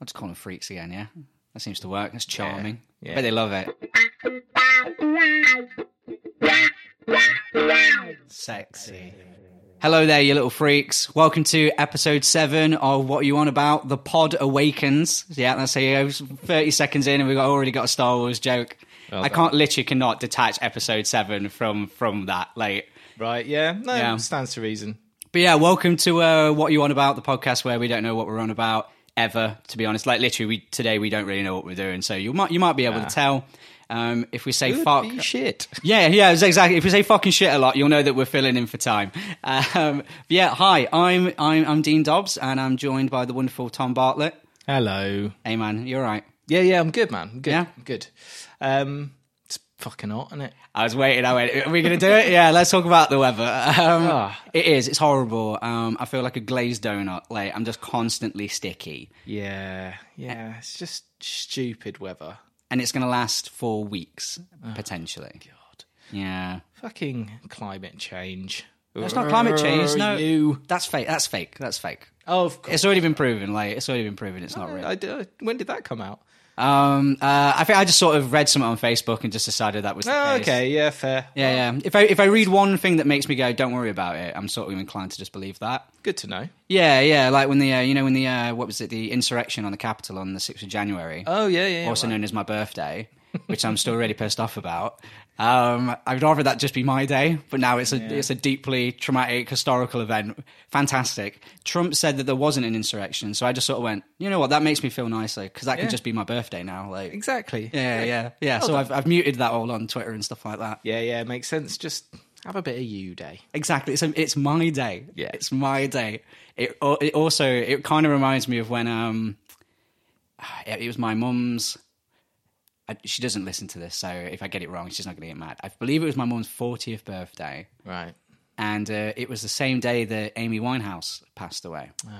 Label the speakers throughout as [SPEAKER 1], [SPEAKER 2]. [SPEAKER 1] I'll just call them freaks again, yeah? That seems to work. That's
[SPEAKER 2] Yeah,
[SPEAKER 1] charming.
[SPEAKER 2] yeah.
[SPEAKER 1] I bet they love it. Sexy. Hello there, you little freaks. Welcome to episode seven of What Are You On About? The Pod Awakens. Yeah, that's how you go. 30 seconds in and we've got- already got a Star Wars joke.
[SPEAKER 2] Well
[SPEAKER 1] I
[SPEAKER 2] done.
[SPEAKER 1] can't literally cannot detach episode seven from from that. Like
[SPEAKER 2] Right, yeah. No,
[SPEAKER 1] Yeah.
[SPEAKER 2] stands to reason.
[SPEAKER 1] But yeah, welcome to uh, what you on about the podcast where we don't know what we're on about ever. To be honest, like literally, we today we don't really know what we're doing. So you might you might be able
[SPEAKER 2] Nah.
[SPEAKER 1] to tell um, if we say
[SPEAKER 2] Could
[SPEAKER 1] fuck.
[SPEAKER 2] be shit.
[SPEAKER 1] Yeah, yeah, it's exactly. If we say fucking shit a lot, you'll know that we're filling in for time. Um, but yeah, hi, I'm I'm I'm Dean Dobbs, and I'm joined by the wonderful Tom Bartlett.
[SPEAKER 2] Hello.
[SPEAKER 1] Hey man, you're right.
[SPEAKER 2] Yeah, yeah, I'm good, man. I'm good.
[SPEAKER 1] Yeah.
[SPEAKER 2] I'm good. Um, it's fucking hot, isn't it?
[SPEAKER 1] I was waiting. I went, are we going to do it? Yeah, let's talk about the weather. Um,
[SPEAKER 2] Ah.
[SPEAKER 1] It is. It's horrible. Um, I feel like a glazed donut. Like I'm just constantly sticky.
[SPEAKER 2] Yeah, yeah. It's just stupid weather.
[SPEAKER 1] and it's going to last for weeks
[SPEAKER 2] Ah.
[SPEAKER 1] potentially.
[SPEAKER 2] God.
[SPEAKER 1] Yeah,
[SPEAKER 2] Fucking climate change.
[SPEAKER 1] it's not climate change. No,
[SPEAKER 2] You.
[SPEAKER 1] that's fake. That's fake. That's fake.
[SPEAKER 2] Oh, of course.
[SPEAKER 1] It's already been proven. Like it's already been proven. It's not real.
[SPEAKER 2] I do- when did that come out?
[SPEAKER 1] Um, uh, I think I just sort of read something on Facebook and just decided that was. The
[SPEAKER 2] Oh,
[SPEAKER 1] case.
[SPEAKER 2] okay, yeah, fair.
[SPEAKER 1] Yeah, yeah. If I if I read one thing that makes me go, "Don't worry about it," I'm sort of inclined to just believe that.
[SPEAKER 2] Good to know.
[SPEAKER 1] Yeah, yeah. Like when the uh, you know when the uh, what was it the insurrection on the Capitol on the sixth of January.
[SPEAKER 2] Oh, yeah, yeah.
[SPEAKER 1] also
[SPEAKER 2] right.
[SPEAKER 1] known as my birthday, which I'm still really pissed off about. Um, I'd rather that just be my day, but now it's a it's a deeply traumatic historical event. Fantastic. Trump said that there wasn't an insurrection, so I just sort of went, you know what, that makes me feel nicer because that
[SPEAKER 2] Yeah.
[SPEAKER 1] could just be my birthday now. Like,
[SPEAKER 2] Exactly.
[SPEAKER 1] yeah, yeah, yeah. So I've I've muted that all on Twitter and stuff like that.
[SPEAKER 2] Yeah, yeah, makes sense. Just have a bit of you day.
[SPEAKER 1] Exactly. It's it's my day.
[SPEAKER 2] Yeah.
[SPEAKER 1] It's my day. It al- it also it kind of reminds me of when um it it was my mum's I, she doesn't listen to this, so if I get it wrong, she's not going to get mad. I believe it was my mum's 40th birthday,
[SPEAKER 2] Right.
[SPEAKER 1] and uh, it was the same day that Amy Winehouse passed away.
[SPEAKER 2] Oh.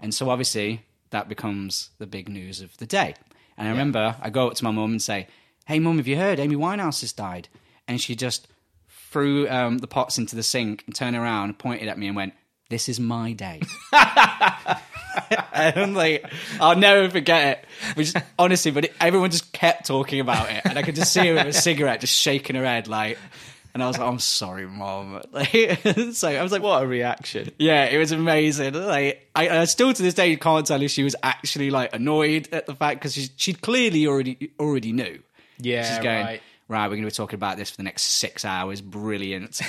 [SPEAKER 1] And so obviously that becomes the big news of the day. And I remember I go up to my mum and say, "Hey, mum, have you heard Amy Winehouse has died?" And she just threw um, the pots into the sink and turned around, pointed at me, and went, "This is my day." and I'm like, I'll never forget it. Which honestly, but it, everyone just kept talking about it, and I could just see her with a cigarette, just shaking her head, like. And I was like, "I'm sorry, mom." Like, so I was like,
[SPEAKER 2] What a reaction.
[SPEAKER 1] yeah, it was amazing. Like, I, I still to this day can't tell if she was actually like annoyed at the fact because she she clearly already already knew.
[SPEAKER 2] Yeah,
[SPEAKER 1] she's going
[SPEAKER 2] right.
[SPEAKER 1] right. We're going to be talking about this for the next six hours. Brilliant.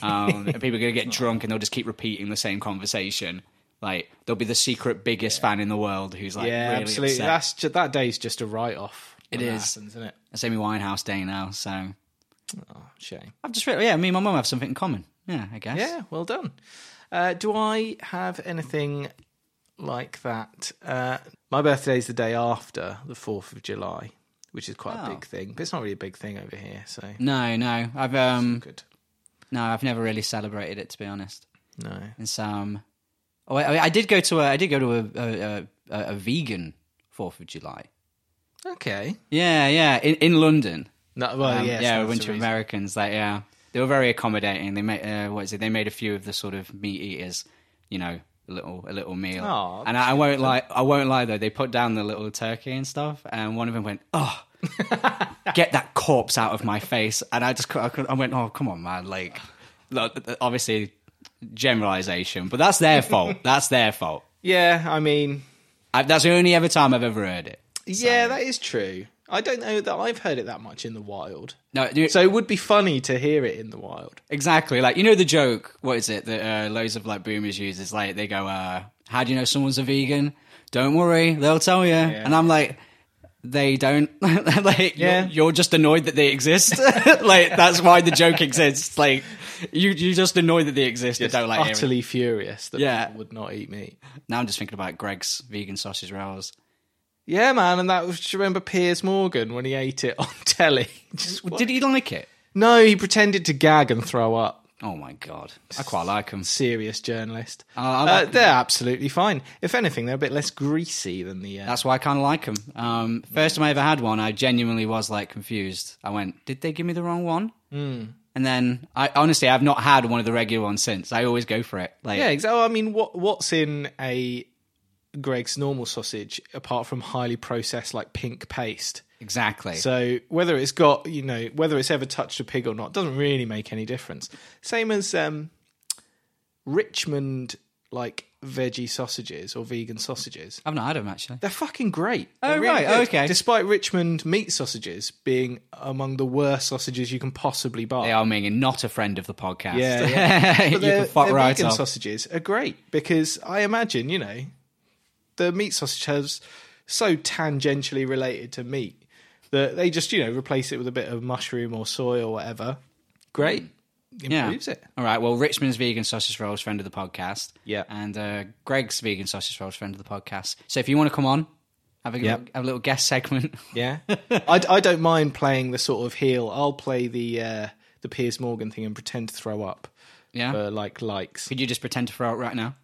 [SPEAKER 1] Um, and people are going to get drunk and they'll just keep repeating the same conversation. Like, they'll be the secret biggest fan in the world who's like,
[SPEAKER 2] Yeah,
[SPEAKER 1] really
[SPEAKER 2] absolutely.
[SPEAKER 1] upset.
[SPEAKER 2] That's ju- that day's just a write off. It
[SPEAKER 1] It
[SPEAKER 2] is,
[SPEAKER 1] is.
[SPEAKER 2] happens, isn't it?
[SPEAKER 1] That's Amy Winehouse Day now. So I've
[SPEAKER 2] Shame.
[SPEAKER 1] just read, yeah, me and my mum have something in common. Yeah, I guess.
[SPEAKER 2] Yeah, well done. Uh, do I have anything like that? Uh, my birthday's the day after the Fourth of July, which is quite a
[SPEAKER 1] Oh. Mm.
[SPEAKER 2] big thing, but it's not really a big thing over here. So
[SPEAKER 1] No, no, I've um,
[SPEAKER 2] good.
[SPEAKER 1] no, I've never really celebrated it to be honest.
[SPEAKER 2] No.
[SPEAKER 1] and some. Oh, I, I did go to a, I did go to a a, a, a vegan Fourth of July.
[SPEAKER 2] Okay.
[SPEAKER 1] Yeah, yeah, in, in London.
[SPEAKER 2] No. Well,
[SPEAKER 1] Um,
[SPEAKER 2] Oh, yeah.
[SPEAKER 1] yeah, a
[SPEAKER 2] stands
[SPEAKER 1] bunch
[SPEAKER 2] to
[SPEAKER 1] of
[SPEAKER 2] reason.
[SPEAKER 1] Americans. Like, yeah, they were very accommodating. They made uh, what is it? They made a few of the sort of meat eaters. You know, a little a little meal.
[SPEAKER 2] Aw,
[SPEAKER 1] and I, I won't lie. I won't lie though. They put down the little turkey and stuff, and one of them went, "Oh, get that corpse out of my face!" And I just cou- I, couldn't- I went, "Oh, come on, man!" Like, look, obviously generalization, but that's their fault. that's their fault.
[SPEAKER 2] Yeah, I mean,
[SPEAKER 1] I, that's the only ever time I've ever heard it.
[SPEAKER 2] yeah, that is true. I don't know that I've heard it that much in the wild.
[SPEAKER 1] No, you-
[SPEAKER 2] So it would be funny to hear it in the wild.
[SPEAKER 1] Exactly. Like, you know the joke, what is it, that uh, loads of, like, boomers use? It's like, they go, uh, how do you know someone's a vegan? Don't worry, they'll tell you. And I'm like, they don't. like,
[SPEAKER 2] Yeah.
[SPEAKER 1] you're, you're just annoyed that they exist. like, that's why the joke exists. Like, you, you just annoyed that they exist and don't like hearing it.
[SPEAKER 2] utterly furious that
[SPEAKER 1] Yeah.
[SPEAKER 2] people would not eat meat.
[SPEAKER 1] Now I'm just thinking about Greg's vegan sausage rolls.
[SPEAKER 2] Yeah, man, and that was. Do you remember Piers Morgan when he ate it on telly? Just what-
[SPEAKER 1] Did he like it?
[SPEAKER 2] no, he pretended to gag and throw up.
[SPEAKER 1] Oh, my God. I quite like them.
[SPEAKER 2] Serious journalist.
[SPEAKER 1] Ah, I
[SPEAKER 2] uh,
[SPEAKER 1] like-
[SPEAKER 2] they're absolutely fine. If anything, they're a bit less greasy than the. Uh,
[SPEAKER 1] That's why I kind of like them. Um, first time I ever had one, I genuinely was like confused. I went, "Did they give me the wrong one?" Mm.
[SPEAKER 2] Hmm.
[SPEAKER 1] And then, I honestly, I've not had one of the regular ones since. I always go for it. Like,
[SPEAKER 2] yeah, exactly. I mean, what what's in a Greg's normal sausage apart from highly processed like pink paste.
[SPEAKER 1] Exactly.
[SPEAKER 2] So whether it's got you know whether it's ever touched a pig or not doesn't really make any difference. Same as um, Richmond like veggie sausages or vegan sausages.
[SPEAKER 1] I've not had them actually.
[SPEAKER 2] They're fucking great.
[SPEAKER 1] Oh,
[SPEAKER 2] They're
[SPEAKER 1] right.
[SPEAKER 2] good.
[SPEAKER 1] Okay.
[SPEAKER 2] Despite Richmond meat sausages being among the worst sausages you can possibly buy.
[SPEAKER 1] They are meaning not a friend of the podcast.
[SPEAKER 2] Yeah, yeah.
[SPEAKER 1] you
[SPEAKER 2] But their,
[SPEAKER 1] can fuck
[SPEAKER 2] their
[SPEAKER 1] right
[SPEAKER 2] vegan
[SPEAKER 1] off.
[SPEAKER 2] sausages are great because I imagine you know the meat sausage has so tangentially related to meat that they just you know replace it with a bit of mushroom or soy or whatever. Great,
[SPEAKER 1] yeah.
[SPEAKER 2] improves it.
[SPEAKER 1] All right. Well, Richmond's vegan sausage rolls, friend of the podcast.
[SPEAKER 2] Yeah.
[SPEAKER 1] And uh, Greg's vegan sausage rolls, friend of the podcast. So if you want to come on, have a,
[SPEAKER 2] Yeah.
[SPEAKER 1] have a little guest segment.
[SPEAKER 2] Yeah, I, I don't mind playing the sort of heel. I'll play the uh, the Piers Morgan thing and pretend to throw up
[SPEAKER 1] yeah.
[SPEAKER 2] for like likes.
[SPEAKER 1] Could you just pretend to throw it right now?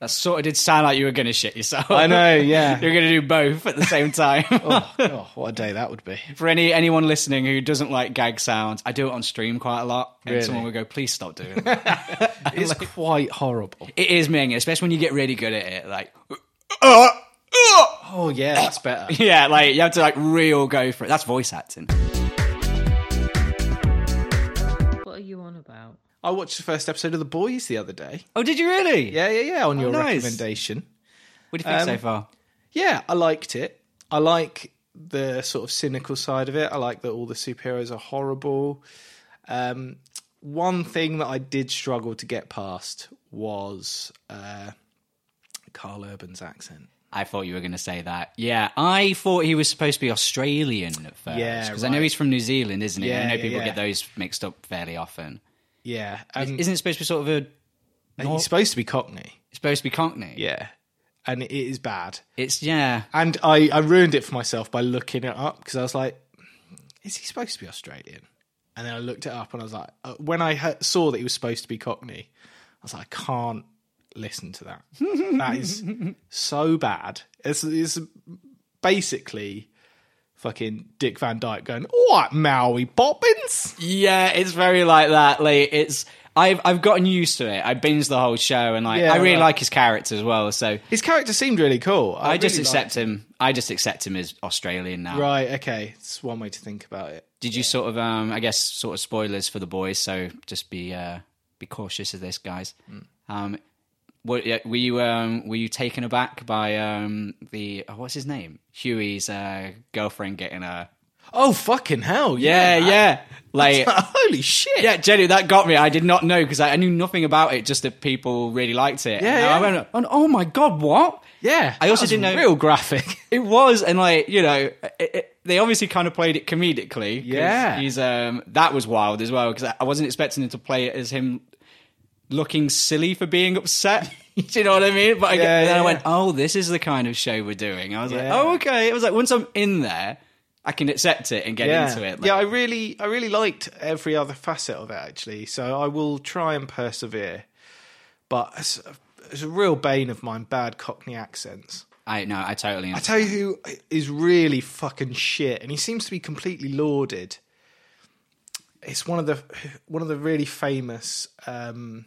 [SPEAKER 1] that sort of did sound like you were going to shit yourself.
[SPEAKER 2] I know. Yeah.
[SPEAKER 1] You're going to do both at the same time.
[SPEAKER 2] oh, oh, what a day that would be.
[SPEAKER 1] For any anyone listening who doesn't like gag sounds, I do it on stream quite a lot, and
[SPEAKER 2] Really?
[SPEAKER 1] someone will go, "Please stop doing that."
[SPEAKER 2] It's quite horrible.
[SPEAKER 1] it is minging, especially when you get really good at it. Like,
[SPEAKER 2] Oh yeah, that's better.
[SPEAKER 1] yeah, like you have to like real go for it. That's voice acting.
[SPEAKER 3] What are you on about?
[SPEAKER 2] I watched the first episode of The Boys the other day.
[SPEAKER 1] Oh, did you really?
[SPEAKER 2] Yeah, yeah, yeah. On your
[SPEAKER 1] Oh, nice.
[SPEAKER 2] recommendation.
[SPEAKER 1] What do you think
[SPEAKER 2] Um,
[SPEAKER 1] so far?
[SPEAKER 2] Yeah, I liked it. I like the sort of cynical side of it. I like that all the superheroes are horrible. Um, one thing that I did struggle to get past was uh, Carl Urban's accent.
[SPEAKER 1] I thought you were going to say that. Yeah, I thought he was supposed to be Australian at first.
[SPEAKER 2] Yeah,
[SPEAKER 1] because I
[SPEAKER 2] right.
[SPEAKER 1] know he's from New Zealand, isn't he?
[SPEAKER 2] Yeah,
[SPEAKER 1] I know
[SPEAKER 2] yeah,
[SPEAKER 1] people
[SPEAKER 2] yeah.
[SPEAKER 1] get those mixed up fairly often.
[SPEAKER 2] Yeah, um,
[SPEAKER 1] Isn't it supposed to be sort of a
[SPEAKER 2] he's supposed to be Cockney.
[SPEAKER 1] it's supposed to be Cockney?
[SPEAKER 2] Yeah, and it is bad.
[SPEAKER 1] It's yeah.
[SPEAKER 2] And I, I ruined it for myself by looking it up because I was like, is he supposed to be Australian? And then I looked it up and I was like, uh, when I he- saw that he was supposed to be Cockney, I was like, I can't listen to that. that is so bad. It's, it's basically fucking Dick Van Dyke going, all right, Maui Poppins.
[SPEAKER 1] Yeah, it's very like that. Like it's I've I've gotten used to it. I binged the whole show and like
[SPEAKER 2] Yeah,
[SPEAKER 1] I really
[SPEAKER 2] right.
[SPEAKER 1] like his character as well. So
[SPEAKER 2] His character seemed really cool.
[SPEAKER 1] I, just
[SPEAKER 2] really
[SPEAKER 1] accept him. I just accept him as Australian now.
[SPEAKER 2] liked- Right, okay. It's one way to think about it.
[SPEAKER 1] Did you sort of um I guess sort of spoilers for the boys, so just be uh be cautious of this guys. Um what, yeah, were you um were you taken aback by um the oh, what's his name? Huey's uh girlfriend getting a
[SPEAKER 2] Oh, fucking hell.
[SPEAKER 1] Yeah, yeah. Like
[SPEAKER 2] Holy shit.
[SPEAKER 1] Yeah, Jenny, that got me. I did not know because I, I knew nothing about it. Just that people really liked it.
[SPEAKER 2] Yeah,
[SPEAKER 1] and I
[SPEAKER 2] yeah.
[SPEAKER 1] went, and, oh my god, what?
[SPEAKER 2] Yeah,
[SPEAKER 1] I also
[SPEAKER 2] that was
[SPEAKER 1] didn't know-
[SPEAKER 2] real graphic.
[SPEAKER 1] It was, and like you know, it, it, they obviously kind of played it comedically. 'cause
[SPEAKER 2] Yeah.
[SPEAKER 1] he's um that was wild as well because I, I wasn't expecting him to play it as him looking silly for being upset. Do you know what I mean? But I,
[SPEAKER 2] Yeah,
[SPEAKER 1] yeah, then
[SPEAKER 2] yeah.
[SPEAKER 1] I went, oh, this is the kind of show we're doing. I was like,
[SPEAKER 2] Yeah.
[SPEAKER 1] oh, okay. It was like once I'm in there, I can accept it and get
[SPEAKER 2] yeah,
[SPEAKER 1] into it. Like,
[SPEAKER 2] yeah. I really, I really liked every other facet of it actually. So I will try and persevere, but it's, it's a real bane of mine: bad Cockney accents.
[SPEAKER 1] I no, I totally.
[SPEAKER 2] I tell you who is really fucking shit, and he seems to be completely lauded. It's one of the one of the really famous um,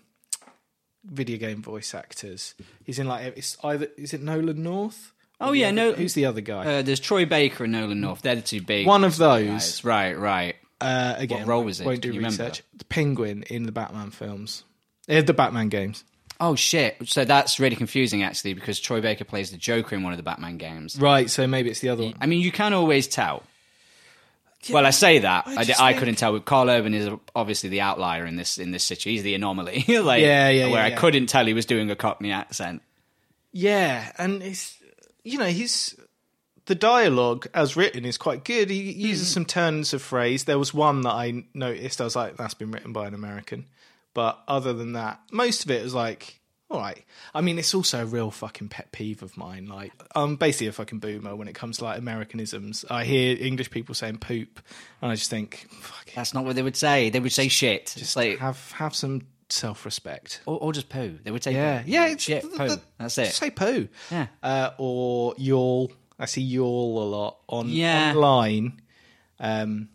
[SPEAKER 2] video game voice actors. He's in like it's either is it Nolan North? Or
[SPEAKER 1] Oh,
[SPEAKER 2] the
[SPEAKER 1] yeah,
[SPEAKER 2] other-
[SPEAKER 1] Nolan-
[SPEAKER 2] Who's the other guy?
[SPEAKER 1] Uh, there's Troy Baker and Nolan North. They're the two big.
[SPEAKER 2] one of those.
[SPEAKER 1] guys. Right, right.
[SPEAKER 2] Uh, again,
[SPEAKER 1] What role was it?
[SPEAKER 2] Won't do
[SPEAKER 1] Can you
[SPEAKER 2] research.
[SPEAKER 1] remember?
[SPEAKER 2] The Penguin in the Batman films, Eh, the Batman games.
[SPEAKER 1] Oh shit! So that's really confusing, actually, because Troy Baker plays the Joker in one of the Batman games.
[SPEAKER 2] Right, so maybe it's the other one.
[SPEAKER 1] I mean, you can always tell. well, I say that I, di-
[SPEAKER 2] just
[SPEAKER 1] I
[SPEAKER 2] think-
[SPEAKER 1] couldn't tell. Carl Urban is obviously the outlier in this in this situation. He's the anomaly. like,
[SPEAKER 2] Yeah, yeah,
[SPEAKER 1] Where
[SPEAKER 2] yeah,
[SPEAKER 1] I
[SPEAKER 2] yeah.
[SPEAKER 1] couldn't tell he was doing a Cockney accent.
[SPEAKER 2] Yeah, and it's you know he's the dialogue as written is quite good. He uses
[SPEAKER 1] Hmm.
[SPEAKER 2] some turns of phrase. There was one that I noticed. I was like, that's been written by an American. But other than that, most of it was like, all right. I mean, it's also a real fucking pet peeve of mine. Like, I'm basically a fucking boomer when it comes to like Americanisms. I hear English people saying poop, and I just think, fuck it.
[SPEAKER 1] That's not what they would say. They would say shit. Just like
[SPEAKER 2] have have some self respect.
[SPEAKER 1] or, or just poo. They would say
[SPEAKER 2] Yeah,
[SPEAKER 1] poo.
[SPEAKER 2] yeah, it's,
[SPEAKER 1] shit
[SPEAKER 2] th-
[SPEAKER 1] poo.
[SPEAKER 2] th-
[SPEAKER 1] that's it.
[SPEAKER 2] Say poo.
[SPEAKER 1] Yeah.
[SPEAKER 2] Uh, or yawl. I see yawl a lot on
[SPEAKER 1] Yeah.
[SPEAKER 2] online. Um,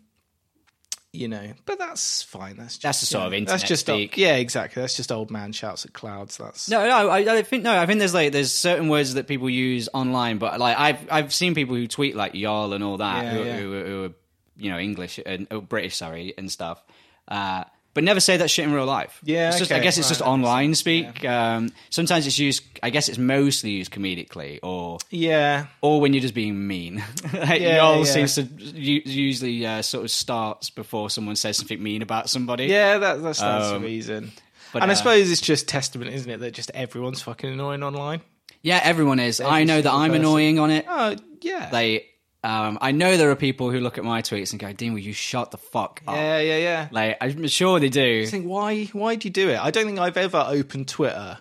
[SPEAKER 2] you know, but that's fine. That's just,
[SPEAKER 1] That's the sort
[SPEAKER 2] yeah,
[SPEAKER 1] of internet
[SPEAKER 2] that's just
[SPEAKER 1] speak.
[SPEAKER 2] yeah, exactly. That's just old man shouts at clouds. That's
[SPEAKER 1] No, no, I, I think no. I think there's like there's certain words that people use online, but like I've I've seen people who tweet like y'all and all that,
[SPEAKER 2] Yeah,
[SPEAKER 1] who,
[SPEAKER 2] yeah.
[SPEAKER 1] Who, are- who are you know English and oh, British, sorry, and stuff. Uh, but never say that shit in real life.
[SPEAKER 2] Yeah,
[SPEAKER 1] it's just, I
[SPEAKER 2] okay,
[SPEAKER 1] guess it's
[SPEAKER 2] right,
[SPEAKER 1] just
[SPEAKER 2] that makes
[SPEAKER 1] online speak. Um, sometimes it's used. I guess it's mostly used comedically, or
[SPEAKER 2] yeah,
[SPEAKER 1] or when you're just being mean. like,
[SPEAKER 2] Yeah,
[SPEAKER 1] y'all
[SPEAKER 2] yeah.
[SPEAKER 1] seems to u- usually uh, sort of starts before someone says something mean about somebody.
[SPEAKER 2] yeah. That, that's that's
[SPEAKER 1] Um,
[SPEAKER 2] the reason.
[SPEAKER 1] but,
[SPEAKER 2] and I
[SPEAKER 1] uh,
[SPEAKER 2] suppose it's just testament, isn't it, that just everyone's fucking annoying online.
[SPEAKER 1] yeah. Everyone is. I know that
[SPEAKER 2] single
[SPEAKER 1] I'm
[SPEAKER 2] person.
[SPEAKER 1] annoying on it.
[SPEAKER 2] Oh yeah,
[SPEAKER 1] Like, um, I know there are people who look at my tweets and go, "Dean, will you shut the fuck up?"
[SPEAKER 2] yeah, yeah, yeah.
[SPEAKER 1] Like, I'm sure they do.
[SPEAKER 2] I think why why do you do it? I don't think I've ever opened Twitter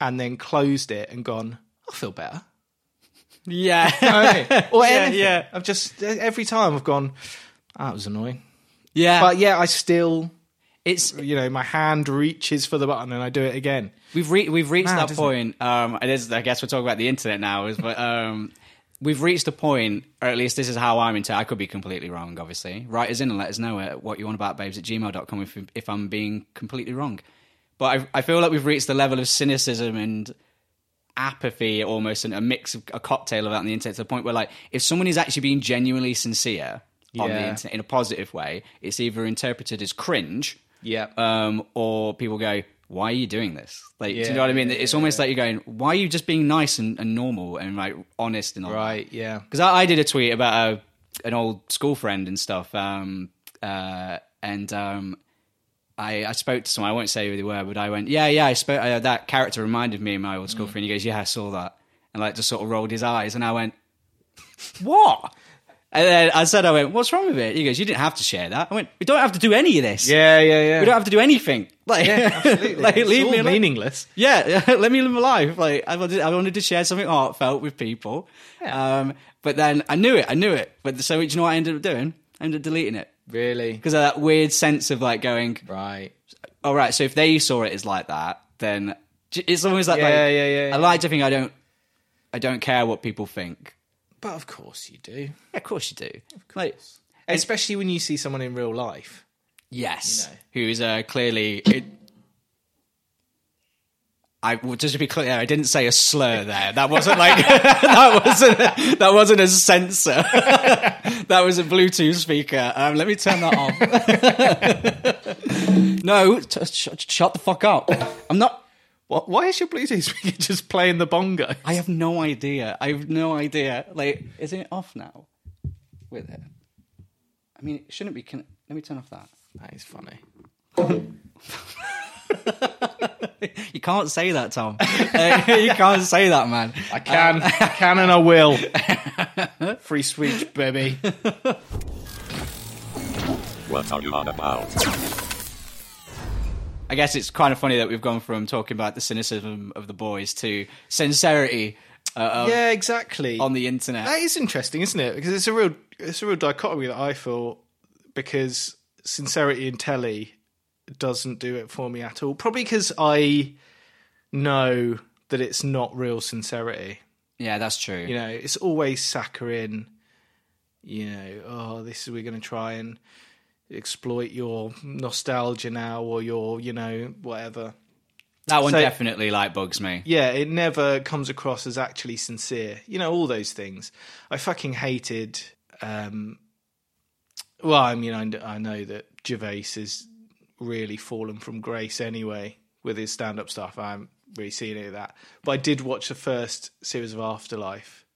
[SPEAKER 2] and then closed it and gone. I feel better. Oh,
[SPEAKER 1] Yeah,
[SPEAKER 2] Okay. or anything.
[SPEAKER 1] yeah.
[SPEAKER 2] I've just every time I've gone. "Ah, That was annoying.
[SPEAKER 1] yeah.
[SPEAKER 2] But yeah, I still,
[SPEAKER 1] it's
[SPEAKER 2] you know, my hand reaches for the button and I do it again.
[SPEAKER 1] we've re- we've reached
[SPEAKER 2] Mad,
[SPEAKER 1] that
[SPEAKER 2] isn't it?
[SPEAKER 1] point. Um, it is, I guess we're talking about the internet now, is but um, we've reached a point, or at least this is how I'm into. I could be completely wrong, obviously. Write us in and let us know at what you want about babes at gmail.com if if I'm being completely wrong. But I, I feel like we've reached the level of cynicism and apathy almost and a mix of a cocktail of that on the internet to the point where like if someone is actually being genuinely sincere on the
[SPEAKER 2] Yeah.
[SPEAKER 1] internet in a positive way it's either interpreted as cringe
[SPEAKER 2] Yeah.
[SPEAKER 1] um or people go why are you doing this like do you know
[SPEAKER 2] Yeah,
[SPEAKER 1] what i mean it's almost like you're going why are you just being nice and, and normal and like honest and all
[SPEAKER 2] Right. Yeah.
[SPEAKER 1] because I, I did a tweet about a, an old school friend and stuff, um, uh, and um, I, I spoke to someone. I won't say who they were, but I went, "Yeah, yeah." I spoke. Uh, that character reminded me of my old
[SPEAKER 2] Mm.
[SPEAKER 1] school friend. He goes, "Yeah, I saw that," and like just sort of rolled his eyes, and I went, "What?" And then I said, "I went, what's wrong with it?" He goes, "You didn't have to share that." I went, "We don't have to do any of this.
[SPEAKER 2] Yeah. Yeah. Yeah.
[SPEAKER 1] We don't have to do anything. Like, like
[SPEAKER 2] It's
[SPEAKER 1] leave
[SPEAKER 2] all
[SPEAKER 1] me alone."
[SPEAKER 2] meaningless.
[SPEAKER 1] Yeah, let me live my life. Like I wanted, I wanted to share something heartfelt with people. Um, but then I knew it. I knew it. But so do you know what I ended up doing? I ended up deleting it
[SPEAKER 2] Really.
[SPEAKER 1] because of that weird sense of like going,
[SPEAKER 2] Right.
[SPEAKER 1] all right. So if they saw it as like that, then j- it's almost like,
[SPEAKER 2] Yeah,
[SPEAKER 1] like,
[SPEAKER 2] yeah, yeah, yeah.
[SPEAKER 1] I like to think I don't, I don't care what people think.
[SPEAKER 2] But of course you do.
[SPEAKER 1] Yeah, of course you do. Like
[SPEAKER 2] Especially when you see someone in real life.
[SPEAKER 1] yes,
[SPEAKER 2] You know.
[SPEAKER 1] who is uh, clearly. It, I well, just to be clear, I didn't say a slur there. That wasn't like that wasn't that wasn't a censor. that was a Bluetooth speaker. Um, let me turn that off. no, t- sh- shut the fuck up. I'm not.
[SPEAKER 2] What? Why is your Bluetooth speaker just playing the bongo?
[SPEAKER 1] I have no idea. I have no idea. Like, isn't it off now? With it, I mean, it shouldn't be. Con- let me turn off that.
[SPEAKER 2] That is funny.
[SPEAKER 1] You can't say that, Tom. Uh, you can't say that, man.
[SPEAKER 2] I can, I can, and I will. Free speech, baby.
[SPEAKER 4] What are you on about?
[SPEAKER 1] I guess it's kind of funny that we've gone from talking about the cynicism of the boys to sincerity uh, of-
[SPEAKER 2] yeah, exactly.
[SPEAKER 1] on the internet.
[SPEAKER 2] That is interesting, isn't it? Because it's a real it's a real dichotomy that I feel because sincerity in telly doesn't do it for me at all. Probably because I know that it's not real sincerity.
[SPEAKER 1] yeah, that's true.
[SPEAKER 2] You know, it's always saccharine. You know, oh, this is we're going to try and exploit your nostalgia now or your you know whatever.
[SPEAKER 1] that one
[SPEAKER 2] so-
[SPEAKER 1] definitely like bugs me.
[SPEAKER 2] Yeah, it never comes across as actually sincere. You know, all those things. I fucking hated. Um, well, I mean, I, I know that Gervais has really fallen from grace anyway with his stand up stuff. I haven't really seen any of that. But I did watch the first series of Afterlife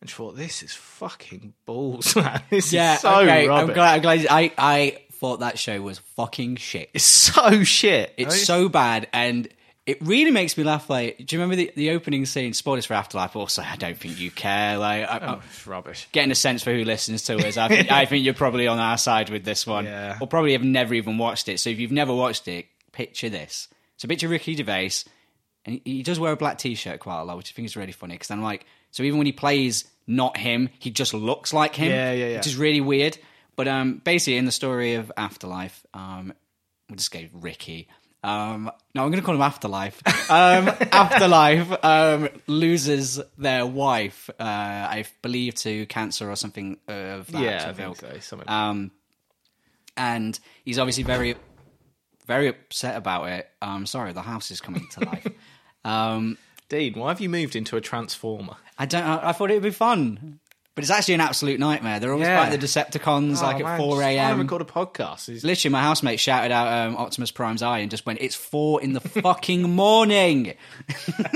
[SPEAKER 2] and just thought, this is fucking balls, man. This
[SPEAKER 1] Yeah,
[SPEAKER 2] is so
[SPEAKER 1] okay.
[SPEAKER 2] rubbish.
[SPEAKER 1] I'm glad. I'm glad. I I thought that show was fucking shit.
[SPEAKER 2] It's so shit.
[SPEAKER 1] It's
[SPEAKER 2] I-
[SPEAKER 1] so bad, and it really makes me laugh. Like, do you remember the, the opening scene? Spoilers for Afterlife. Also, I don't think you care. Like, I, I,
[SPEAKER 2] It's rubbish.
[SPEAKER 1] getting a sense for who listens to us. I think, I think you're probably on our side with this one,
[SPEAKER 2] Yeah.
[SPEAKER 1] or probably have never even watched it. So if you've never watched it, picture this. So picture Ricky Gervais, and he, he does wear a black t-shirt quite a lot, which I think is really funny because I'm like, so even when he plays not him, he just looks like him.
[SPEAKER 2] Yeah, yeah, yeah.
[SPEAKER 1] Which is really weird. But um, basically, in the story of Afterlife, um, we'll just go Ricky. Um, no, I'm going to call him Afterlife. Um, Afterlife um, loses their wife, uh, I believe, to cancer or something of that
[SPEAKER 2] Yeah, Uh, I
[SPEAKER 1] sort of
[SPEAKER 2] think
[SPEAKER 1] ilk.
[SPEAKER 2] so. Something
[SPEAKER 1] Um, and he's obviously very, very upset about it. I'm sorry, the house is coming to life. um,
[SPEAKER 2] Dean, why have you moved into a transformer?
[SPEAKER 1] I don't. I, I thought it would be fun, but it's actually an absolute nightmare. They're always
[SPEAKER 2] Yeah.
[SPEAKER 1] fighting the Decepticons
[SPEAKER 2] Oh,
[SPEAKER 1] like at four
[SPEAKER 2] I haven't
[SPEAKER 1] a.m.
[SPEAKER 2] got a podcast. It's-
[SPEAKER 1] Literally, my housemate shouted out um, Optimus Prime's eye and just went, "It's four in the fucking morning."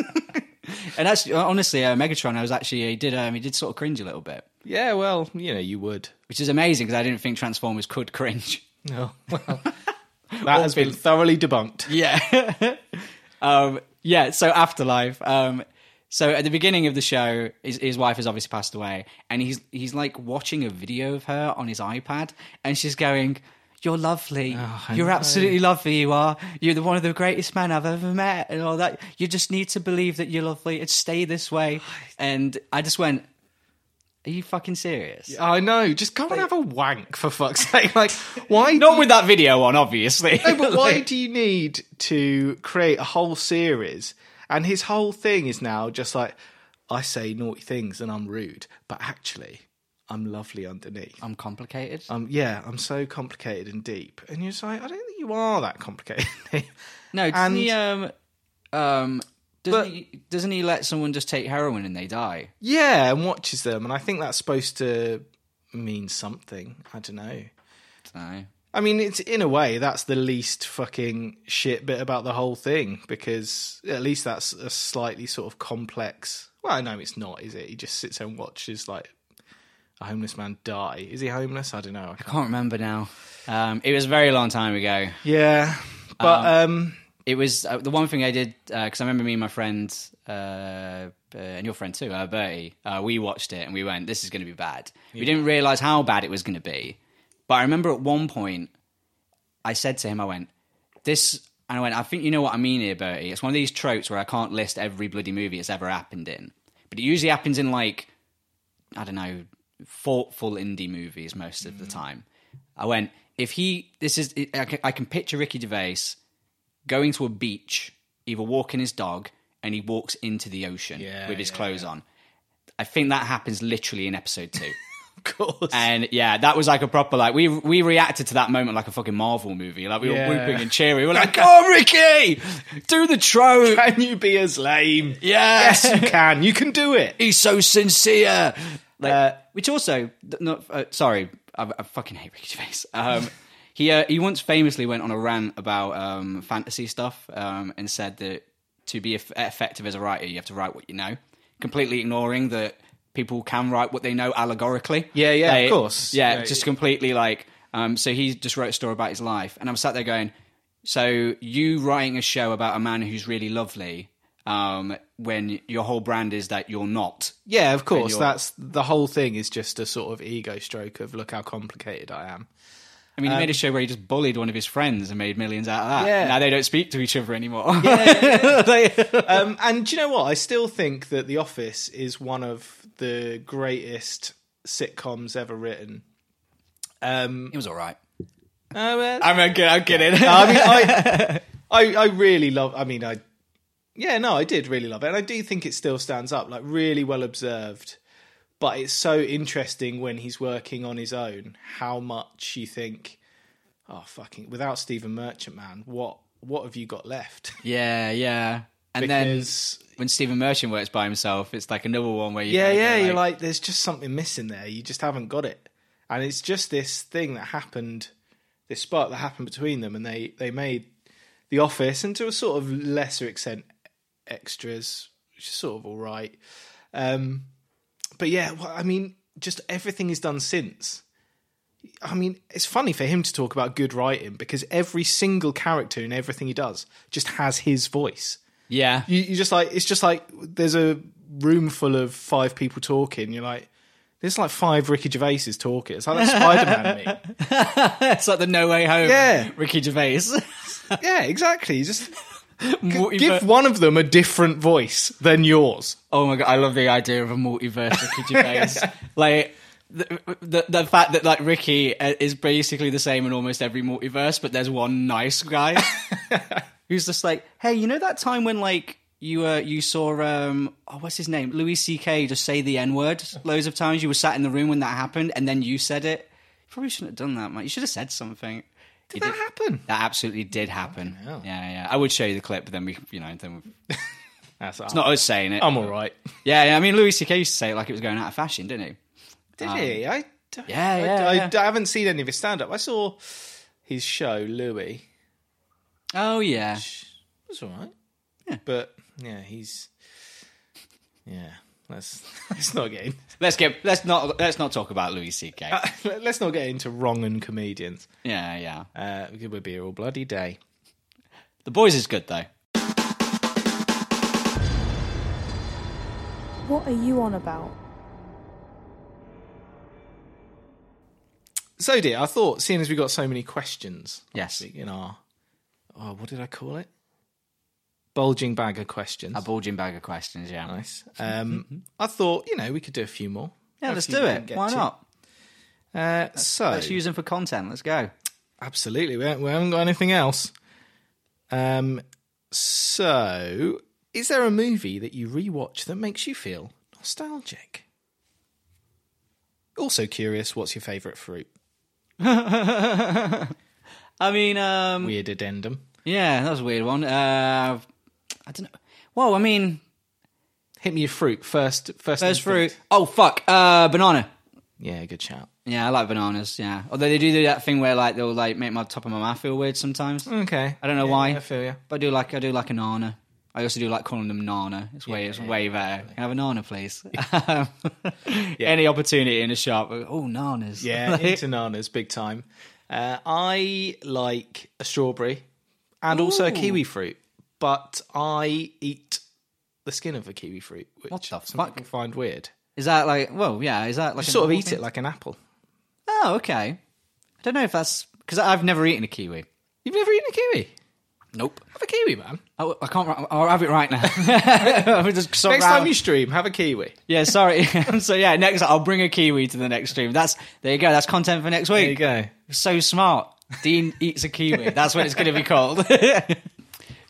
[SPEAKER 1] and actually, honestly, uh, Megatron, I was actually he did um, he did sort of cringe a little bit,
[SPEAKER 2] yeah, well, you know, you would.
[SPEAKER 1] which is amazing because I didn't think Transformers could cringe.
[SPEAKER 2] No, Oh, well, that has been thoroughly debunked.
[SPEAKER 1] Yeah. um, yeah, so afterlife. Um, so at the beginning of the show, his, his wife has obviously passed away, and he's he's like watching a video of her on his iPad, and she's going, "You're lovely.
[SPEAKER 2] Oh, I
[SPEAKER 1] You're
[SPEAKER 2] know.
[SPEAKER 1] absolutely lovely. You are. You're the one of the greatest men I've ever met, and all that. You just need to believe that you're lovely and stay this
[SPEAKER 2] Oh,
[SPEAKER 1] way." And I just went, "Are you fucking serious?"
[SPEAKER 2] I know. Just go and have a wank for fuck's sake. Like, why?
[SPEAKER 1] Not with that video on, obviously.
[SPEAKER 2] No, but why do you need to create a whole series? And his whole thing is now just like, I say naughty things and I'm rude, but actually, I'm lovely underneath.
[SPEAKER 1] I'm complicated.
[SPEAKER 2] Um, yeah, I'm so complicated and deep. And you're just like, I don't think you are that complicated.
[SPEAKER 1] No, doesn't
[SPEAKER 2] And-
[SPEAKER 1] he? Um, um, doesn't
[SPEAKER 2] But-
[SPEAKER 1] he? Doesn't he let someone just take heroin and they die?
[SPEAKER 2] yeah, and watches them. And I think that's supposed to mean something. I don't know.
[SPEAKER 1] Dunno.
[SPEAKER 2] I mean, it's in a way that's the least fucking shit bit about the whole thing because at least that's a slightly sort of complex. Well, no, it's not, is it? He just sits there and watches like a homeless man die. Is he homeless? I don't know. I can't.
[SPEAKER 1] Can't remember now. Um, it was a very long time ago.
[SPEAKER 2] Yeah, but um,
[SPEAKER 1] It was uh, the one thing I did because I remember me and my friend uh, uh, and your friend too, uh, Bertie. Uh, we watched it and we went, "This is going to be bad." We didn't realize how bad it was going to be, but I remember at one point I said to him, "I went this." And I went, I think you know what I mean here, Bertie. It's one of these tropes where I can't list every bloody movie it's ever happened in. But it usually happens in like I don't know, thoughtful indie movies most of the
[SPEAKER 2] Mm.
[SPEAKER 1] time. I went, if he, this is, I can, I can picture Ricky Gervais going to a beach, either walking his dog, and he walks into the ocean
[SPEAKER 2] Yeah,
[SPEAKER 1] with his
[SPEAKER 2] yeah,
[SPEAKER 1] clothes on. I think that happens literally in episode two.
[SPEAKER 2] of course,
[SPEAKER 1] and yeah, that was like a proper, like, we we reacted to that moment like a fucking Marvel movie. Like, we
[SPEAKER 2] Yeah.
[SPEAKER 1] were whooping and cheering. We were like, oh, Ricky, do the trope.
[SPEAKER 2] can you be as lame?
[SPEAKER 1] Yes.
[SPEAKER 2] you can. You can do it.
[SPEAKER 1] he's so sincere. Like,
[SPEAKER 2] Uh,
[SPEAKER 1] which also, th- not, uh, sorry, I, I fucking hate Ricky Gervais. Um, he uh, he once famously went on a rant about um, fantasy stuff um, and said that to be eff- effective as a writer, you have to write what you know, completely ignoring that people can write what they know allegorically.
[SPEAKER 2] Yeah, yeah, of
[SPEAKER 1] They-
[SPEAKER 2] course.
[SPEAKER 1] Yeah,
[SPEAKER 2] Yeah,
[SPEAKER 1] just completely like. Um, so he just wrote a story about his life, and I'm sat there going, "So you writing a show about a man who's really lovely." Um, when your whole brand is that you're not
[SPEAKER 2] Yeah, of course.
[SPEAKER 1] you're-
[SPEAKER 2] That's the whole thing is just a sort of ego stroke of look how complicated I am.
[SPEAKER 1] I mean, he made a show where he just bullied one of his friends and made millions out of that.
[SPEAKER 2] Um, Yeah.
[SPEAKER 1] Now they don't speak to each other anymore.
[SPEAKER 2] Um, and do you know what? I still think that The Office is one of the greatest sitcoms ever written. Um,
[SPEAKER 1] it was all right.
[SPEAKER 2] oh, well,
[SPEAKER 1] I'm okay, I'm kidding.
[SPEAKER 2] I mean, I, I, I really love. I mean, I, yeah, no, I did really love it, and I do think it still stands up. Like, really well observed. But it's so interesting when he's working on his own. How much you think, oh fucking, without Stephen Merchant, man, what what have you got left?
[SPEAKER 1] yeah, yeah. And
[SPEAKER 2] because
[SPEAKER 1] then when Stephen Merchant works by himself, it's like another one where you
[SPEAKER 2] Yeah,
[SPEAKER 1] kinda
[SPEAKER 2] yeah.
[SPEAKER 1] go
[SPEAKER 2] you're like, there's just something missing there. You just haven't got it, and it's just this thing that happened, this spark that happened between them, and they they made the office, and to a sort of lesser extent, extras, which is sort of all right. Um, but yeah, well, I mean, just everything is done since. I mean, it's funny for him to talk about good writing because every single character in everything he does just has his voice
[SPEAKER 1] yeah,
[SPEAKER 2] you, you just like it's just like there's a room full of five people talking. You're like, there's like five Ricky Gervaises talking. It's like that Spider Man meme.
[SPEAKER 1] it's like the No Way Home.
[SPEAKER 2] Yeah.
[SPEAKER 1] Ricky Gervais.
[SPEAKER 2] Yeah, exactly. You Just give
[SPEAKER 1] Multiver-
[SPEAKER 2] one of them a different voice than yours.
[SPEAKER 1] oh my god, I love the idea of a multiverse Ricky Gervais. like. The, the the fact that like Ricky uh, is basically the same in almost every multiverse, but there's one nice guy. who's just like, hey, you know that time when like you uh, you saw um oh, what's his name Louis C.K. just say the N word loads of times. You were sat in the room when that happened, and then you said it. probably shouldn't have done that, man. You should have said something. You
[SPEAKER 2] Did that happen?
[SPEAKER 1] That absolutely did happen. Yeah,
[SPEAKER 2] hell.
[SPEAKER 1] yeah. I would show you the clip, but then we, you know, then we, it's
[SPEAKER 2] That's it's
[SPEAKER 1] not us saying it.
[SPEAKER 2] I'm all right.
[SPEAKER 1] Yeah, yeah. I mean, Louis C.K. used to say it like it was going out of fashion, didn't he?
[SPEAKER 2] Did he? I don't-
[SPEAKER 1] yeah,
[SPEAKER 2] I-
[SPEAKER 1] yeah,
[SPEAKER 2] I,
[SPEAKER 1] yeah.
[SPEAKER 2] I haven't seen any of his stand up. I saw his show Louis.
[SPEAKER 1] Oh yeah.
[SPEAKER 2] It was all right. Yeah. But yeah, he's yeah. Let's let's not get in,
[SPEAKER 1] Let's get let's not let's not talk about Louis C.K.
[SPEAKER 2] let's not get into wrong and comedians.
[SPEAKER 1] yeah, yeah.
[SPEAKER 2] Uh, we could be here all bloody day.
[SPEAKER 1] The boys is good though.
[SPEAKER 5] What are you on about?
[SPEAKER 2] So dear, I thought seeing as we got so many questions
[SPEAKER 1] Yes,
[SPEAKER 2] in our oh what did I call it? Bulging bag of questions.
[SPEAKER 1] a bulging bag of questions. Yeah,
[SPEAKER 2] nice. Um, I thought you know we could do a few more.
[SPEAKER 1] yeah.
[SPEAKER 2] A
[SPEAKER 1] Let's
[SPEAKER 2] few
[SPEAKER 1] do
[SPEAKER 2] we didn't
[SPEAKER 1] it.
[SPEAKER 2] get
[SPEAKER 1] Why
[SPEAKER 2] to.
[SPEAKER 1] not?
[SPEAKER 2] Uh, so
[SPEAKER 1] Let's use them for content. Let's go.
[SPEAKER 2] Absolutely. We haven't, we haven't got anything else. Um, so, is there a movie that you rewatch that makes you feel nostalgic? Also curious, what's your favourite fruit?
[SPEAKER 1] I mean, um,
[SPEAKER 2] Weird addendum.
[SPEAKER 1] yeah, that was a weird one. Uh, I don't know. Well, I mean,
[SPEAKER 2] Hit me your fruit first. First,
[SPEAKER 1] first
[SPEAKER 2] instinct.
[SPEAKER 1] fruit. Oh fuck, uh, banana.
[SPEAKER 2] Yeah, good shout.
[SPEAKER 1] Yeah, I like bananas. Yeah, although they do do that thing where like they'll like make my top of my mouth feel weird sometimes.
[SPEAKER 2] Okay.
[SPEAKER 1] I don't know
[SPEAKER 2] Yeah,
[SPEAKER 1] why.
[SPEAKER 2] I feel you.
[SPEAKER 1] But I do like I do like a nana. I also do like calling them nana. It's way it's way better. Can I have a nana, please? Any opportunity in a shop? Oh, nanas.
[SPEAKER 2] Yeah, into nanas big time. Uh, I like a strawberry and also a kiwi fruit, but I eat the skin of a kiwi fruit, which
[SPEAKER 1] What the
[SPEAKER 2] some
[SPEAKER 1] fuck?
[SPEAKER 2] people find weird.
[SPEAKER 1] Is that like? Well, yeah. Is that like
[SPEAKER 2] You sort of
[SPEAKER 1] normal
[SPEAKER 2] eat
[SPEAKER 1] thing?
[SPEAKER 2] it like an apple.
[SPEAKER 1] Oh, okay. I don't know if that's because I've never eaten a kiwi.
[SPEAKER 2] You've never eaten a kiwi.
[SPEAKER 1] Nope.
[SPEAKER 2] Have a kiwi, man.
[SPEAKER 1] Oh, I, I can't. ri- I'll have it right now. I'm just so
[SPEAKER 2] Next
[SPEAKER 1] round.
[SPEAKER 2] time you stream, have a kiwi.
[SPEAKER 1] yeah, sorry. so yeah, next I'll bring a kiwi to the next stream. That's there you go. That's content for next week.
[SPEAKER 2] go.
[SPEAKER 1] So smart. Dean eats a kiwi. That's what it's going to be called. but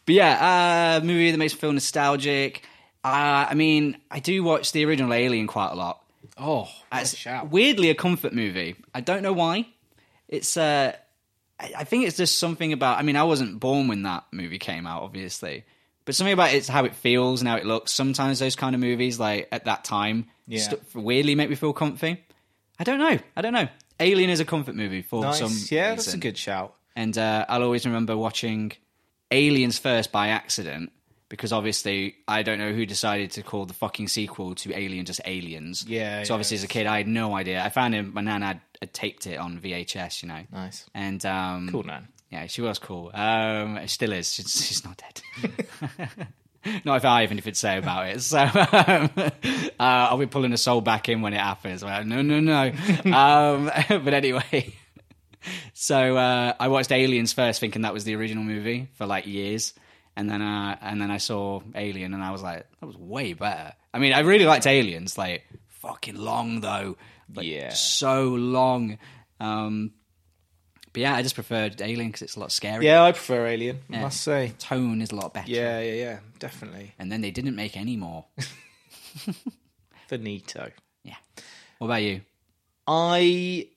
[SPEAKER 1] yeah, uh, movie that makes me feel nostalgic. Uh, I mean, I do watch the original Alien quite a lot.
[SPEAKER 2] Oh,
[SPEAKER 1] It's weirdly a comfort movie. I don't know why. It's uh, I I think it's just something about. I mean, I wasn't born when that movie came out, obviously, but something about it's how it feels and how it looks. Sometimes those kind of movies, like at that time,
[SPEAKER 2] Yeah.
[SPEAKER 1] st- weirdly make me feel comfy. I don't know. I don't know. Alien is a comfort movie for
[SPEAKER 2] nice.
[SPEAKER 1] some
[SPEAKER 2] yeah, that's a
[SPEAKER 1] reason.
[SPEAKER 2] good shout.
[SPEAKER 1] And uh, I'll always remember watching Aliens first by accident because obviously I don't know who decided to call the fucking sequel to Alien just Aliens.
[SPEAKER 2] Yeah,
[SPEAKER 1] So obviously
[SPEAKER 2] yeah.
[SPEAKER 1] as a kid I had no idea. I found him. My nan had, had taped it on VHS. You know.
[SPEAKER 2] Nice.
[SPEAKER 1] And um,
[SPEAKER 2] Cool, Nan.
[SPEAKER 1] Yeah, she was cool. Um, she still is. She's, she's not dead. Not if I even if it's say about it. So um, uh, I'll be pulling the soul back in when it happens. Well, no, no, no. um, but anyway, so uh, I watched Aliens first, thinking that was the original movie for like years, and then uh, and then I saw Alien, and I was like, that was way better. I mean, I really liked Aliens. Like fucking long though. Like,
[SPEAKER 2] Yeah.
[SPEAKER 1] so long. Um, but yeah, I just preferred Alien because it's a lot scarier.
[SPEAKER 2] Yeah, I prefer Alien. I Must say.
[SPEAKER 1] Tone is a lot better.
[SPEAKER 2] Yeah, yeah, yeah. Definitely.
[SPEAKER 1] And then they didn't make any more.
[SPEAKER 2] Finito.
[SPEAKER 1] Yeah. What about you?
[SPEAKER 2] I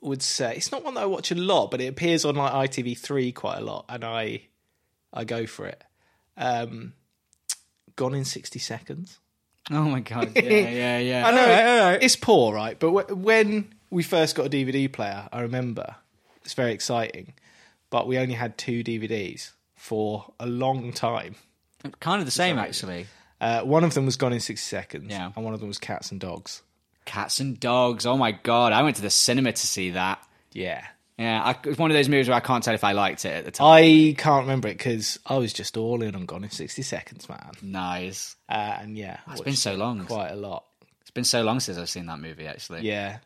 [SPEAKER 2] would say it's not one that I watch a lot, but it appears on like ITV3 quite a lot, and I I go for it. Um, Gone in sixty seconds.
[SPEAKER 1] Oh my god. Yeah, yeah, yeah.
[SPEAKER 2] I know it's poor, right? But wh- when we first got a DVD player, I remember it's very exciting, but we only had two DVDs for a long time.
[SPEAKER 1] Kind of the same actually.
[SPEAKER 2] Uh, one of them was Gone in sixty seconds,
[SPEAKER 1] Yeah.
[SPEAKER 2] and one of them was Cats and Dogs.
[SPEAKER 1] Cats and dogs. Oh my god. I went to the cinema to see that.
[SPEAKER 2] Yeah,
[SPEAKER 1] Yeah, I, it's one of those movies where I can't tell if I liked it at the time.
[SPEAKER 2] I can't remember it because I was just all in on Gone in sixty seconds, man.
[SPEAKER 1] nice.
[SPEAKER 2] Uh, and yeah,
[SPEAKER 1] It's
[SPEAKER 2] watched
[SPEAKER 1] been so long.
[SPEAKER 2] quite a lot.
[SPEAKER 1] It's been so long since I've seen that movie actually.
[SPEAKER 2] Yeah.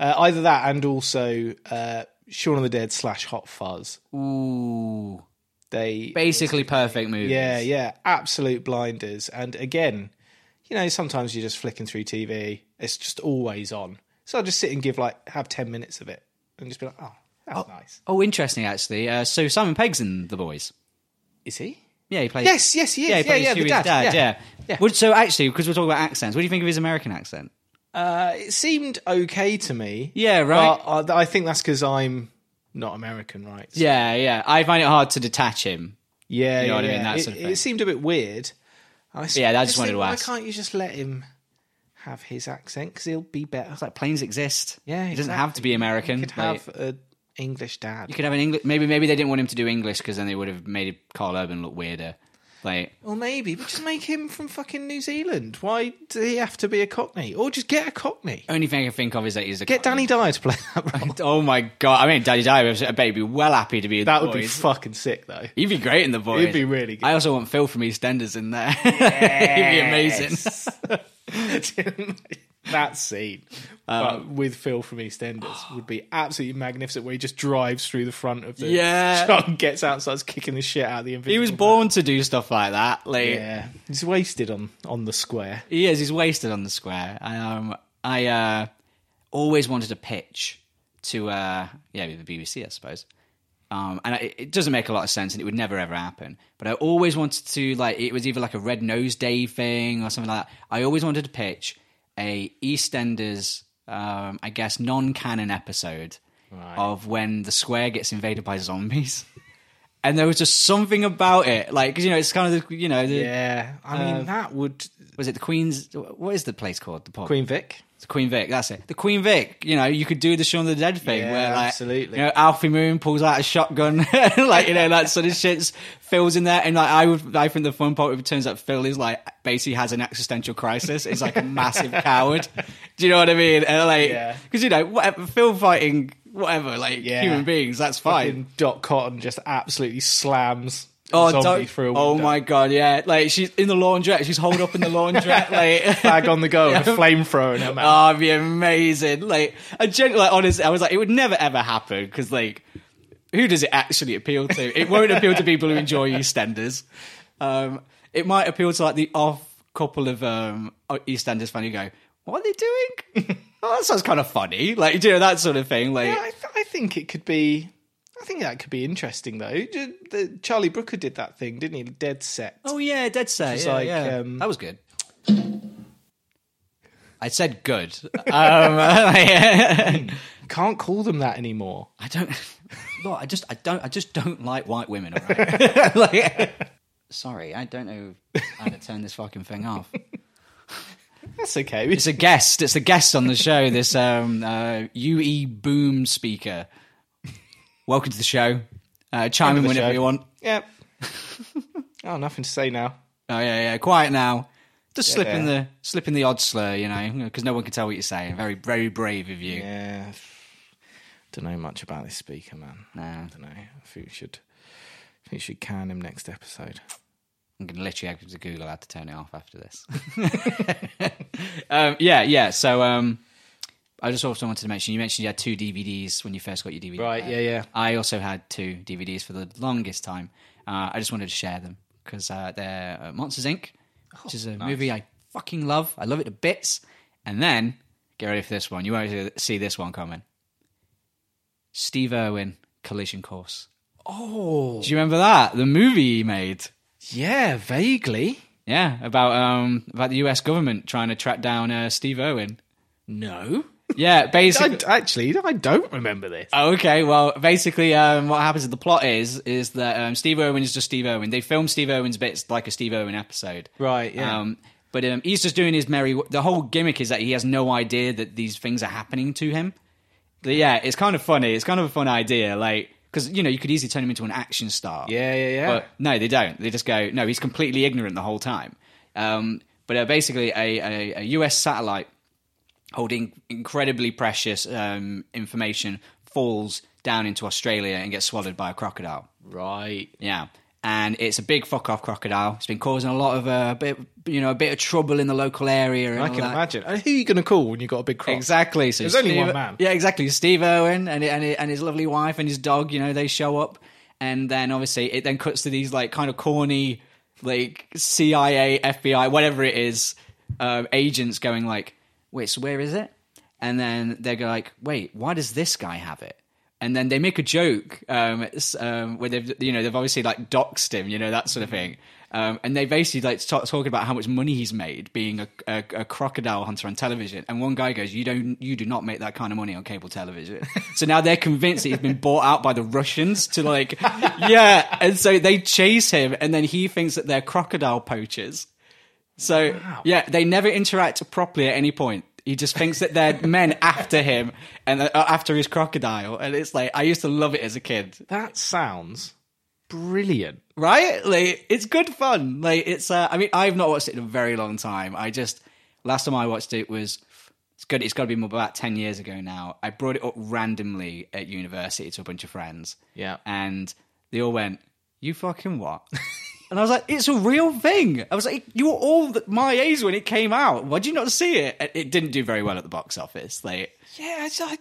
[SPEAKER 2] Uh, either that and also uh, Shaun of the Dead slash Hot Fuzz.
[SPEAKER 1] Ooh.
[SPEAKER 2] They.
[SPEAKER 1] Basically perfect movies.
[SPEAKER 2] yeah, yeah. Absolute blinders. And again, you know, sometimes you're just flicking through TV, it's just always on. So I'll just sit and give like, have 10 minutes of it and just be like, oh, that's nice.
[SPEAKER 1] Oh, interesting actually. Uh, so Simon Pegg's in The Boys.
[SPEAKER 2] Is he?
[SPEAKER 1] Yeah, he plays.
[SPEAKER 2] Yes, yes, he is. Yeah,
[SPEAKER 1] Yeah, he plays
[SPEAKER 2] yeah, the
[SPEAKER 1] Stewie's
[SPEAKER 2] dad,
[SPEAKER 1] dad.
[SPEAKER 2] yeah.
[SPEAKER 1] Yeah. Would- so actually, because we're talking about accents, what do you think of his American accent?
[SPEAKER 2] Uh, it seemed okay to me.
[SPEAKER 1] Yeah, right.
[SPEAKER 2] But I, I think that's because I'm not American, right? So-
[SPEAKER 1] yeah, yeah. I find it hard to detach him.
[SPEAKER 2] yeah,
[SPEAKER 1] You know
[SPEAKER 2] yeah,
[SPEAKER 1] what I mean?
[SPEAKER 2] yeah.
[SPEAKER 1] That
[SPEAKER 2] it,
[SPEAKER 1] sort of
[SPEAKER 2] it
[SPEAKER 1] thing.
[SPEAKER 2] seemed a bit weird. I s-
[SPEAKER 1] Yeah, I just wanted
[SPEAKER 2] think,
[SPEAKER 1] to
[SPEAKER 2] why
[SPEAKER 1] ask.
[SPEAKER 2] can't you just let him have his accent? Because he'll be better.
[SPEAKER 1] It's like planes exist.
[SPEAKER 2] Yeah,
[SPEAKER 1] he doesn't have to be American.
[SPEAKER 2] You could
[SPEAKER 1] Like,
[SPEAKER 2] have an English dad.
[SPEAKER 1] you could have an English. Maybe maybe they didn't want him to do English because then they would have made Carl Urban look weirder. Like
[SPEAKER 2] Or maybe, but just make him from fucking New Zealand. Why do he have to be a Cockney? Or just get a Cockney.
[SPEAKER 1] only thing I can think of is that he's a
[SPEAKER 2] Get Danny Dyer to play that role.
[SPEAKER 1] Oh my god! I mean, Daddy Dyer, I bet he'd be well happy to be. in
[SPEAKER 2] That
[SPEAKER 1] the
[SPEAKER 2] would be
[SPEAKER 1] boys.
[SPEAKER 2] fucking sick, though.
[SPEAKER 1] He'd be great in the boys.
[SPEAKER 2] He'd be really good.
[SPEAKER 1] I also want Phil from EastEnders in there. He'd be amazing.
[SPEAKER 2] that scene but
[SPEAKER 1] Um,
[SPEAKER 2] with Phil from EastEnders would be absolutely magnificent. Where he just drives through the front of the
[SPEAKER 1] Yeah.
[SPEAKER 2] truck, and gets out, starts kicking the shit out of the.
[SPEAKER 1] He was born to do stuff like that. Like
[SPEAKER 2] Yeah, he's wasted on on the square.
[SPEAKER 1] he is. He's wasted on the square. I, um, I uh, always wanted to pitch to uh, yeah the BBC, I suppose. Um, and I, it doesn't make a lot of sense, and it would never ever happen. But I always wanted to like it was either like a Red Nose Day thing or something like that. I always wanted to pitch a EastEnders, um, I guess, non-canon episode of when the square gets invaded by zombies. And there was just something about it, like 'cause, you know, it's kind of the you know, the,
[SPEAKER 2] Yeah, I mean
[SPEAKER 1] Um,
[SPEAKER 2] that would
[SPEAKER 1] was it the Queen's? What is the place called? The pub.
[SPEAKER 2] Queen Vic.
[SPEAKER 1] It's Queen Vic. That's it. The Queen Vic. You know, you could do the Shaun of the Dead thing
[SPEAKER 2] Yeah,
[SPEAKER 1] where, like,
[SPEAKER 2] absolutely.
[SPEAKER 1] you know, Alfie Moon pulls out a shotgun, like you know, that sort of shit fills in there. And like, I would, I think the fun part of it turns out Phil is like basically has an existential crisis. Is like a massive coward. Do you know what I mean? And like,
[SPEAKER 2] Yeah.
[SPEAKER 1] because you know, whatever, Phil fighting whatever, like
[SPEAKER 2] Yeah.
[SPEAKER 1] human beings, that's fine.
[SPEAKER 2] And Dot Cotton just absolutely slams
[SPEAKER 1] Oh,
[SPEAKER 2] zombie
[SPEAKER 1] don't-
[SPEAKER 2] through a window.
[SPEAKER 1] oh my god, yeah! Like she's in the laundrette. She's holed up in the laundrette. like
[SPEAKER 2] Bag on the go, and a flamethrower in her mouth.
[SPEAKER 1] Oh, it'd be amazing. Like, I genuinely, like, honestly, I was like, it would never ever happen because, like, who does it actually appeal to? It won't appeal to people who enjoy EastEnders. Um, it might appeal to like the off couple of um, EastEnders fan who go, "What are they doing? oh, that sounds kind of funny." Like, do you know that sort of thing? Like,
[SPEAKER 2] Yeah, I, th- I think it could be. I think that could be interesting though. Ju- the- Charlie Brooker did that thing, didn't he? Dead set.
[SPEAKER 1] oh yeah, dead set.
[SPEAKER 2] was
[SPEAKER 1] Yeah,
[SPEAKER 2] like,
[SPEAKER 1] yeah.
[SPEAKER 2] um,
[SPEAKER 1] that was good. I said good. um, I
[SPEAKER 2] Can't call them that anymore.
[SPEAKER 1] don't. Look, I just, I don't, I just don't like white women. All right? like, sorry, I don't know how to turn this fucking thing off.
[SPEAKER 2] That's okay. We
[SPEAKER 1] It's a guest. It's a guest on the show. This um, uh, UE boom speaker. Welcome to the show. Uh, chime
[SPEAKER 2] End
[SPEAKER 1] in
[SPEAKER 2] of the
[SPEAKER 1] whenever
[SPEAKER 2] show.
[SPEAKER 1] you want.
[SPEAKER 2] Yep. oh, nothing to say now.
[SPEAKER 1] Oh yeah, yeah. Quiet now. Just slip in
[SPEAKER 2] yeah.
[SPEAKER 1] the slip in the odd slur, you know, because no one can tell what you're saying. Very, very brave of you.
[SPEAKER 2] Yeah. Don't know much about this speaker, man.
[SPEAKER 1] Nah,
[SPEAKER 2] don't know. I think we should. I think we should can him next episode.
[SPEAKER 1] I'm gonna literally have to Google how to turn it off after this. um, yeah, yeah. So um, I just also wanted to mention you mentioned you had two DVDs when you first got your DVD.
[SPEAKER 2] Right,
[SPEAKER 1] player.
[SPEAKER 2] yeah, yeah.
[SPEAKER 1] I also had two DVDs for the longest time. Uh, I just wanted to share them because uh, they're uh, Monsters Inc., which is a movie I fucking love. I love it to bits. And then get ready for this one. You won't see this one coming. Steve Irwin, Collision Course. Oh, do you remember that the movie he made?
[SPEAKER 2] Yeah, vaguely.
[SPEAKER 1] Yeah, about um about the U.S. government trying to track down uh, Steve Irwin.
[SPEAKER 2] No.
[SPEAKER 1] Yeah,
[SPEAKER 2] I,
[SPEAKER 1] basically.
[SPEAKER 2] actually, I don't remember this.
[SPEAKER 1] Okay, well, basically, um, what happens to the plot is is that um, Steve Irwin is just Steve Irwin. They film Steve Irwin's bits like a Steve Irwin episode,
[SPEAKER 2] Right, yeah.
[SPEAKER 1] Um, but um, he's just doing his merry. The whole gimmick is that he has no idea that these things are happening to him. But yeah, it's kind of funny. It's kind of a fun idea, like because you know you could easily turn him into an action star.
[SPEAKER 2] yeah, yeah, yeah.
[SPEAKER 1] But no, they don't. They just go, no, he's completely ignorant the whole time. Um, but uh, basically, a, a, a US satellite holding incredibly precious um, information falls down into Australia and gets swallowed by a crocodile.
[SPEAKER 2] right.
[SPEAKER 1] Yeah. And it's a big fuck off crocodile. It's been causing a lot of uh, bit, you know, a bit of trouble in the local area. And
[SPEAKER 2] I
[SPEAKER 1] all
[SPEAKER 2] can
[SPEAKER 1] that.
[SPEAKER 2] imagine. And who are you going to call when you've got a big crop?
[SPEAKER 1] Exactly. So
[SPEAKER 2] There's only
[SPEAKER 1] Steve-
[SPEAKER 2] one man.
[SPEAKER 1] Yeah, exactly. Steve Irwin and and and his lovely wife and his dog. You know, they show up, and then obviously it then cuts to these like kind of corny, like CIA, FBI, whatever it is, um, agents going like, "Wait, so where is it?" And then they go like, "Wait, why does this guy have it?" And then they make a joke um, it's, um, where they've you know they've obviously like doxed him, you know that sort of thing. Um, and they basically like start talking about how much money he's made being a, a, a crocodile hunter on television. And one guy goes, "You don't, you do not make that kind of money on cable television." so now they're convinced that he's been bought out by the Russians to like, yeah. And so they chase him, and then he thinks that they're crocodile poachers. So yeah, they never interact properly at any point. He just thinks that they're men after him and uh, after his crocodile, and it's like I used to love it as a kid,
[SPEAKER 2] That sounds brilliant.
[SPEAKER 1] right? Like it's good fun. Like it's. Uh, I mean, I've not watched it in a very long time. I just last time I watched it was it's good. It's got to be more about ten years ago now. I brought it up randomly at university to a bunch of friends,
[SPEAKER 2] Yeah.
[SPEAKER 1] and they all went, "You fucking what?" and I was like, "It's a real thing." I was like, "You were all th- my age when it came out. Why did you not see it?" And It didn't do very well at the box office. Like,
[SPEAKER 2] Yeah, it's, I,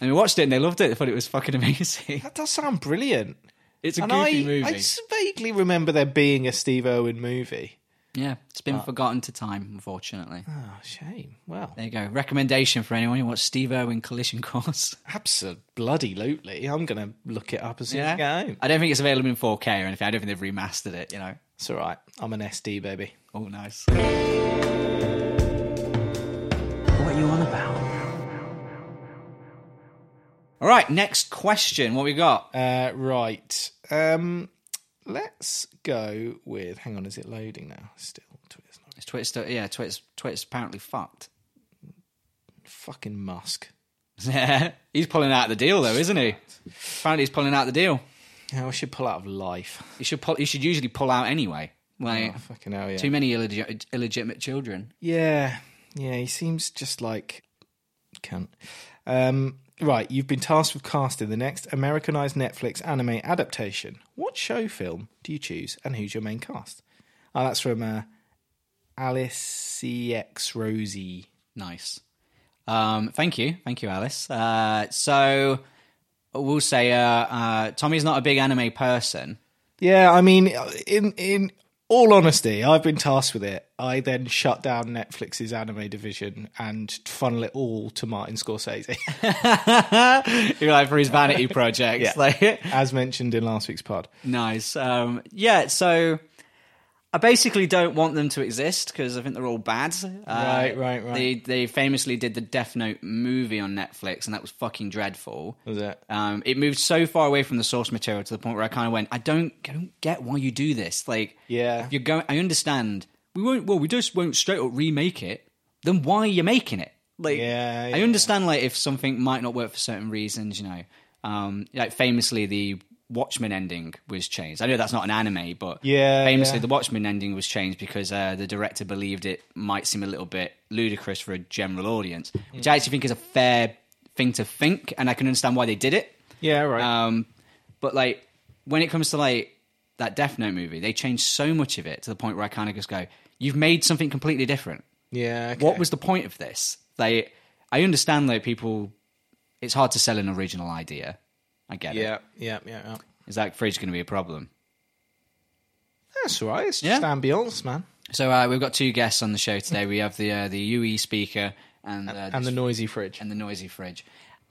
[SPEAKER 1] and we watched it and they loved it. They thought it was fucking amazing.
[SPEAKER 2] that does sound brilliant.
[SPEAKER 1] It's a
[SPEAKER 2] and I,
[SPEAKER 1] goofy movie.
[SPEAKER 2] I just vaguely remember there being a Steve Irwin movie.
[SPEAKER 1] Yeah, it's
[SPEAKER 2] uh,
[SPEAKER 1] been forgotten to time, unfortunately.
[SPEAKER 2] Oh, shame. Well,
[SPEAKER 1] There you go. Recommendation for anyone who wants Steve Irwin Collision Course.
[SPEAKER 2] absolutely. I'm going to look it up as soon as I get home.
[SPEAKER 1] I don't think it's available in 4K or anything. I don't think they've remastered it, you know.
[SPEAKER 2] It's all right. I'm an SD baby.
[SPEAKER 1] Oh, nice.
[SPEAKER 2] What are you on about?
[SPEAKER 1] All right, next question. What we got?
[SPEAKER 2] Uh, right. Um, let's go with. Hang on, is it loading now? Still, Twitter's not
[SPEAKER 1] Is Twitter's, still- yeah, Twitter's, Twitter's apparently fucked.
[SPEAKER 2] fucking Musk.
[SPEAKER 1] he's pulling out the deal, though, isn't he? Apparently, he's pulling out the deal.
[SPEAKER 2] Yeah, we Oh, should pull out of life.
[SPEAKER 1] He should, pull, he should usually pull out anyway. Like,
[SPEAKER 2] Oh, fucking hell, yeah.
[SPEAKER 1] too many illeg- illegitimate children.
[SPEAKER 2] Yeah, yeah, he seems just like cunt. Um, right, you've been tasked with casting the next Americanized Netflix anime adaptation. What show film do you choose, and who's your main cast? Oh, that's from uh, Alice CX Rosie.
[SPEAKER 1] Nice. Um, thank you. Thank you, Alice. Uh, so we'll say uh, uh, Tommy's not a big anime person.
[SPEAKER 2] Yeah, I mean, in in all honesty, I've been tasked with it. I then shut down Netflix's anime division and funnel it all to Martin Scorsese,
[SPEAKER 1] You're like for his vanity projects. Like
[SPEAKER 2] as mentioned in last week's pod.
[SPEAKER 1] nice. Um, yeah, so I basically don't want them to exist because I think they're all bad. Uh,
[SPEAKER 2] Right, right, right.
[SPEAKER 1] They they famously did the Death Note movie on Netflix and that was fucking dreadful.
[SPEAKER 2] Was it?
[SPEAKER 1] Um, it moved so far away from the source material to the point where I kind of went, I don't, I don't get why you do this. Like,
[SPEAKER 2] Yeah.
[SPEAKER 1] if you're going. I understand. We won't. Well, we just won't straight up remake it. Then why are you making it? Like,
[SPEAKER 2] Yeah,
[SPEAKER 1] I
[SPEAKER 2] yeah.
[SPEAKER 1] understand. Like, if something might not work for certain reasons, you know, um, like famously the Watchmen ending was changed. I know that's not an anime, but
[SPEAKER 2] Yeah,
[SPEAKER 1] famously
[SPEAKER 2] yeah.
[SPEAKER 1] the Watchmen ending was changed because uh, the director believed it might seem a little bit ludicrous for a general audience,
[SPEAKER 2] Mm.
[SPEAKER 1] which I actually think is a fair thing to think, and I can understand why they did it.
[SPEAKER 2] Yeah, right.
[SPEAKER 1] Um, but like when it comes to like that Death Note movie, they changed so much of it to the point where I kind of just go, "You've made something completely different.
[SPEAKER 2] yeah. okay.
[SPEAKER 1] What was the point of this?" They, I understand though people, it's hard to sell an original idea. I get it.
[SPEAKER 2] Yeah, yeah, yeah, yeah.
[SPEAKER 1] Is that fridge going to be a problem?
[SPEAKER 2] That's all right. It's
[SPEAKER 1] Yeah.
[SPEAKER 2] just ambience, man.
[SPEAKER 1] So uh, we've got two guests on the show today. We have the uh, the UE speaker and uh,
[SPEAKER 2] And the noisy fridge.
[SPEAKER 1] and the noisy fridge.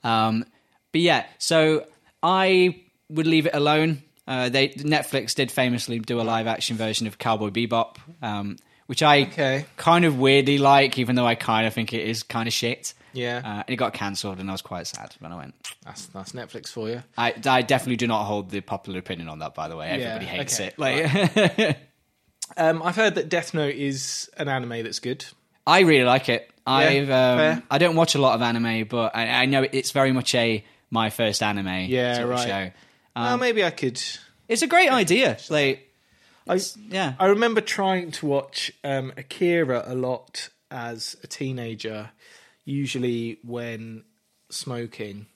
[SPEAKER 1] Um, but yeah, so I would leave it alone. Uh, they Netflix did famously do a live action version of Cowboy Bebop, um, which I
[SPEAKER 2] Okay.
[SPEAKER 1] kind of weirdly like, even though I kind of think it is kind of shit.
[SPEAKER 2] Yeah.
[SPEAKER 1] uh, and it got cancelled, and I was quite sad when I went.
[SPEAKER 2] That's that's Netflix for you.
[SPEAKER 1] I, I definitely do not hold the popular opinion on that. By the way, everybody
[SPEAKER 2] Yeah,
[SPEAKER 1] hates
[SPEAKER 2] okay.
[SPEAKER 1] it. Like,
[SPEAKER 2] Um, I've heard that Death Note is an anime that's good.
[SPEAKER 1] I really like it. I've um,
[SPEAKER 2] fair.
[SPEAKER 1] I don't watch a lot of anime, but I, I know it's very much a my first anime.
[SPEAKER 2] Yeah,
[SPEAKER 1] sort of
[SPEAKER 2] right.
[SPEAKER 1] show.
[SPEAKER 2] well, maybe I could.
[SPEAKER 1] It's a great idea. Like,
[SPEAKER 2] I
[SPEAKER 1] yeah.
[SPEAKER 2] I remember trying to watch um, Akira a lot as a teenager, usually when smoking,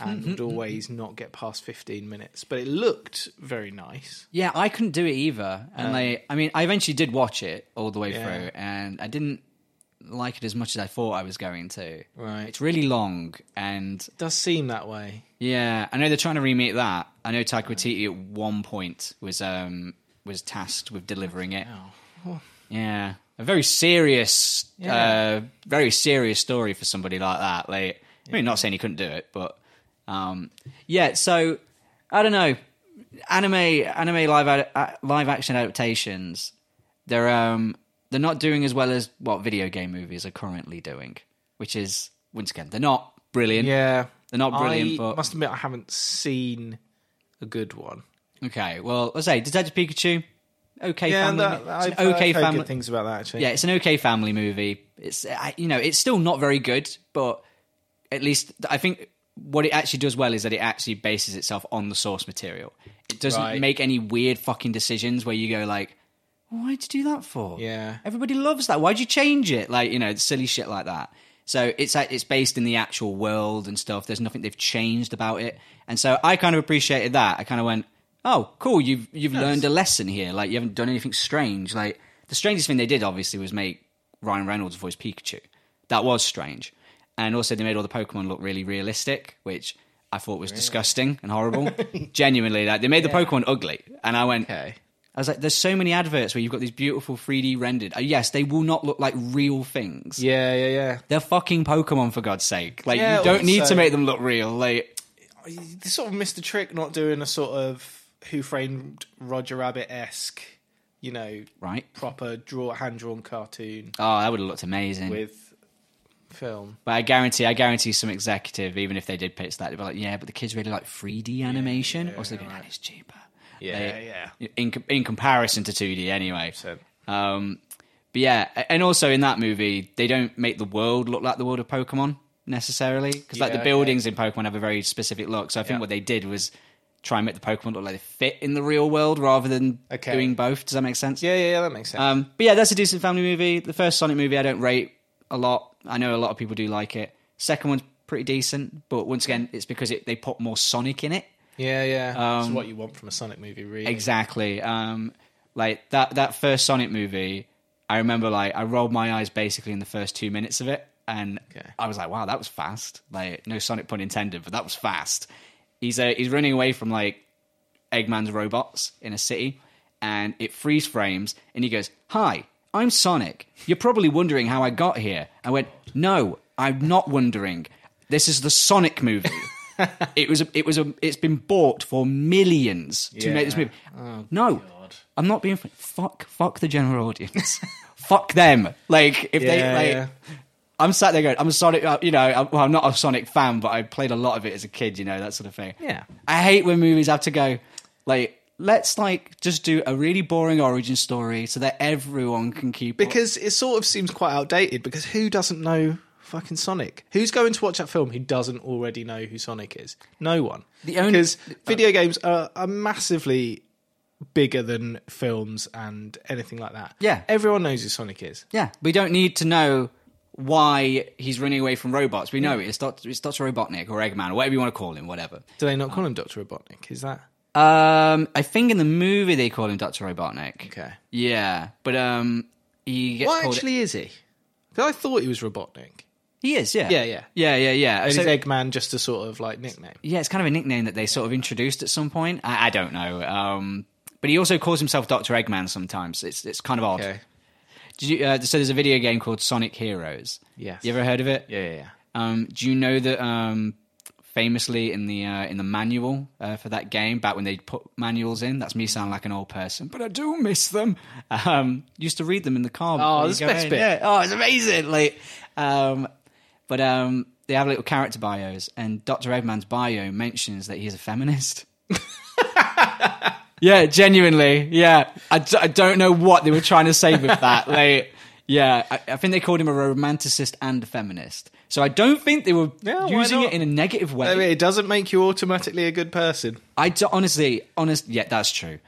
[SPEAKER 2] and would always not get past fifteen minutes. But it looked very nice.
[SPEAKER 1] Yeah, I couldn't do it either. And like, I mean, I eventually did watch it all the way
[SPEAKER 2] Yeah.
[SPEAKER 1] through, and I didn't like it as much as I thought I was going to.
[SPEAKER 2] Right.
[SPEAKER 1] It's really long, and
[SPEAKER 2] does seem that way.
[SPEAKER 1] yeah, I know they're trying to remake that. I know Taika Waititi at one point was um was tasked with delivering it. Yeah, a very serious, uh, very serious story for somebody like that. Like, I mean, not saying he couldn't do it, but um, yeah. So I don't know. anime anime live ad- uh, live action adaptations they're um they're not doing as well as what video game movies are currently doing, which is once again they're not brilliant.
[SPEAKER 2] Yeah,
[SPEAKER 1] They're not Oh, brilliant,
[SPEAKER 2] I
[SPEAKER 1] but-
[SPEAKER 2] must admit I haven't seen a good one.
[SPEAKER 1] Okay, well let's say Detective Pikachu, okay
[SPEAKER 2] Yeah,
[SPEAKER 1] family,
[SPEAKER 2] that,
[SPEAKER 1] mo- it's an
[SPEAKER 2] I've,
[SPEAKER 1] okay
[SPEAKER 2] I've heard
[SPEAKER 1] family.
[SPEAKER 2] good things about that actually.
[SPEAKER 1] Yeah, it's an okay family movie. It's I- you know it's still not very good, but at least I think what it actually does well is that it actually bases itself on the source material. It doesn't
[SPEAKER 2] Right.
[SPEAKER 1] make any weird fucking decisions where you go like, "Why'd you do that for?"
[SPEAKER 2] Yeah.
[SPEAKER 1] everybody loves that. Why'd you change it? Like you know, silly shit like that. So it's like- it's based in the actual world and stuff. There's nothing they've changed about it, and so I kind of appreciated that. I kind of went, "Oh, cool! You've you've learned a lesson here. Like you haven't done anything strange. Like the strangest thing they did, obviously, was make Ryan Reynolds voice Pikachu. That was strange, and also they made all the Pokemon look really realistic, which I thought was disgusting and horrible. Genuinely, like they made the Pokemon ugly, and I went,
[SPEAKER 2] Okay.
[SPEAKER 1] I was like, there's so many adverts where you've got these beautiful 3D rendered. Uh, yes, they will not look like real things.
[SPEAKER 2] Yeah, yeah, yeah.
[SPEAKER 1] They're fucking Pokemon for God's sake. Like
[SPEAKER 2] Yeah,
[SPEAKER 1] you don't need
[SPEAKER 2] also-
[SPEAKER 1] to make them look real. Like
[SPEAKER 2] They sort of missed the trick not doing a sort of Who Framed Roger Rabbit esque, you know,
[SPEAKER 1] right.
[SPEAKER 2] proper draw hand drawn cartoon
[SPEAKER 1] Oh, that would have looked amazing.
[SPEAKER 2] with film.
[SPEAKER 1] but I guarantee I guarantee some executive, even if they did pitch that, they'd be like, Yeah, but the kids really like 3D animation. or so they're going, "Ah, it's cheaper. They-
[SPEAKER 2] yeah.
[SPEAKER 1] In in comparison to 2D anyway.
[SPEAKER 2] So,
[SPEAKER 1] Um, but yeah, a- and also in that movie, they don't make the world look like the world of Pokemon necessarily because like the
[SPEAKER 2] Yeah, yeah.
[SPEAKER 1] buildings in Pokemon have a very specific look. So I think
[SPEAKER 2] Yeah.
[SPEAKER 1] what they did was try and make the Pokemon look like they fit in the real world rather than
[SPEAKER 2] Okay.
[SPEAKER 1] doing both. Does that make sense?
[SPEAKER 2] yeah, yeah, yeah, that makes sense.
[SPEAKER 1] Um, but yeah, that's a decent family movie. The first Sonic movie I don't rate a lot. I know a lot of people do like it. Second one's pretty decent, but once again, it's because it, they put more Sonic in it.
[SPEAKER 2] yeah, yeah. It's
[SPEAKER 1] um,
[SPEAKER 2] what you want from a Sonic movie, really.
[SPEAKER 1] Exactly. Um, like that that first Sonic movie, I remember like I rolled my eyes basically in the first two minutes of it, and
[SPEAKER 2] Okay.
[SPEAKER 1] I was like, "Wow, that was fast!" Like no Sonic pun intended, but that was fast. He's uh, he's running away from like Eggman's robots in a city, and it freeze frames, and he goes, "Hi, I'm Sonic. You're probably wondering how I got here." I went, "No, I'm not wondering. This is the Sonic movie." it was a, it was a, it's been bought for millions to make this
[SPEAKER 2] Yeah.
[SPEAKER 1] movie. no, I'm not being fun- fuck fuck the general audience. fuck them. Like if they
[SPEAKER 2] Yeah,
[SPEAKER 1] like.
[SPEAKER 2] yeah.
[SPEAKER 1] I'm sat there going, I'm a Sonic, uh, you know, I'm, well, I'm not a Sonic fan, but I played a lot of it as a kid, you know, that sort of thing.
[SPEAKER 2] Yeah.
[SPEAKER 1] I hate when movies have to go, like, let's, like, just do a really boring origin story so that everyone can keep
[SPEAKER 2] Because it sort of seems quite outdated because who doesn't know fucking Sonic? Who's going to watch that film who doesn't already know who Sonic is? No one.
[SPEAKER 1] The only- uh,
[SPEAKER 2] because video games are, are massively bigger than films and anything like that.
[SPEAKER 1] Yeah.
[SPEAKER 2] Everyone knows who Sonic is.
[SPEAKER 1] Yeah, we don't need to know why he's running away from robots. We know it. It's Dr. It's Dr. Robotnik or Eggman or whatever you want to call him, whatever.
[SPEAKER 2] Do they not call him Dr. Robotnik? Is that
[SPEAKER 1] Um, I think in the movie they call him Dr. Robotnik.
[SPEAKER 2] okay?
[SPEAKER 1] Yeah, but um, he gets
[SPEAKER 2] What
[SPEAKER 1] called...
[SPEAKER 2] actually is he? 'Cause I thought he was Robotnik.
[SPEAKER 1] He is, yeah.
[SPEAKER 2] Yeah, yeah.
[SPEAKER 1] Yeah, yeah, yeah.
[SPEAKER 2] And
[SPEAKER 1] So-
[SPEAKER 2] is Eggman just a sort of like nickname?
[SPEAKER 1] yeah, it's kind of a nickname that they sort of introduced at some point. I, I don't know. Um, but he also calls himself Doctor Eggman sometimes. It's it's kind of odd.
[SPEAKER 2] Okay.
[SPEAKER 1] Did you, uh, so there's a video game called Sonic Heroes.
[SPEAKER 2] Yes.
[SPEAKER 1] You ever heard of it?
[SPEAKER 2] Yeah, yeah, yeah.
[SPEAKER 1] Um, do you know that um, famously in the uh, in the manual uh, for that game, back when they put manuals in, that's me sounding like an old person, but I do miss them. Um, used to read them in the car. before you
[SPEAKER 2] that's
[SPEAKER 1] go
[SPEAKER 2] the best
[SPEAKER 1] in.
[SPEAKER 2] bit.
[SPEAKER 1] Yeah. Oh, it's amazing. Like, um, but um, they have little character bios, and Doctor Eggman's bio mentions that he's a feminist. Yeah, genuinely. Yeah, I, d- I don't know what they were trying to say with that. Like, yeah, I, I think they called him a romanticist and a feminist. So I don't think they were
[SPEAKER 2] Yeah, why
[SPEAKER 1] using it
[SPEAKER 2] not?
[SPEAKER 1] in a negative way.
[SPEAKER 2] I mean, it doesn't make you automatically a good person.
[SPEAKER 1] I do, honestly, honest, yeah, that's true.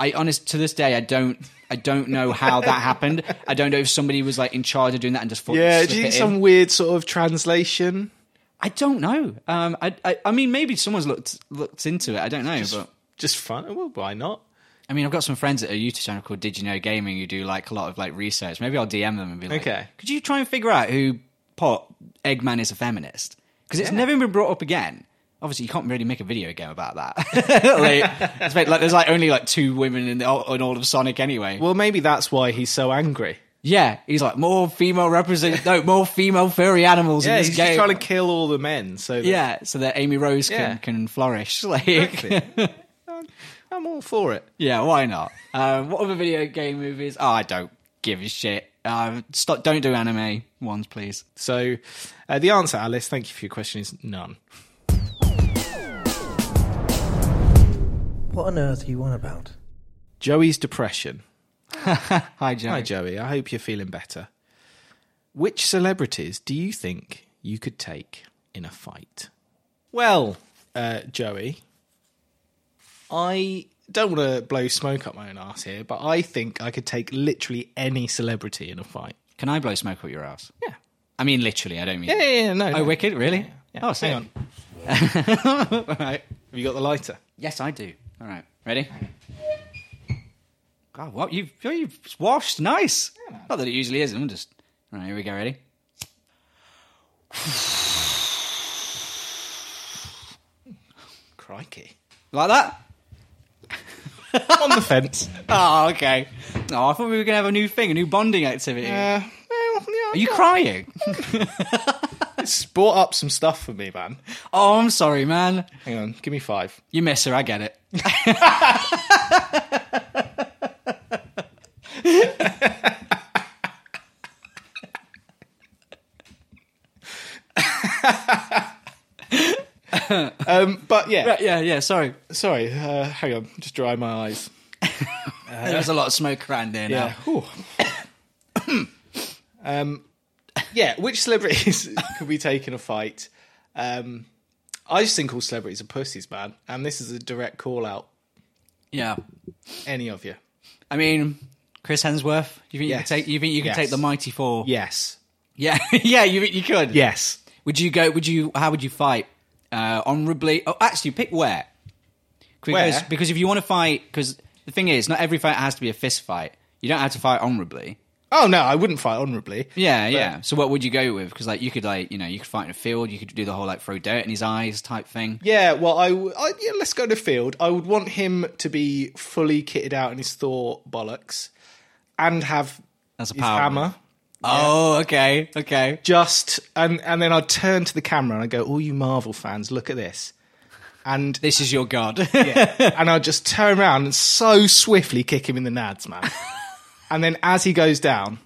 [SPEAKER 1] I honest to this day, I don't, I don't know how that happened. I don't know if somebody was like in charge of doing that and just thought,
[SPEAKER 2] Yeah,
[SPEAKER 1] slip
[SPEAKER 2] do you
[SPEAKER 1] it
[SPEAKER 2] think
[SPEAKER 1] in.
[SPEAKER 2] some weird sort of translation?
[SPEAKER 1] I don't know. Um, I, I, I mean, maybe someone's looked looked into it. I don't know, but
[SPEAKER 2] Just fun. Well, why not?
[SPEAKER 1] I mean, I've got some friends at a YouTube channel called Did You Know Gaming who do like a lot of like research. Maybe I'll DM them and be like,
[SPEAKER 2] Okay.
[SPEAKER 1] could you try and figure out who Pot Eggman is a feminist? Because it's never been brought up again. Obviously, you can't really make a video game about that. like, it's made- like, there's like only like two women in, the, in all of Sonic anyway.
[SPEAKER 2] Well, maybe that's why he's so angry.
[SPEAKER 1] yeah, he's like more female represent, no, more female furry animals in
[SPEAKER 2] Yeah,
[SPEAKER 1] this
[SPEAKER 2] he's
[SPEAKER 1] game.
[SPEAKER 2] just trying to kill all the men. So that,
[SPEAKER 1] yeah, so that Amy Rose can,
[SPEAKER 2] Yeah.
[SPEAKER 1] can flourish. Like,
[SPEAKER 2] Exactly. I'm all for it.
[SPEAKER 1] Yeah, why not? Um, what other video game movies? Oh, I don't give a shit. Um, stop! Don't do anime ones, please.
[SPEAKER 2] So, uh, the answer, Alice, thank you for your question, is none.
[SPEAKER 5] What on earth are you on about?
[SPEAKER 2] Joey's depression.
[SPEAKER 1] Hi, Joe.
[SPEAKER 2] Hi, Joey. I hope you're feeling better. Which celebrities do you think you could take in a fight? Well, uh, Joey, I don't want to blow smoke up my own ass here, but I think I could take literally any celebrity in a fight.
[SPEAKER 1] Can I blow smoke up your ass?
[SPEAKER 2] Yeah.
[SPEAKER 1] I mean, literally. I don't mean.
[SPEAKER 2] Yeah, yeah, yeah, no.
[SPEAKER 1] Oh,
[SPEAKER 2] no.
[SPEAKER 1] wicked! Really?
[SPEAKER 2] Yeah.
[SPEAKER 1] Oh,
[SPEAKER 2] hang
[SPEAKER 1] sick.
[SPEAKER 2] on. All right. Have you got the lighter?
[SPEAKER 1] Yes, I do. All right, ready? God, what you've you've washed nice. Not that it usually is. I'm just. All right, here we go. Ready?
[SPEAKER 2] Crikey.
[SPEAKER 1] Like that?
[SPEAKER 2] On the fence.
[SPEAKER 1] Oh, okay. Oh, I thought we were gonna have a new thing, a new bonding activity.
[SPEAKER 2] Uh, well, yeah,
[SPEAKER 1] Are you crying?
[SPEAKER 2] brought up some stuff for me, man.
[SPEAKER 1] oh, I'm sorry, man.
[SPEAKER 2] Hang on, give me five.
[SPEAKER 1] You miss her. I get it.
[SPEAKER 2] Um, but yeah,
[SPEAKER 1] Right, yeah, yeah. Sorry.
[SPEAKER 2] sorry. Uh, hang on, just dry my eyes.
[SPEAKER 1] Uh, There's a lot of smoke around there now.
[SPEAKER 2] Yeah. Whew. um, yeah. Which celebrities could we take in a fight? Um, I just think all celebrities are pussies, man. And this is a direct call out.
[SPEAKER 1] Yeah.
[SPEAKER 2] Any of you?
[SPEAKER 1] I mean, Chris Hemsworth. You think you could
[SPEAKER 2] Yes.
[SPEAKER 1] take? You think you could
[SPEAKER 2] Yes.
[SPEAKER 1] take the mighty four?
[SPEAKER 2] Yes.
[SPEAKER 1] yeah, yeah. You think you could?
[SPEAKER 2] Yes.
[SPEAKER 1] Would you go? Would you? How would you fight? Uh, honorably? Oh, actually, pick where. Because,
[SPEAKER 2] Where?
[SPEAKER 1] Because if you want to fight, because the thing is, not every fight has to be a fist fight. You don't have to fight honorably.
[SPEAKER 2] Oh no, I wouldn't fight honourably.
[SPEAKER 1] Yeah, yeah. So what would you go with? Because like you could like you know you could fight in a field. You could do the whole like throw dirt in his eyes type thing.
[SPEAKER 2] Yeah, well, I, w- I- yeah, let's go to field. I would want him to be fully kitted out in his Thor bollocks, and have
[SPEAKER 1] That's a
[SPEAKER 2] his
[SPEAKER 1] power
[SPEAKER 2] hammer.
[SPEAKER 1] move. Oh, okay, okay.
[SPEAKER 2] Just and and then I'd turn to the camera and I'd go, "All you Marvel fans, look at this," and
[SPEAKER 1] This is your god.
[SPEAKER 2] and I'd just turn around and so swiftly kick him in the nads, man. and then as he goes down,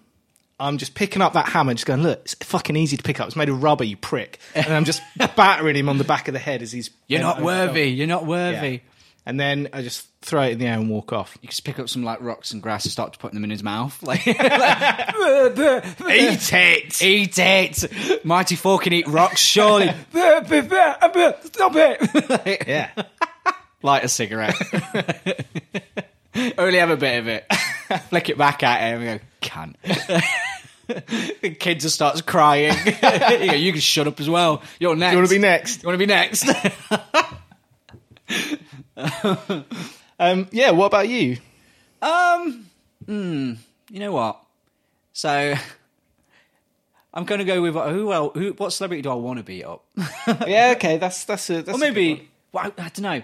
[SPEAKER 2] I'm just picking up that hammer, just going, "Look, it's fucking easy to pick up. It's made of rubber, you prick." And I'm just battering him on the back of the head as he's
[SPEAKER 1] You're not worthy. You're not
[SPEAKER 2] Yeah.
[SPEAKER 1] worthy.
[SPEAKER 2] And then I just throw it in the air and walk off.
[SPEAKER 1] You just pick up some like rocks and grass and start to put them in his mouth. Like,
[SPEAKER 2] Eat it!
[SPEAKER 1] eat it. Mighty Four can eat rocks, surely. Stop it.
[SPEAKER 2] Yeah.
[SPEAKER 1] Light a cigarette. Only have a bit of it. Flick it back at him and go, can. the kid just starts crying. you, go, you can shut up as well. You're next.
[SPEAKER 2] You want to be next?
[SPEAKER 1] You want to be next?
[SPEAKER 2] Um, yeah, what about you?
[SPEAKER 1] Um, hmm, you know what? So I'm going to go with who else? Who, what celebrity do I want to beat up?
[SPEAKER 2] Yeah, okay, that's that's a that's
[SPEAKER 1] or maybe well, I, I don't know.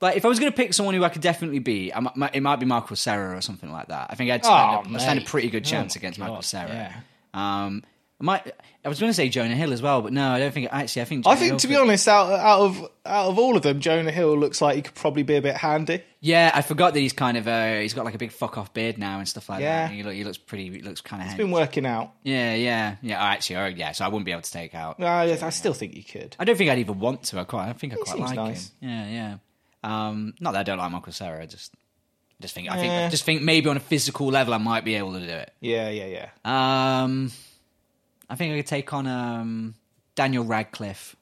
[SPEAKER 1] Like if I was going to pick someone who I could definitely beat, I mi- it might be Michael Serra or something like that. I think I'd stand,
[SPEAKER 2] Oh,
[SPEAKER 1] a, I'd stand a
[SPEAKER 2] mate.
[SPEAKER 1] pretty good
[SPEAKER 2] Oh,
[SPEAKER 1] chance
[SPEAKER 2] my
[SPEAKER 1] against
[SPEAKER 2] God,
[SPEAKER 1] Michael Serra.
[SPEAKER 2] yeah.
[SPEAKER 1] Um, I might. I was going to say Jonah Hill as well, but no, I don't think. Actually, I think.
[SPEAKER 2] I
[SPEAKER 1] Jonah Hill
[SPEAKER 2] think to be
[SPEAKER 1] could-
[SPEAKER 2] honest, out out of out of all of them, Jonah Hill looks like he could probably be a bit handy.
[SPEAKER 1] yeah, I forgot that he's kind of. Uh, he's got like a big fuck off beard now and stuff like
[SPEAKER 2] Yeah.
[SPEAKER 1] that. And he, look, he looks pretty. He looks kind of.
[SPEAKER 2] Been working out.
[SPEAKER 1] Yeah, yeah, yeah. I actually, oh, yeah. So I wouldn't be able to take out.
[SPEAKER 2] No, I, I still think you could.
[SPEAKER 1] I don't think I'd even want to. I quite. I think I quite
[SPEAKER 2] seems
[SPEAKER 1] like
[SPEAKER 2] nice.
[SPEAKER 1] him. Yeah, yeah. Um, not that I don't like Michael Sarah. I just, I just think. I think.
[SPEAKER 2] Yeah.
[SPEAKER 1] I just think maybe on a physical level, I might be able to do it.
[SPEAKER 2] Yeah, yeah, yeah.
[SPEAKER 1] Um, I think I could take on um Daniel Radcliffe.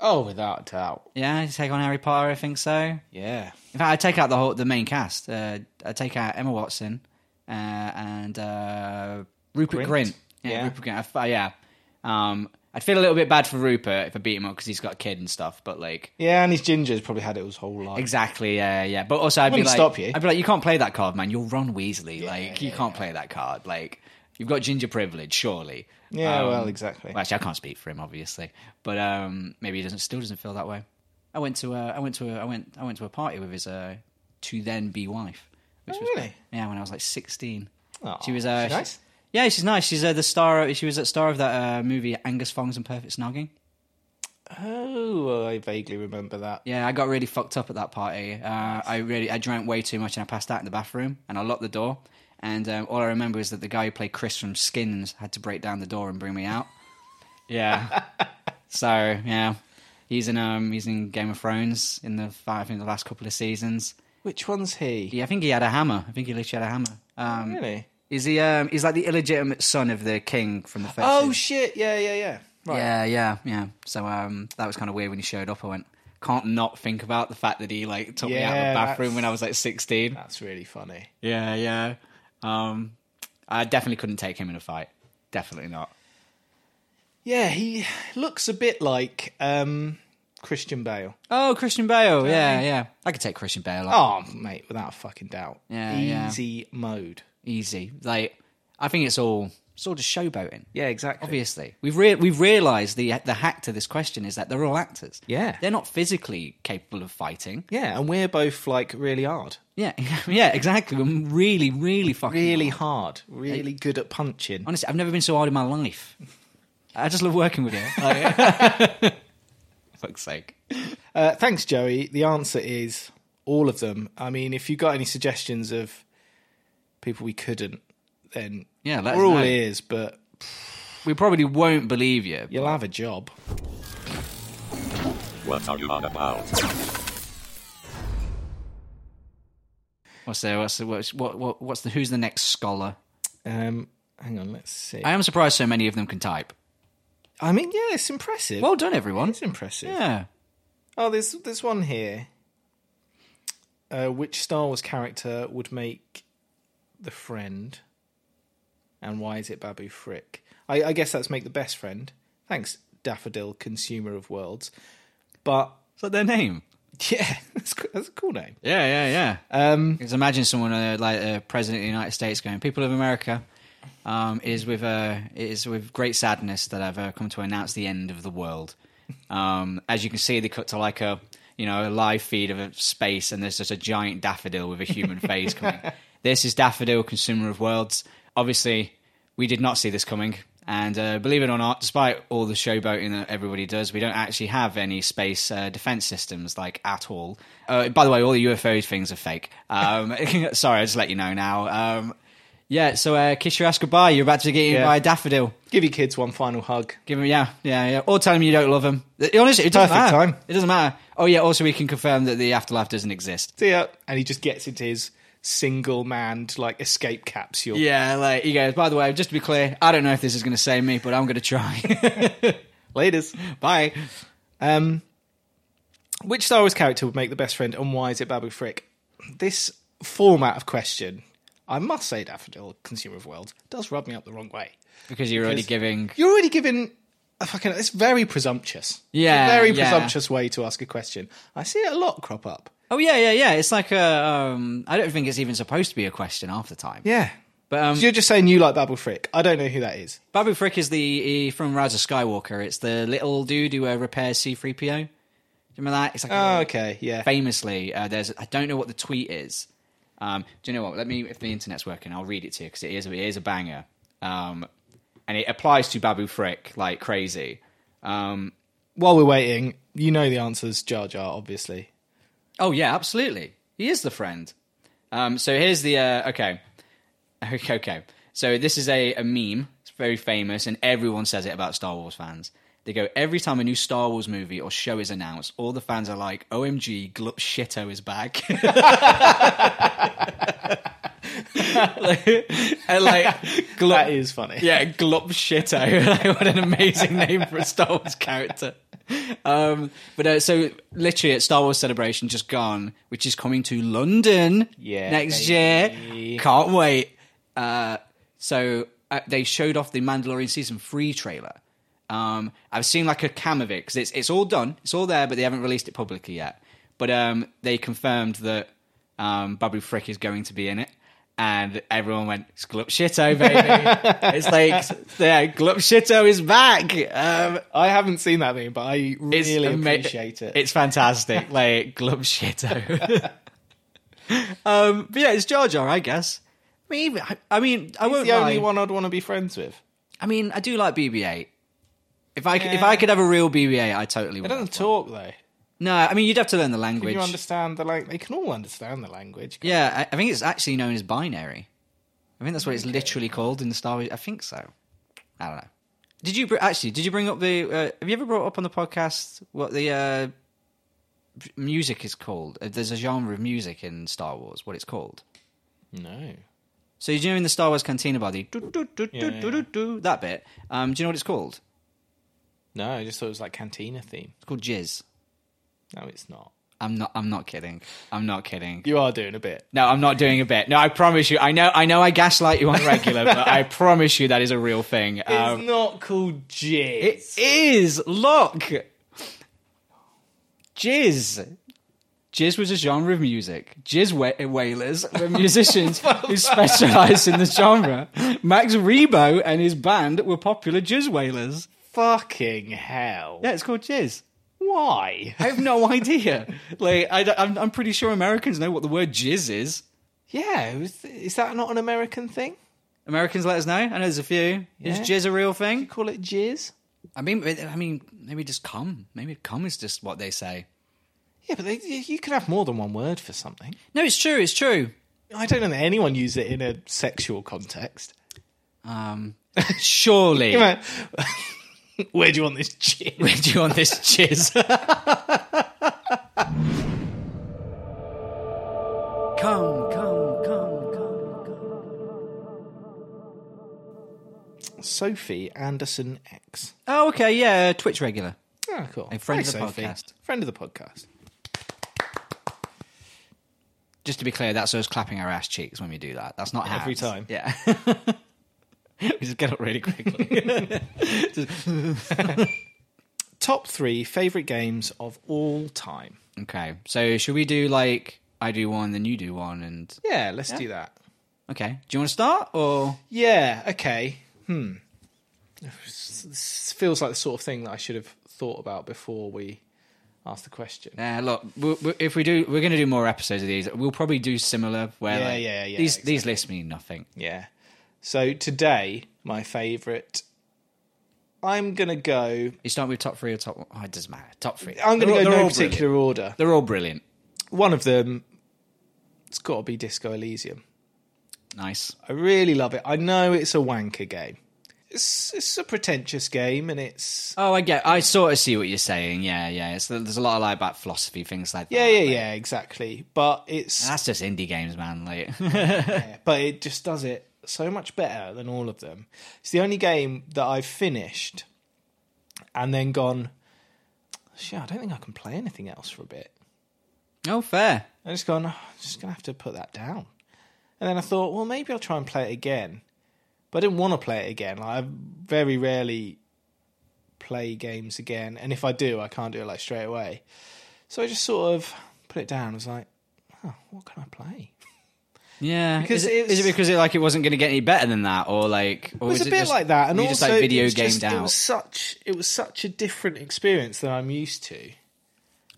[SPEAKER 2] Oh, without doubt.
[SPEAKER 1] Yeah, I could take on Harry Potter. I think so.
[SPEAKER 2] Yeah.
[SPEAKER 1] In fact, I take out the whole the main cast. Uh, I take out Emma Watson uh, and uh, Rupert
[SPEAKER 2] Grint.
[SPEAKER 1] Grint. Yeah,
[SPEAKER 2] Yeah.
[SPEAKER 1] Rupert Grint. I f- uh, yeah. Um, I'd feel a little bit bad for Rupert if I beat him up because he's got a kid and stuff. But like,
[SPEAKER 2] Yeah, and his ginger's probably had it his whole life.
[SPEAKER 1] exactly, yeah, yeah. But also, I'd be
[SPEAKER 2] Wouldn't
[SPEAKER 1] like,
[SPEAKER 2] stop you.
[SPEAKER 1] I'd be like, you can't play that card, man. You're Ron Weasley. like, you can't play that card. Like, you've got ginger privilege, surely.
[SPEAKER 2] Yeah,
[SPEAKER 1] Um,
[SPEAKER 2] well, exactly.
[SPEAKER 1] well, actually, I can't speak for him, obviously, but um, maybe he doesn't still doesn't feel that way. I went to a, I went to a, I went I went to a party with his uh, to then be wife, which was
[SPEAKER 2] really?
[SPEAKER 1] yeah when I was like sixteen.
[SPEAKER 2] Aw,
[SPEAKER 1] she was uh,
[SPEAKER 2] she's nice?
[SPEAKER 1] Yeah, she's nice. She's uh, the star. She was the star of that uh, movie Angus Fongs and Perfect Snogging.
[SPEAKER 2] Oh, I vaguely remember that.
[SPEAKER 1] Yeah, I got really fucked up at that party. Uh, I really, I drank way too much and I passed out in the bathroom and I locked the door. And um, all I remember is that the guy who played Chris from Skins had to break down the door and bring me out. Yeah. so yeah, he's in um, he's in Game of Thrones in the I think the last couple of seasons.
[SPEAKER 2] Which one's he?
[SPEAKER 1] Yeah, I think he had a hammer. I think he literally had a hammer. Um,
[SPEAKER 2] Really?
[SPEAKER 1] Is he? Um, he's like the illegitimate son of the king from the first.
[SPEAKER 2] Oh
[SPEAKER 1] season.
[SPEAKER 2] shit! Yeah, yeah, yeah. Right.
[SPEAKER 1] Yeah, yeah, yeah. So um, that was kind of weird when he showed up. I went, can't not think about the fact that he like took me out of
[SPEAKER 2] Yeah,
[SPEAKER 1] the bathroom
[SPEAKER 2] that's-
[SPEAKER 1] when I was like sixteen.
[SPEAKER 2] That's really funny.
[SPEAKER 1] Yeah, yeah. Um, I definitely couldn't take him in a fight. Definitely not.
[SPEAKER 2] Yeah, he looks a bit like um, Christian Bale.
[SPEAKER 1] Oh, Christian Bale. Yeah, yeah. I could take Christian Bale. Like,
[SPEAKER 2] Oh, mate, without a fucking doubt.
[SPEAKER 1] Yeah, yeah.
[SPEAKER 2] Easy mode.
[SPEAKER 1] easy. Like, I think it's all it's all just showboating.
[SPEAKER 2] Yeah, exactly.
[SPEAKER 1] Obviously, we've rea- we've realised the the hack to this question is that they're all actors.
[SPEAKER 2] Yeah.
[SPEAKER 1] they're not physically capable of fighting.
[SPEAKER 2] Yeah, and we're both like really hard,
[SPEAKER 1] Yeah, yeah, exactly. We're really, really fucking
[SPEAKER 2] really hard, really good at punching.
[SPEAKER 1] Honestly, I've never been so hard in my life. I just love working with you. fuck's sake.
[SPEAKER 2] Uh, thanks, Joey. The answer is all of them. I mean, if you got any suggestions of people we couldn't, then
[SPEAKER 1] Yeah, let us
[SPEAKER 2] we're all
[SPEAKER 1] know.
[SPEAKER 2] ears. But
[SPEAKER 1] We probably won't believe you.
[SPEAKER 2] you'll have a job.
[SPEAKER 4] What are you on about?
[SPEAKER 1] What's there? What's the, what's, what, what, what's the who's the next scholar?
[SPEAKER 2] Um, hang on, let's see.
[SPEAKER 1] I am surprised so many of them can type.
[SPEAKER 2] I mean, yeah, it's impressive.
[SPEAKER 1] Well done, everyone.
[SPEAKER 2] it's impressive.
[SPEAKER 1] Yeah.
[SPEAKER 2] Oh, there's there's one here. Uh, which Star Wars character would make the friend, and why is it Babu Frick? I, I guess that's make the best friend. Thanks, Daffodil, consumer of worlds. But
[SPEAKER 1] Is that their name?
[SPEAKER 2] yeah, that's, co- that's a cool name.
[SPEAKER 1] Yeah, yeah, yeah. Um, Because imagine someone uh, like a president of the United States going, "People of America, um, it is with uh, it is with great sadness that I've uh, come to announce the end of the world." Um, as you can see, they cut to like a you know a live feed of a space, and there's just a giant daffodil with a human face coming. This is Daffodil, consumer of worlds. Obviously, we did not see this coming. And uh, believe it or not, despite all the showboating that everybody does, we don't actually have any space uh, defense systems like at all. Uh, by the way, all the UFO things are fake. Um, sorry, I just let you know now. Um, yeah, so uh, kiss your ass goodbye. You're about to get eaten
[SPEAKER 2] Yeah.
[SPEAKER 1] by a daffodil.
[SPEAKER 2] Give your kids one final hug.
[SPEAKER 1] Give him, yeah, yeah, yeah. Or tell him you don't love him. Honestly, it doesn't
[SPEAKER 2] Perfect
[SPEAKER 1] matter.
[SPEAKER 2] time.
[SPEAKER 1] It doesn't matter. Oh yeah. Also, we can confirm that the afterlife doesn't exist.
[SPEAKER 2] See ya. And he just gets into his single manned like escape capsule.
[SPEAKER 1] Yeah, like he goes. By the way, just to be clear, I don't know if this is going to save me, but I'm going to try.
[SPEAKER 2] Laters.
[SPEAKER 1] Bye.
[SPEAKER 2] Um, which Star Wars character would make the best friend, and why is it Babu Frick? This format of question, I must say, Daffodil, consumer of worlds, does rub me up the wrong way.
[SPEAKER 1] Because you're already
[SPEAKER 2] Because-
[SPEAKER 1] giving
[SPEAKER 2] You're already giving a fucking. It's very presumptuous.
[SPEAKER 1] Yeah,
[SPEAKER 2] it's a very
[SPEAKER 1] yeah.
[SPEAKER 2] presumptuous way to ask a question. I see it a lot crop up.
[SPEAKER 1] Oh yeah, yeah, yeah. It's like a. Um, I don't think it's even supposed to be a question half the time.
[SPEAKER 2] Yeah.
[SPEAKER 1] But um,
[SPEAKER 2] So you're just saying you like Babu Frick. I don't know who that is.
[SPEAKER 1] Babu Frick is the he- from Rise of Skywalker. It's the little dude who uh, repairs C3PO. Do you remember that? It's like
[SPEAKER 2] Oh,
[SPEAKER 1] a-
[SPEAKER 2] okay. Yeah.
[SPEAKER 1] famously uh, there's. I don't know what the tweet is. Um, do you know what? Let me. If the internet's working, I'll read it to you because it is. It is a banger. Um, and it applies to Babu Frick like crazy. Um,
[SPEAKER 2] While we're waiting, you know the answers, Jar Jar, obviously.
[SPEAKER 1] Oh yeah, absolutely. He is the friend. Um, so here's the uh, okay, okay, okay. So this is a, a meme. It's very famous, and everyone says it about Star Wars fans. They go every time a new Star Wars movie or show is announced, all the fans are like, "OMG, Glup Shitto is back!" like, and like Glup,
[SPEAKER 2] That is funny.
[SPEAKER 1] yeah, Glop Shitto. Like, what an amazing name for a Star Wars character. Um, but uh, so literally at Star Wars Celebration just gone, which is coming to London
[SPEAKER 2] Yeah,
[SPEAKER 1] next
[SPEAKER 2] baby.
[SPEAKER 1] year. Can't wait. Uh, so uh, they showed off the Mandalorian season three trailer. Um, I've seen like a cam of it because it's it's all done, it's all there, but they haven't released it publicly yet. But um, they confirmed that um, Babu Frick is going to be in it, and everyone went Glup Shitto, baby. it's like yeah, Glup Shitto is back. Um,
[SPEAKER 2] I haven't seen that meme, but I
[SPEAKER 1] it's
[SPEAKER 2] really
[SPEAKER 1] ama-
[SPEAKER 2] appreciate it.
[SPEAKER 1] It's fantastic, like Glub Shitto. um, but yeah, it's Jar Jar, I guess. I mean, I, I mean, I won't
[SPEAKER 2] the
[SPEAKER 1] lie.
[SPEAKER 2] only one I'd want to be friends with.
[SPEAKER 1] I mean, I do like BB-8. If I, could, if I could have a real BBA, I totally
[SPEAKER 2] They
[SPEAKER 1] would.
[SPEAKER 2] don't talk though.
[SPEAKER 1] No, I mean, you'd have to learn the
[SPEAKER 2] Can
[SPEAKER 1] language.
[SPEAKER 2] you understand the like? They can all understand the language.
[SPEAKER 1] Yeah, I, I think it's actually known as binary. I think that's what it's literally called in the Star Wars. I think so. I don't know. Did you br- actually? Did you bring up the? Uh, have you ever brought up on the podcast what the uh, b- music is called? Uh, There's a genre of music in Star Wars. What it's called?
[SPEAKER 2] No.
[SPEAKER 1] So you know in the Star Wars Cantina by the do, do, do,
[SPEAKER 2] Yeah,
[SPEAKER 1] do, do, do, do, that bit. Um, do you know what it's called?
[SPEAKER 2] No, I just thought it was like cantina theme.
[SPEAKER 1] It's called jizz.
[SPEAKER 2] No, it's not.
[SPEAKER 1] I'm not. I'm not kidding. I'm not kidding.
[SPEAKER 2] You are doing a bit.
[SPEAKER 1] No, I'm not doing a bit. No, I promise you. I know. I know. I gaslight you on regular, but I promise you that is a real thing. Um,
[SPEAKER 2] it's not called jizz.
[SPEAKER 1] It is. Look. Jizz. Jizz was a genre of music. Jizz wha- whalers were musicians who specialised in the genre. Max Rebo and his band were popular jizz whalers.
[SPEAKER 2] Fucking hell.
[SPEAKER 1] Yeah, it's called jizz.
[SPEAKER 2] Why?
[SPEAKER 1] I have no idea. Like, I, am I'm pretty sure Americans know what the word jizz is.
[SPEAKER 2] Yeah, is, is that not an American thing?
[SPEAKER 1] Americans, let us know. I know there's a few. Is
[SPEAKER 2] Yeah.
[SPEAKER 1] jizz a real thing?
[SPEAKER 2] Call it jizz?
[SPEAKER 1] I mean, I mean, maybe just cum. Maybe cum is just what they say.
[SPEAKER 2] Yeah, but they, you can have more than one word for something.
[SPEAKER 1] No, it's true. It's true.
[SPEAKER 2] I don't know that anyone uses it in a sexual context.
[SPEAKER 1] Um, surely.
[SPEAKER 2] Come on. Where do you want this jizz?
[SPEAKER 1] Where do you want this jizz? come, come, come, come, come.
[SPEAKER 2] Sophie Anderson X.
[SPEAKER 1] Oh, okay, yeah, Twitch regular.
[SPEAKER 2] Oh, cool.
[SPEAKER 1] A friend of
[SPEAKER 2] Hi,
[SPEAKER 1] the podcast.
[SPEAKER 2] Friend of the podcast.
[SPEAKER 1] Just to be clear, that's us clapping our ass cheeks when we do that. That's not hands.
[SPEAKER 2] Every time.
[SPEAKER 1] Yeah. we just get up really quickly.
[SPEAKER 2] Top three favourite games of all time.
[SPEAKER 1] okay, so should we do like I do one, then you do one, and
[SPEAKER 2] Yeah, let's do that.
[SPEAKER 1] okay, do you want to start or
[SPEAKER 2] Yeah, okay. Hmm. This feels like the sort of thing that I should have thought about before we asked the question.
[SPEAKER 1] Uh, look, we we if we do, we're going to do more episodes of these. We'll probably do similar. Where
[SPEAKER 2] Yeah,
[SPEAKER 1] like,
[SPEAKER 2] yeah, yeah,
[SPEAKER 1] These these lists mean nothing.
[SPEAKER 2] Yeah. So today, my favourite. I'm gonna go.
[SPEAKER 1] You start with top three or top. Oh, it doesn't matter. Top three.
[SPEAKER 2] I'm gonna
[SPEAKER 1] They're all-
[SPEAKER 2] go
[SPEAKER 1] they're
[SPEAKER 2] no
[SPEAKER 1] all
[SPEAKER 2] particular
[SPEAKER 1] brilliant.
[SPEAKER 2] order.
[SPEAKER 1] They're all brilliant.
[SPEAKER 2] One of them. It's got to be Disco Elysium.
[SPEAKER 1] Nice.
[SPEAKER 2] I really love it. I know it's a wanker game. It's it's a pretentious game, and it's
[SPEAKER 1] Oh, I get. I sort of see what you're saying. Yeah, yeah. It's, there's a lot of like about philosophy, things like
[SPEAKER 2] yeah,
[SPEAKER 1] that. Ah.
[SPEAKER 2] yeah, yeah, exactly. But it's
[SPEAKER 1] That's just indie games, man. Like,
[SPEAKER 2] but it just does it so much better than all of them. It's the only game that I've finished and then gone. Shit, I don't think I can play anything else for a bit.
[SPEAKER 1] oh, fair.
[SPEAKER 2] I just gone, oh, I'm just going to have to put that down. And then I thought, well, maybe I'll try and play it again. But I didn't want to play it again. Like, I very rarely play games again. And if I do, I can't do it like straight away. So I just sort of put it down. I was like, oh, what can I play?
[SPEAKER 1] Yeah.
[SPEAKER 2] Because
[SPEAKER 1] is, it, is
[SPEAKER 2] it's-
[SPEAKER 1] it because it like it wasn't going to get any better than that, or like, or
[SPEAKER 2] It was,
[SPEAKER 1] is
[SPEAKER 2] a bit
[SPEAKER 1] just-
[SPEAKER 2] like that. And
[SPEAKER 1] you
[SPEAKER 2] also,
[SPEAKER 1] just like video
[SPEAKER 2] it was
[SPEAKER 1] gamed
[SPEAKER 2] just-
[SPEAKER 1] out.
[SPEAKER 2] It was, such, it was such a different experience than I'm used to.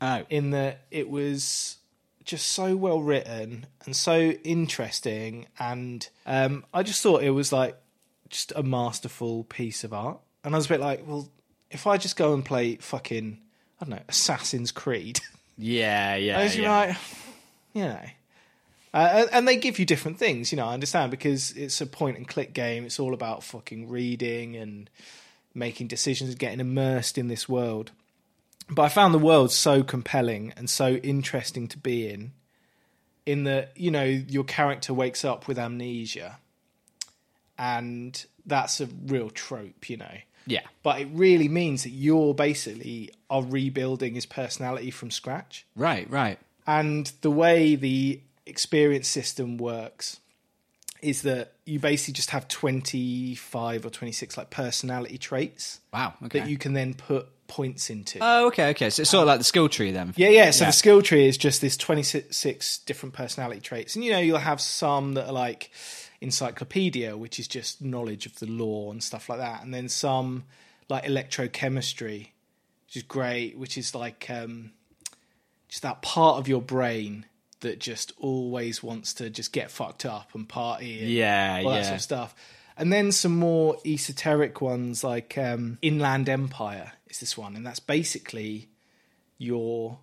[SPEAKER 1] Oh,
[SPEAKER 2] in that it was just so well written and so interesting and um, i just thought it was like just a masterful piece of art and i was a bit like well if i just go and play fucking i don't know assassin's creed
[SPEAKER 1] yeah, yeah.
[SPEAKER 2] i was
[SPEAKER 1] Uh, yeah.
[SPEAKER 2] like Uh, you know uh, and- and they give you different things, you know. I understand because it's a point and click game. It's all about fucking reading and making decisions, and getting immersed in this world. But I found the world so compelling and so interesting to be in. In that, you know, your character wakes up with amnesia, and that's a real trope, you know.
[SPEAKER 1] Yeah.
[SPEAKER 2] But it really means that you're basically are rebuilding his personality from scratch
[SPEAKER 1] Right, right.
[SPEAKER 2] and the way the experience system works is that you basically just have 25 or 26 like personality traits
[SPEAKER 1] Wow. Okay.
[SPEAKER 2] that you can then put points into
[SPEAKER 1] Oh, okay, okay. So it's sort of like the skill tree then.
[SPEAKER 2] yeah yeah so the skill tree is just this 26 different personality traits and you know you'll have some that are like encyclopedia which is just knowledge of the law and stuff like that and then some like electrochemistry which is great which is like um just that part of your brain that just always wants to just get fucked up and party and
[SPEAKER 1] Yeah,
[SPEAKER 2] all that
[SPEAKER 1] yeah.
[SPEAKER 2] sort of stuff. And then some more esoteric ones like um, Inland Empire is this one, and that's basically your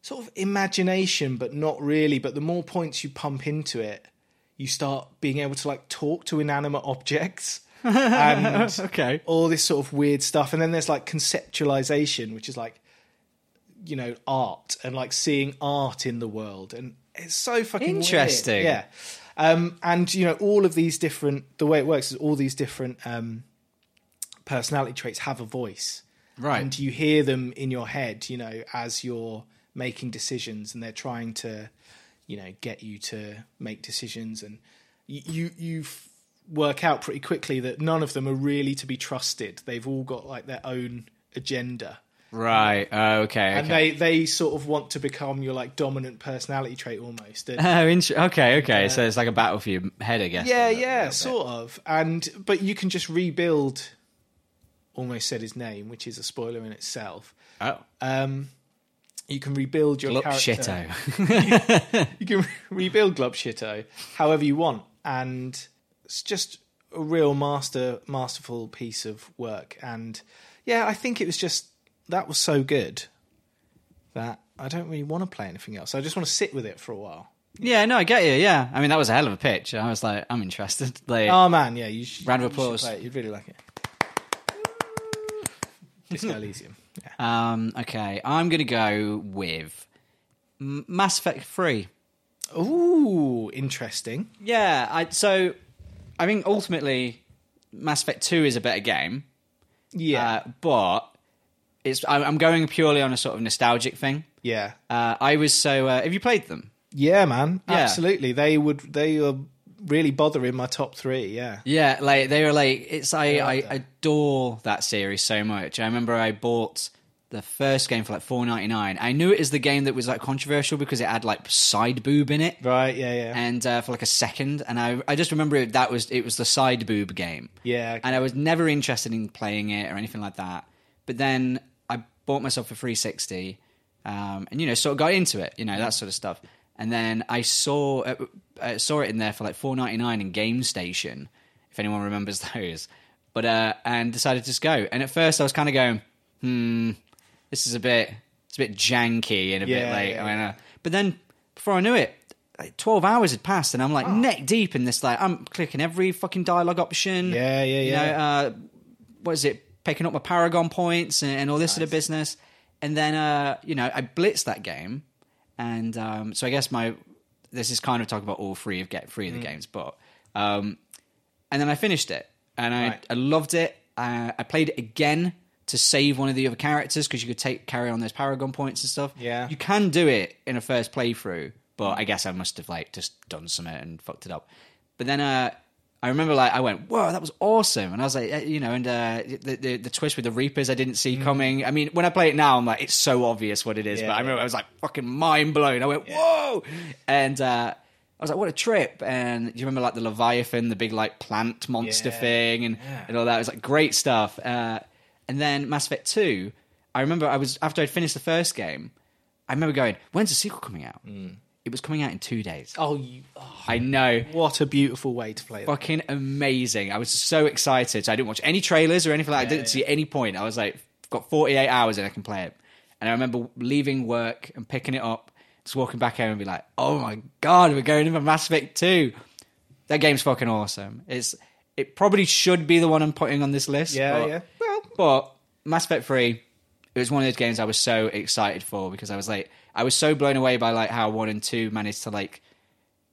[SPEAKER 2] sort of imagination, but not really. But the more points you pump into it, you start being able to like talk to inanimate objects and
[SPEAKER 1] Okay.
[SPEAKER 2] all this sort of weird stuff. And then there's like conceptualization, which is like, you know, art and like seeing art in the world. And it's so fucking weird.
[SPEAKER 1] Interesting.
[SPEAKER 2] Yeah. Um, and, you know, all of these different, the way it works is all these different um, personality traits have a voice.
[SPEAKER 1] Right.
[SPEAKER 2] And you hear them in your head, you know, as you're making decisions and they're trying to, you know, get you to make decisions. And you, you, you f- work out pretty quickly that none of them are really to be trusted. They've all got like their own agenda.
[SPEAKER 1] Right. Oh, okay.
[SPEAKER 2] And
[SPEAKER 1] okay.
[SPEAKER 2] they, they sort of want to become your like dominant personality trait almost. And-
[SPEAKER 1] Oh, inter- okay, okay. so it's like a battle for your head, I guess.
[SPEAKER 2] uh,
[SPEAKER 1] a
[SPEAKER 2] yeah,
[SPEAKER 1] little-
[SPEAKER 2] yeah,
[SPEAKER 1] little bit.
[SPEAKER 2] sort of. And but you can just rebuild. Almost said his name, which is a spoiler in itself.
[SPEAKER 1] Oh,
[SPEAKER 2] Um, you can rebuild your
[SPEAKER 1] Glup
[SPEAKER 2] character.
[SPEAKER 1] shitto.
[SPEAKER 2] You can rebuild Globshitto however you want, and it's just a real master, masterful piece of work. And yeah, I think it was just that was so good that I don't really want to play anything else. I just want to sit with it for a while.
[SPEAKER 1] yeah, no, I get you. Yeah, I mean that was a hell of a pitch. I was like, I'm interested. Like,
[SPEAKER 2] Oh man, yeah, you should,
[SPEAKER 1] Round of
[SPEAKER 2] you should
[SPEAKER 1] applause.
[SPEAKER 2] play it. You'd really like it. Disco Elysium. Yeah.
[SPEAKER 1] um, okay, I'm gonna go with M- Mass Effect Three.
[SPEAKER 2] Ooh, interesting.
[SPEAKER 1] Yeah, I so I think ultimately Mass Effect Two is a better game.
[SPEAKER 2] Yeah,
[SPEAKER 1] uh, but it's I- I'm going purely on a sort of nostalgic thing.
[SPEAKER 2] yeah,
[SPEAKER 1] Uh, I was so. Uh, have you played them?
[SPEAKER 2] yeah, man.
[SPEAKER 1] Yeah.
[SPEAKER 2] Absolutely, they would. They are really bothering my top three. Yeah.
[SPEAKER 1] Yeah, like they were like it's I I
[SPEAKER 2] like that.
[SPEAKER 1] adore that series so much. I remember I bought the first game for like four ninety nine. I knew it was the game that was like controversial because it had like side boob in it,
[SPEAKER 2] Right. Yeah. Yeah.
[SPEAKER 1] and uh, for like a second, and I I just remember it, that was it was the side boob game.
[SPEAKER 2] Yeah.
[SPEAKER 1] and I was never interested in playing it or anything like that. But then I bought myself a 360, um, and you know, sort of got into it, you know, that sort of stuff. And then I saw uh, uh, saw it in there for like 4.99 in Game Station, if anyone remembers those. But uh, and decided to just go. And at first, I was kind of going, hmm, this is a bit, it's a bit janky and a bit
[SPEAKER 2] Yeah,
[SPEAKER 1] like.
[SPEAKER 2] yeah,
[SPEAKER 1] I mean, uh, but then before I knew it. Like Twelve hours had passed, and I'm
[SPEAKER 2] Oh.
[SPEAKER 1] like neck deep in this. Like I'm clicking every fucking dialogue option.
[SPEAKER 2] Yeah, yeah,
[SPEAKER 1] You
[SPEAKER 2] yeah.
[SPEAKER 1] know, uh, what is it, picking up my Paragon points and, and all this sort of business. And then, uh, you know, I blitzed that game. And um, so I guess my, this is kind of talking about all three of get three of
[SPEAKER 2] Mm.
[SPEAKER 1] the games, but, um, and then I finished it and I,
[SPEAKER 2] Right.
[SPEAKER 1] I loved it. Uh, I played it again to save one of the other characters because you could take carry on those Paragon points and stuff.
[SPEAKER 2] Yeah.
[SPEAKER 1] You can do it in a first playthrough, but I guess I must have like just done some of it and fucked it up. But then uh, I remember like I went, "Whoa, that was awesome!" And I was like, eh, you know, and uh, the, the the twist with the Reapers I didn't see coming. I mean, when I play it now, I'm like, it's so obvious what it is.
[SPEAKER 2] Yeah,
[SPEAKER 1] but I
[SPEAKER 2] Mm. yeah.
[SPEAKER 1] remember I was like fucking mind blown. I went, "Whoa!" And uh, I was like, "What a trip!" And do you remember like the Leviathan, the big like plant monster
[SPEAKER 2] Yeah.
[SPEAKER 1] thing, and and all that? It was like great stuff. Uh, and then Mass Effect Two, I remember I was after I'd finished the first game. I remember going, when's the sequel coming out? It was coming out in two days.
[SPEAKER 2] Mm. oh, you, oh,
[SPEAKER 1] I know.
[SPEAKER 2] what a beautiful way to play that.
[SPEAKER 1] Fucking amazing. I was so excited. So I didn't watch any trailers or anything like that. I didn't see any point. I was like, I've got 48 hours and I can play it. And I remember leaving work and picking it up, just walking back home and be like, oh my God, we're going in for Mass Effect 2. That game's fucking awesome. It's It probably should be the one I'm putting on this list.
[SPEAKER 2] Yeah,
[SPEAKER 1] but-
[SPEAKER 2] yeah. Well,
[SPEAKER 1] but Mass Effect Three, it was one of those games I was so excited for because I was like, I was so blown away by like how one and two managed to like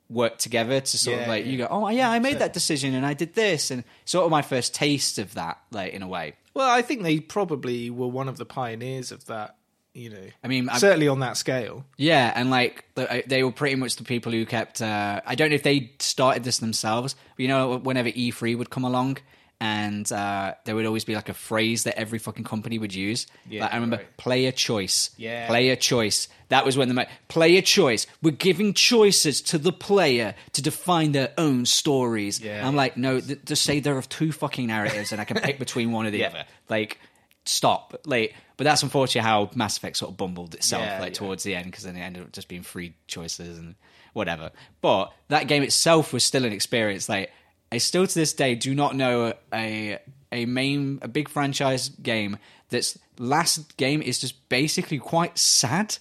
[SPEAKER 1] work together to sort of
[SPEAKER 2] Yeah,
[SPEAKER 1] like
[SPEAKER 2] yeah.
[SPEAKER 1] you go, oh yeah, I made that decision and I did this and sort of my first taste of that like in a way.
[SPEAKER 2] well, I think they probably were one of the pioneers of that. You know,
[SPEAKER 1] I mean, I-
[SPEAKER 2] certainly on that scale.
[SPEAKER 1] Yeah, and like the- uh, they were pretty much the people who kept. Uh, I don't know if they started this themselves. But you know, whenever E3 would come along, and uh, there would always be like a phrase that every fucking company would use.
[SPEAKER 2] Yeah,
[SPEAKER 1] like, I remember
[SPEAKER 2] right.
[SPEAKER 1] player choice.
[SPEAKER 2] Yeah.
[SPEAKER 1] player choice. That was when the ma- player choice. We're giving choices to the player to define their own stories.
[SPEAKER 2] Yeah.
[SPEAKER 1] I'm like, no, th- just say there are two fucking narratives, and I can pick between one or the other. Like. Stop. Like, but that's unfortunately how Mass Effect sort of bumbled itself,
[SPEAKER 2] Yeah,
[SPEAKER 1] like
[SPEAKER 2] yeah.
[SPEAKER 1] towards the end, because then it ended up just being three choices and whatever. But that game itself was still an experience. Like, I still to this day do not know a a main a big franchise game that's last game is just basically quite sad.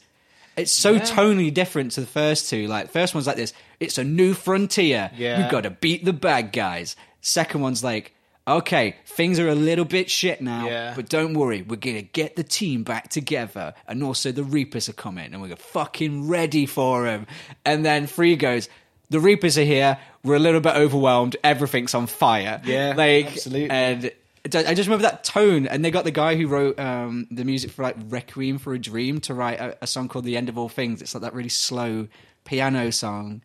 [SPEAKER 1] It's so tonally different to the first two. Like first one's like this, it's a new frontier.
[SPEAKER 2] Yeah.
[SPEAKER 1] We've got to beat the bad guys. Second one's like, okay, things are a little bit shit now,
[SPEAKER 2] Yeah.
[SPEAKER 1] but don't worry, we're gonna get the team back together, and also the Reapers are coming, and we're fucking ready for them. And then three goes, the Reapers are here. We're a little bit overwhelmed. Everything's on fire.
[SPEAKER 2] Yeah,
[SPEAKER 1] like
[SPEAKER 2] absolutely.
[SPEAKER 1] And I ju- I just remember that tone. And they got the guy who wrote um, the music for like Requiem for a Dream to write a, a song called The End of All Things. It's like that really slow piano song.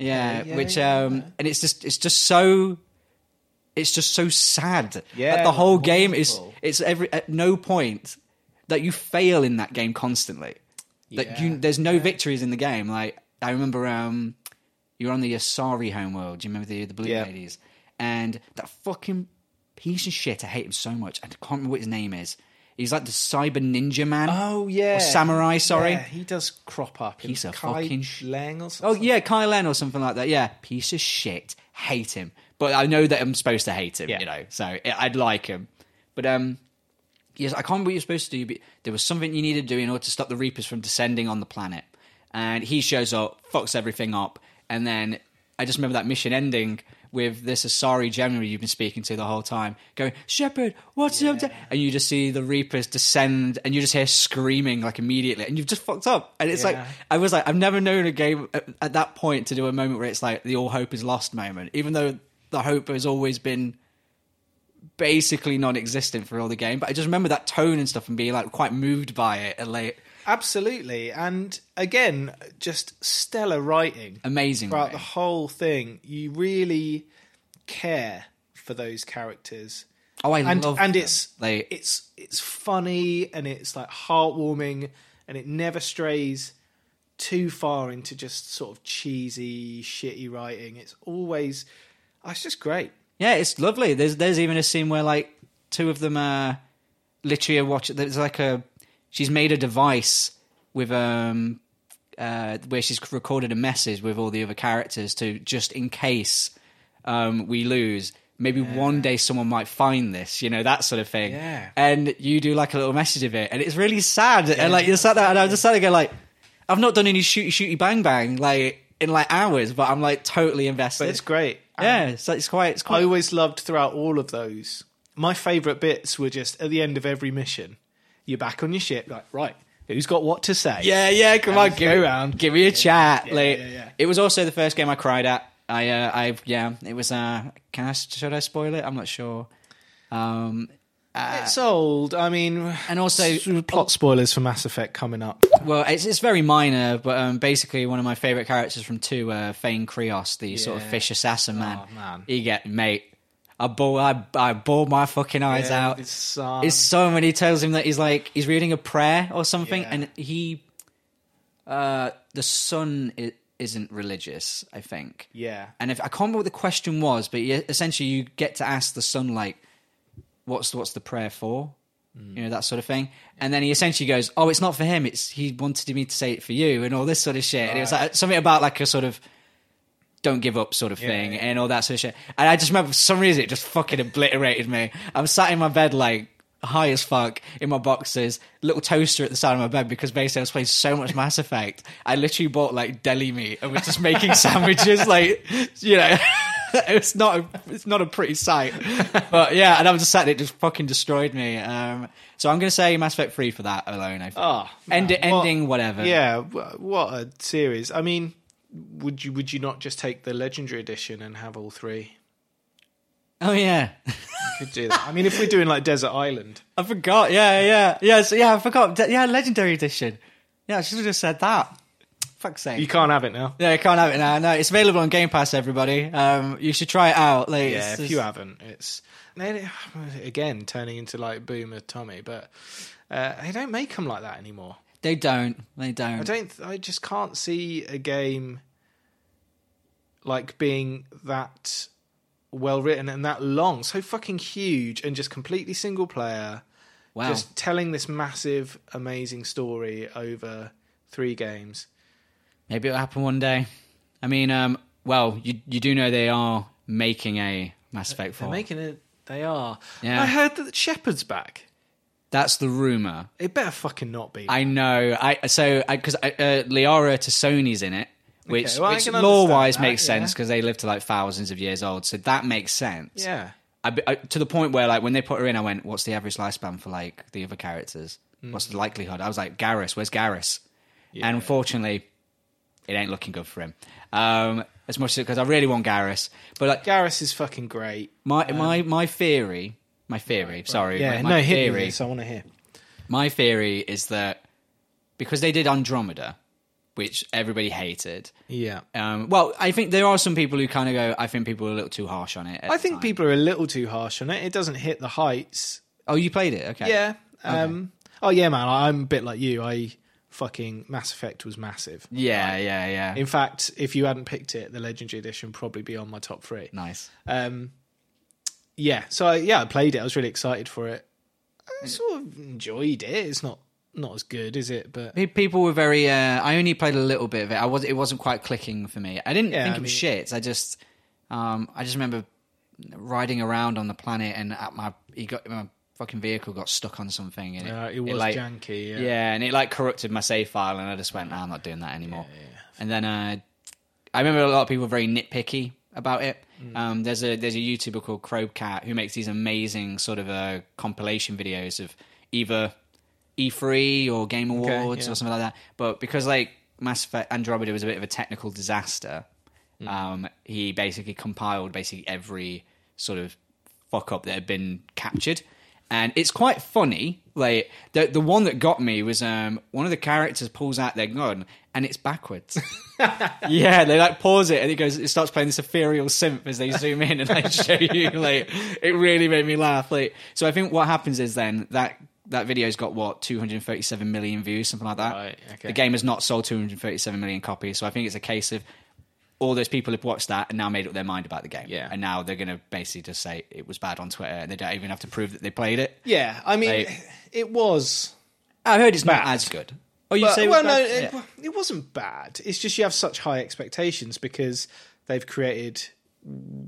[SPEAKER 1] yeah,
[SPEAKER 2] yeah,
[SPEAKER 1] which
[SPEAKER 2] yeah.
[SPEAKER 1] um, and it's just it's just so it's just so sad.
[SPEAKER 2] Yeah,
[SPEAKER 1] Like, the whole
[SPEAKER 2] wonderful.
[SPEAKER 1] game is it's every at no point that you fail in that game constantly. That
[SPEAKER 2] Yeah.
[SPEAKER 1] you there's no victories in the game. Like I remember um you're on the Asari homeworld. Do you remember the the blue
[SPEAKER 2] Yeah.
[SPEAKER 1] ladies? And that fucking piece of shit. I hate him so much. I can't remember what his name is. He's like the cyber ninja man.
[SPEAKER 2] Oh yeah,
[SPEAKER 1] Or samurai. Sorry.
[SPEAKER 2] Yeah, he does crop up.
[SPEAKER 1] He's
[SPEAKER 2] in
[SPEAKER 1] a
[SPEAKER 2] Kai
[SPEAKER 1] fucking sh-
[SPEAKER 2] Lang or
[SPEAKER 1] Oh
[SPEAKER 2] something.
[SPEAKER 1] yeah, Kyle Len or something like that. Yeah, piece of shit. Hate him, but I know that I'm supposed to hate him.
[SPEAKER 2] Yeah.
[SPEAKER 1] You know, so I- I'd like him. But um, yes, I can't remember what you're supposed to do. But there was something you needed to do in order to stop the Reapers from descending on the planet. And he shows up, fucks everything up, and then I just remember that mission ending with this Asari general you've been speaking to the whole time, going Shepard, what's up? da-" And you just see the Reapers descend, and you just hear screaming like immediately, and you've just fucked up. And it's
[SPEAKER 2] Yeah.
[SPEAKER 1] like I was like, I've never known a game at, at that point to do a moment where it's like the all hope is lost moment, even though the hope has always been basically non-existent for all the game. But I just remember that tone and stuff and being like quite moved by it and like
[SPEAKER 2] absolutely. And again, just stellar writing.
[SPEAKER 1] amazing.
[SPEAKER 2] throughout
[SPEAKER 1] way.
[SPEAKER 2] the whole thing. You really care for those characters.
[SPEAKER 1] oh, I
[SPEAKER 2] and
[SPEAKER 1] love
[SPEAKER 2] and
[SPEAKER 1] them.
[SPEAKER 2] it's
[SPEAKER 1] like
[SPEAKER 2] it's it's funny and it's like heartwarming and it never strays too far into just sort of cheesy, shitty writing. It's always oh, it's just great.
[SPEAKER 1] yeah, it's lovely. There's there's even a scene where like two of them uh literally are watching. There's like a she's made a device with um uh where she's recorded a message with all the other characters to just in case um we lose. Maybe one day someone might find this, you know, that sort of thing.
[SPEAKER 2] Yeah.
[SPEAKER 1] And you do like a little message of it, and it's really sad. And like you're sat there, and I just sat there, go like, I've not done any shooty shooty bang bang like in like hours, but I'm like totally invested.
[SPEAKER 2] But it's great.
[SPEAKER 1] Yeah, so it's quite it's
[SPEAKER 2] I
[SPEAKER 1] quite
[SPEAKER 2] always loved throughout all of those. My favourite bits were just at the end of every mission. You're back on your ship, like right. Who's got what to say?
[SPEAKER 1] Yeah, yeah, come on, give me,
[SPEAKER 2] around.
[SPEAKER 1] give me a chat. like,
[SPEAKER 2] yeah, yeah.
[SPEAKER 1] It was also the first game I cried at. I, uh, I, yeah, it was. Uh, can I? Should I spoil it? I'm not sure. Um,
[SPEAKER 2] It's old. I mean,
[SPEAKER 1] and also,
[SPEAKER 2] plot spoilers for Mass Effect coming up.
[SPEAKER 1] well, it's, it's very minor, but um, basically, one of my favorite characters from two, uh, Fane Krios, the sort of
[SPEAKER 2] Yeah.
[SPEAKER 1] fish assassin man.
[SPEAKER 2] Oh, man.
[SPEAKER 1] he get mate. I bore, I, I bore my fucking eyes
[SPEAKER 2] Yeah, uh,
[SPEAKER 1] out.
[SPEAKER 2] his son.
[SPEAKER 1] It's so when he tells him that he's like he's reading a prayer or something,
[SPEAKER 2] Yeah.
[SPEAKER 1] and he, uh, the son i- isn't religious, I think.
[SPEAKER 2] Yeah.
[SPEAKER 1] And if I can't remember what the question was, but you, essentially you get to ask the son like, "What's what's the prayer for?"
[SPEAKER 2] Mm.
[SPEAKER 1] You know that sort of thing. And then he essentially goes, "Oh, it's not for him. It's he wanted me to say it for you," and all this sort of shit. And it was like something about like a sort of don't give up sort of thing
[SPEAKER 2] yeah.
[SPEAKER 1] and all that sort of shit. And I just remember for some reason it just fucking obliterated me. I'm sat in my bed like high as fuck in my boxes, little toaster at the side of my bed because basically I was playing so much Mass Effect. I literally bought like deli meat and was just making sandwiches like you know it's not a, it's not a pretty sight. But yeah, and I was just sat there, it just fucking destroyed me. Um so I'm gonna say Mass Effect 3 for that alone, I think.
[SPEAKER 2] Oh,
[SPEAKER 1] End,
[SPEAKER 2] man.
[SPEAKER 1] ending
[SPEAKER 2] What-
[SPEAKER 1] whatever.
[SPEAKER 2] Yeah, wh- what a series. I mean, would you would you not just take the legendary edition and have all three?
[SPEAKER 1] Oh yeah.
[SPEAKER 2] You could do that. I mean, if we're doing like Desert Island,
[SPEAKER 1] I forgot. Yeah, yeah, yeah. So, yeah, I forgot. De- yeah, legendary edition. Yeah, I should have just said that. Fuck's sake.
[SPEAKER 2] you can't have it now.
[SPEAKER 1] yeah, you can't have it now. No, it's available on Game Pass. Everybody, um, you should try it out. Like,
[SPEAKER 2] Yeah,
[SPEAKER 1] it's
[SPEAKER 2] if
[SPEAKER 1] just-
[SPEAKER 2] you haven't, it's and then, again turning into like Boomer Tommy, but uh, they don't make them like that anymore.
[SPEAKER 1] they don't. They don't.
[SPEAKER 2] I don't. I just can't see a game like being that well written and that long, so fucking huge, and just completely single player.
[SPEAKER 1] wow.
[SPEAKER 2] Just telling this massive, amazing story over three games.
[SPEAKER 1] Maybe it'll happen one day. I mean, um, well, you you do know they are making a Mass Effect
[SPEAKER 2] They're
[SPEAKER 1] 4.
[SPEAKER 2] making it. They are.
[SPEAKER 1] Yeah.
[SPEAKER 2] I heard that Shepard's back.
[SPEAKER 1] That's the rumor.
[SPEAKER 2] It better fucking not be.
[SPEAKER 1] I know. I so because I, uh, Liara to Sony's in it, which,
[SPEAKER 2] well, I
[SPEAKER 1] which
[SPEAKER 2] can
[SPEAKER 1] law wise
[SPEAKER 2] understand that,
[SPEAKER 1] makes sense
[SPEAKER 2] yeah.
[SPEAKER 1] because they live to like thousands of years old, so that makes sense.
[SPEAKER 2] yeah.
[SPEAKER 1] I, I- to the point where like when they put her in, I went, "What's the average lifespan for like the other characters? What's
[SPEAKER 2] Mm.
[SPEAKER 1] the likelihood?" I was like, "Garrus, where's Garrus?" And unfortunately, it ain't looking good for him. Um, as much as because I really want Garrus, but like
[SPEAKER 2] Garrus is fucking great.
[SPEAKER 1] my
[SPEAKER 2] Um,
[SPEAKER 1] my my theory, my theory, sorry,
[SPEAKER 2] Yeah,
[SPEAKER 1] my, my
[SPEAKER 2] no, hit me with
[SPEAKER 1] theory,
[SPEAKER 2] this, I want to hear.
[SPEAKER 1] my theory is that because they did Andromeda, which everybody hated.
[SPEAKER 2] Yeah.
[SPEAKER 1] Um, well, I think there are some people who kind of go. I think people were a little too harsh on it. at
[SPEAKER 2] I
[SPEAKER 1] the
[SPEAKER 2] think
[SPEAKER 1] time.
[SPEAKER 2] people are a little too harsh on it. It doesn't hit the heights.
[SPEAKER 1] Oh, you played it, okay?
[SPEAKER 2] Yeah. Um, Oh, yeah, man. I'm a bit like you. I fucking. Mass Effect was massive.
[SPEAKER 1] yeah, yeah, yeah.
[SPEAKER 2] In fact, if you hadn't picked it, the Legendary Edition would probably be on my top three.
[SPEAKER 1] nice.
[SPEAKER 2] Um, yeah, so I, yeah, I played it. I was really excited for it. I sort of enjoyed it. It's not not as good, is it? But
[SPEAKER 1] Pe- People were very. Uh, I only played a little bit of it. I was. It wasn't quite clicking for me. I didn't
[SPEAKER 2] Yeah,
[SPEAKER 1] think
[SPEAKER 2] I
[SPEAKER 1] it was
[SPEAKER 2] mean-
[SPEAKER 1] shit. I just. Um, I just remember riding around on the planet, and at my he got my fucking vehicle got stuck on something, and it,
[SPEAKER 2] uh, it was
[SPEAKER 1] like,
[SPEAKER 2] janky. Yeah.
[SPEAKER 1] Yeah. and it like corrupted my save file, and I just went, nah, I'm not doing that anymore. And then uh, I remember a lot of people were very nitpicky about it. Um, there's a there's a YouTuber called Crowcat who makes these amazing sort of uh, compilation videos of either E3 or Game Awards
[SPEAKER 2] yeah.
[SPEAKER 1] or something like that. But because like Mass Effect Andromeda was a bit of a technical disaster, um, he basically compiled basically every sort of fuck up that had been captured. And it's quite funny. Like the the one that got me was um, one of the characters pulls out their gun and it's backwards. yeah, they like pause it and it goes. It starts playing this ethereal synth as they zoom in and they show you. Like it really made me laugh. Like so, I think what happens is then that that video's got what 237 million views, something like that.
[SPEAKER 2] Right, okay.
[SPEAKER 1] The game has not sold 237 million copies, so I think it's a case of all those people have watched that and now made up their mind about the game.
[SPEAKER 2] Yeah.
[SPEAKER 1] And now they're going to basically just say it was bad on Twitter and they don't even have to prove that they played it.
[SPEAKER 2] Yeah, I mean,
[SPEAKER 1] Like-
[SPEAKER 2] it was.
[SPEAKER 1] I heard it's
[SPEAKER 2] Bad.
[SPEAKER 1] not as good. Oh, you
[SPEAKER 2] But,
[SPEAKER 1] say it
[SPEAKER 2] well,
[SPEAKER 1] was
[SPEAKER 2] no,
[SPEAKER 1] bad?
[SPEAKER 2] it,
[SPEAKER 1] Yeah.
[SPEAKER 2] it wasn't bad. It's just you have such high expectations because they've created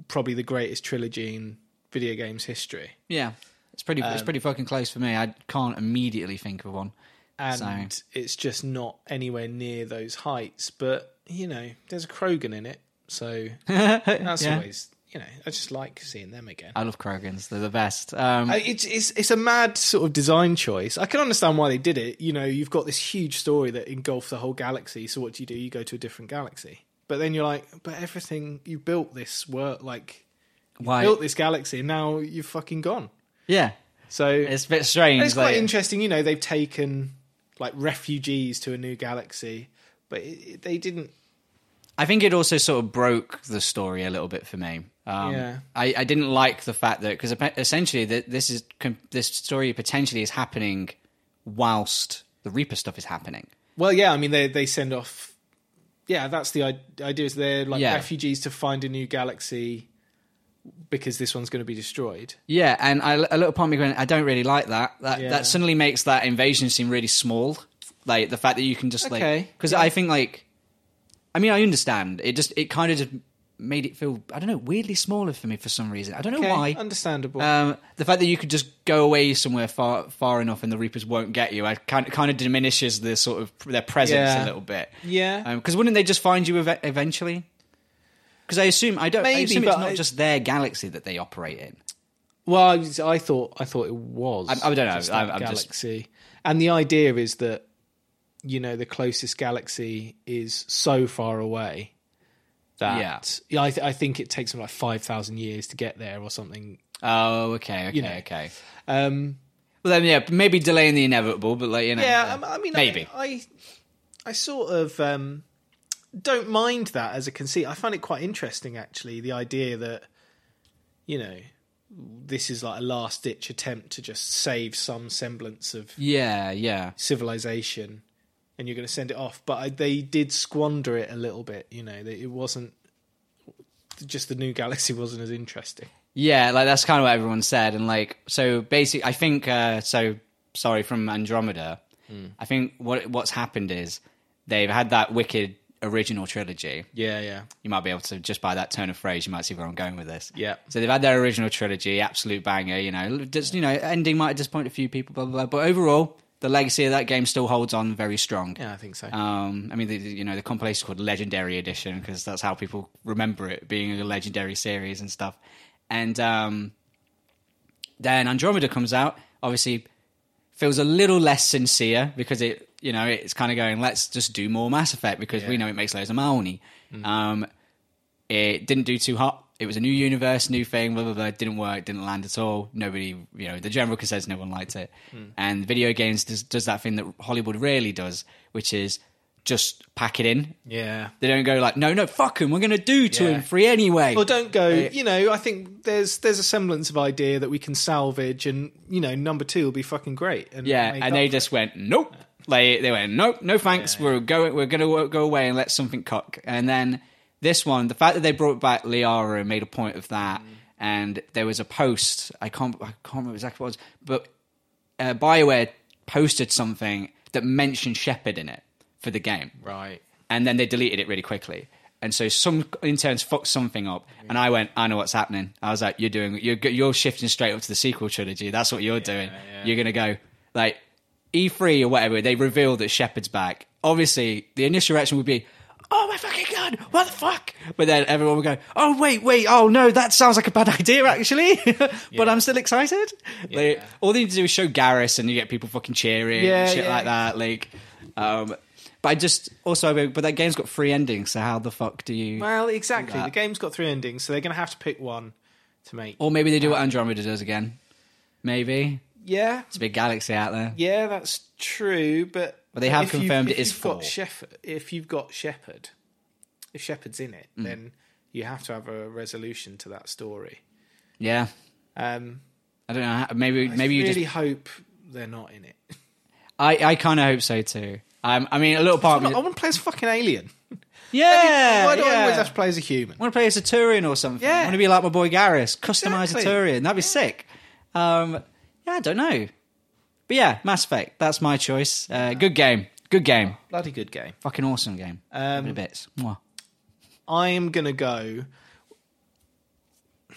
[SPEAKER 2] probably the greatest trilogy in video games history.
[SPEAKER 1] Yeah. It's pretty
[SPEAKER 2] Um,
[SPEAKER 1] it's pretty fucking close for me. I can't immediately think of one.
[SPEAKER 2] and it's just not anywhere near those heights. But you know, there's a Krogan in it, so that's
[SPEAKER 1] Yeah.
[SPEAKER 2] always you know. I just like seeing them again.
[SPEAKER 1] I love Krogans. They're the best. Um,
[SPEAKER 2] Uh, It's, it's it's a mad sort of design choice. I can understand why they did it. You know, you've got this huge story that engulfed the whole galaxy. So what do you do? You go to a different galaxy. But then you're like, but everything you built this work like
[SPEAKER 1] why?
[SPEAKER 2] built this galaxy, and now you're fucking gone.
[SPEAKER 1] yeah.
[SPEAKER 2] So
[SPEAKER 1] It's a bit strange.
[SPEAKER 2] And it's quite
[SPEAKER 1] like-
[SPEAKER 2] interesting, you know, they've taken like refugees to a new galaxy, but it, it- they didn't.
[SPEAKER 1] I think it also sort of broke the story a little bit for me. Um,
[SPEAKER 2] Yeah.
[SPEAKER 1] I, I didn't like the fact that because essentially that this is com- this story potentially is happening whilst the Reaper stuff is happening.
[SPEAKER 2] Well, yeah, I mean, they they send off. Yeah, that's the i- idea. Is they're like
[SPEAKER 1] Yeah.
[SPEAKER 2] refugees to find a new galaxy because this one's going to be destroyed.
[SPEAKER 1] Yeah, and I, a little part of me going, I don't really like that. That
[SPEAKER 2] Yeah.
[SPEAKER 1] that suddenly makes that invasion seem really small. Like the fact that you can just
[SPEAKER 2] Okay,
[SPEAKER 1] like because I think like, I mean, I understand. It just it kind of just made it feel I don't know weirdly smaller for me for some reason. I don't know
[SPEAKER 2] Okay,
[SPEAKER 1] why.
[SPEAKER 2] understandable.
[SPEAKER 1] Um, the fact that you could just go away somewhere far far enough and the Reapers won't get you, I kind kind of diminishes the sort of their presence
[SPEAKER 2] Yeah.
[SPEAKER 1] a little bit.
[SPEAKER 2] Yeah.
[SPEAKER 1] because wouldn't they just find you ev- eventually? Because I assume I don't. I
[SPEAKER 2] Maybe,
[SPEAKER 1] assume it's
[SPEAKER 2] but
[SPEAKER 1] not
[SPEAKER 2] I-
[SPEAKER 1] just their galaxy that they operate in.
[SPEAKER 2] well, I, was- I thought I thought it was.
[SPEAKER 1] I- I don't know,
[SPEAKER 2] just
[SPEAKER 1] I'm-
[SPEAKER 2] that
[SPEAKER 1] I'm just-
[SPEAKER 2] galaxy, and the idea is that you know the closest galaxy is so far away that yeah, I, th- I think it takes them like five thousand years to get there or something.
[SPEAKER 1] Oh, okay, okay,
[SPEAKER 2] know.
[SPEAKER 1] okay.
[SPEAKER 2] Um,
[SPEAKER 1] Well, then, yeah, maybe delaying the inevitable, but like you know,
[SPEAKER 2] yeah, um, I, I mean,
[SPEAKER 1] maybe.
[SPEAKER 2] I, I, I sort of um, don't mind that as a conceit. I find it quite interesting, actually, the idea that you know this is like a last ditch attempt to just save some semblance of
[SPEAKER 1] yeah, yeah.
[SPEAKER 2] civilization, and you're going to send it off. But I, they did squander it a little bit. You know, They- it wasn't just the new galaxy wasn't as interesting.
[SPEAKER 1] Yeah, like that's kind of what everyone said, and like so basically, I think uh, so.
[SPEAKER 2] Hmm.
[SPEAKER 1] Sorry, from Andromeda, I think what what's happened is they've had that wicked original trilogy,
[SPEAKER 2] Yeah, yeah.
[SPEAKER 1] you might be able to just by that turn of phrase, you might see where I'm going with this.
[SPEAKER 2] Yeah.
[SPEAKER 1] So they've had their original trilogy, absolute banger. You know, just, you know, ending might disappoint a few people, blah blah blah. But overall, the legacy of that game still holds on very strong.
[SPEAKER 2] Yeah, I think so.
[SPEAKER 1] Um, I mean, the, the- you know, the compilation's called Legendary Edition because that's how people remember it being a legendary series and stuff. And um, then Andromeda comes out, obviously feels a little less sincere because it, you know, it's kind of going, let's just do more Mass Effect because we
[SPEAKER 2] Yeah. Mm.
[SPEAKER 1] know it makes loads of money. Um, it didn't do too hot. It was a new universe, new thing, blah blah blah. It didn't work, didn't land at all. Nobody, you know, the general consensus, no one liked it.
[SPEAKER 2] Hmm.
[SPEAKER 1] And video games does, does that thing that Hollywood really does, which is just pack it in.
[SPEAKER 2] yeah.
[SPEAKER 1] They don't go like, no, no, fuck 'em, We're gonna do two
[SPEAKER 2] Yeah.
[SPEAKER 1] and three anyway.
[SPEAKER 2] Well, don't go. You know, I think there's there's a semblance of idea that we can salvage, and you know, number two will be fucking great. And
[SPEAKER 1] yeah,
[SPEAKER 2] make
[SPEAKER 1] and they
[SPEAKER 2] up-
[SPEAKER 1] just went nope. They they went nope, no thanks. We're going, we're gonna wo- go away and let something cook. And then this one, the fact that they brought back Liara and made a point of that, and there was a post. I can't I can't remember exactly what it was, but uh, Bioware posted something that mentioned Shepard in it for the game,
[SPEAKER 2] right.
[SPEAKER 1] and then they deleted it really quickly. And so some interns fucked something up, and I went, I know what's happening. I was like, you're doing, you're you're shifting straight up to the sequel trilogy. That's what you're doing.
[SPEAKER 2] yeah.
[SPEAKER 1] You're gonna go like E3 or whatever. They reveal that Shepard's back. Obviously, the initial reaction would be, Oh my fucking god, what the fuck? But then everyone would go, Oh wait, wait, oh no, that sounds like a bad idea actually. but I'm still excited. Like, all they need to do is show Garrus, and you get people fucking cheering,
[SPEAKER 2] Yeah,
[SPEAKER 1] and shit
[SPEAKER 2] yeah.
[SPEAKER 1] like that that. Like, um, but I just also, but that game's got three endings. So how the fuck do you?
[SPEAKER 2] Well, exactly. The game's got three endings, so they're going to have to pick one to make.
[SPEAKER 1] Or maybe they do what Andromeda does again. Maybe
[SPEAKER 2] yeah,
[SPEAKER 1] it's a big galaxy out there.
[SPEAKER 2] yeah, that's true. But
[SPEAKER 1] But they have
[SPEAKER 2] if you've-
[SPEAKER 1] confirmed
[SPEAKER 2] if
[SPEAKER 1] it is
[SPEAKER 2] you've got
[SPEAKER 1] four.
[SPEAKER 2] Shepherd, if you've got Shepherd, if Shepherd's in it,
[SPEAKER 1] Mm.
[SPEAKER 2] then you have to have a resolution to that story.
[SPEAKER 1] Yeah,
[SPEAKER 2] Um,
[SPEAKER 1] I don't know. how- Maybe maybe
[SPEAKER 2] I
[SPEAKER 1] you
[SPEAKER 2] really
[SPEAKER 1] just.
[SPEAKER 2] hope they're not in it.
[SPEAKER 1] I I kind of hope so too. Um, I mean, a little part.
[SPEAKER 2] I
[SPEAKER 1] Of me,
[SPEAKER 2] want to play as fucking alien.
[SPEAKER 1] yeah,
[SPEAKER 2] Why do
[SPEAKER 1] yeah.
[SPEAKER 2] I always have to play as a human?
[SPEAKER 1] I want to play as a Turian or something.
[SPEAKER 2] Yeah.
[SPEAKER 1] I want to be like my boy Garrus, customize
[SPEAKER 2] Exactly.
[SPEAKER 1] a Turian. That'd be sick. Um, yeah, I don't know, but yeah, Mass Effect. That's my choice. Uh, good game. Good game.
[SPEAKER 2] Bloody good game.
[SPEAKER 1] Fucking awesome game.
[SPEAKER 2] Um,
[SPEAKER 1] Bit of bits. Mwah.
[SPEAKER 2] I am gonna go. I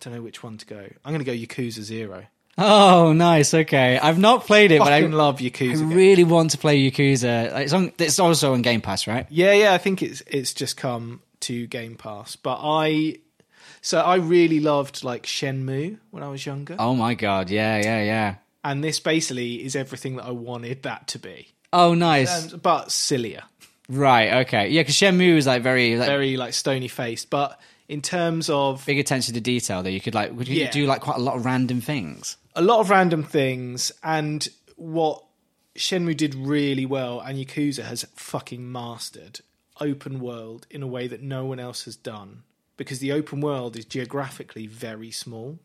[SPEAKER 2] don't know which one to go. I'm gonna go Yakuza Zero.
[SPEAKER 1] Oh, nice. Okay, I've not played it, but I,
[SPEAKER 2] Fucking love
[SPEAKER 1] I
[SPEAKER 2] Yakuza. games.
[SPEAKER 1] really want to play Yakuza. It's on. It's also on Game Pass, right?
[SPEAKER 2] Yeah, yeah. I think it's it's just come to Game Pass, but I so I really loved like Shenmue when I was younger,
[SPEAKER 1] Oh my god! Yeah, yeah, yeah.
[SPEAKER 2] and this basically is everything that I wanted that to be,
[SPEAKER 1] Oh, nice.
[SPEAKER 2] um, but sillier,
[SPEAKER 1] right. Okay. Yeah, because Shenmue was like very like
[SPEAKER 2] very like stony faced. But in terms of
[SPEAKER 1] big attention to detail. That you could like would you
[SPEAKER 2] Yeah.
[SPEAKER 1] do like quite a lot of random things.
[SPEAKER 2] a lot of random things and what Shenmue did really well and Yakuza has fucking mastered open world in a way that no one else has done because the open world is geographically very small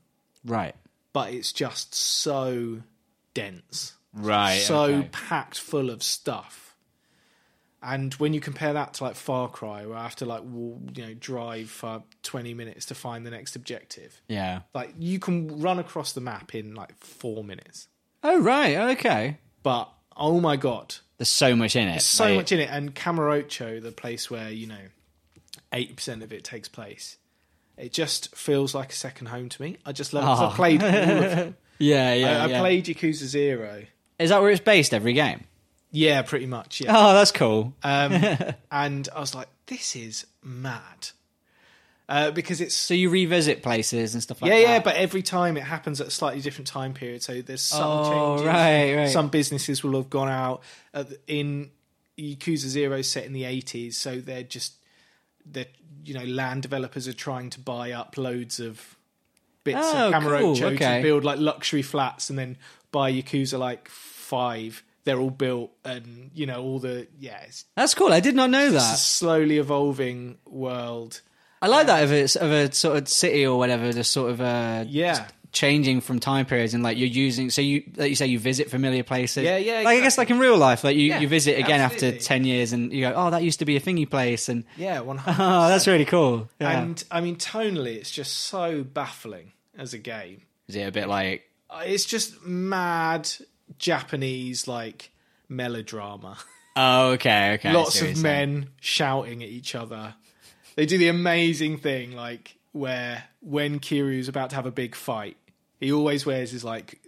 [SPEAKER 1] Right.
[SPEAKER 2] but it's just so dense
[SPEAKER 1] Right.
[SPEAKER 2] so packed full of stuff and when you compare that to like Far Cry where I have to like w- you know drive for 20 minutes to find the next objective
[SPEAKER 1] yeah.
[SPEAKER 2] like you can run across the map in like 4 minutes
[SPEAKER 1] Oh right. Okay.
[SPEAKER 2] but oh my god,
[SPEAKER 1] There's so much in it.
[SPEAKER 2] so
[SPEAKER 1] Like,
[SPEAKER 2] much in it. And Camarocho, the place where you know eight percent of it takes place, it just feels like a second home to me. I just love it. 'cause I
[SPEAKER 1] Oh.
[SPEAKER 2] played all of them.
[SPEAKER 1] Yeah, yeah.
[SPEAKER 2] I, I
[SPEAKER 1] yeah.
[SPEAKER 2] played Yakuza Zero.
[SPEAKER 1] Is that where it's based? Every game.
[SPEAKER 2] Yeah, pretty much. Yeah,
[SPEAKER 1] Oh, that's cool.
[SPEAKER 2] um, and I was like, this is mad uh, because it's
[SPEAKER 1] so you revisit places and stuff like
[SPEAKER 2] yeah,
[SPEAKER 1] that.
[SPEAKER 2] yeah, but every time it happens at a slightly different time period. So there's some
[SPEAKER 1] Oh,
[SPEAKER 2] changes.
[SPEAKER 1] right, right.
[SPEAKER 2] Some businesses will have gone out at the- in Yakuza Zero set in the 80s, so they're just they're you know land developers are trying to buy up loads of bits
[SPEAKER 1] Oh,
[SPEAKER 2] of Camarocho
[SPEAKER 1] cool, okay.
[SPEAKER 2] to build like luxury flats, and then buy Yakuza like five. They're all built, and you know all the yeah, it's
[SPEAKER 1] That's cool. I did not know
[SPEAKER 2] a
[SPEAKER 1] that.
[SPEAKER 2] slowly evolving world.
[SPEAKER 1] I like that of a, of a sort of city or whatever, just sort of uh,
[SPEAKER 2] Yeah.
[SPEAKER 1] just changing from time periods and like you're using. So you like you say you visit familiar places.
[SPEAKER 2] Yeah, yeah,
[SPEAKER 1] Like I guess
[SPEAKER 2] exactly.
[SPEAKER 1] like in real life, like you,
[SPEAKER 2] Yeah,
[SPEAKER 1] you visit again after
[SPEAKER 2] absolutely.
[SPEAKER 1] ten years and you go, oh, that used to be a thingy place, and
[SPEAKER 2] Yeah, one hundred.
[SPEAKER 1] oh, that's really cool. Yeah.
[SPEAKER 2] And I mean, tonally, it's just so baffling as a game.
[SPEAKER 1] Is it a bit like
[SPEAKER 2] Uh, It's just mad Japanese like melodrama.
[SPEAKER 1] Oh, okay, okay. I
[SPEAKER 2] Lots
[SPEAKER 1] see what
[SPEAKER 2] of
[SPEAKER 1] you're saying.
[SPEAKER 2] men shouting at each other. They do the amazing thing, like where when Kiryu's about to have a big fight, he always wears his like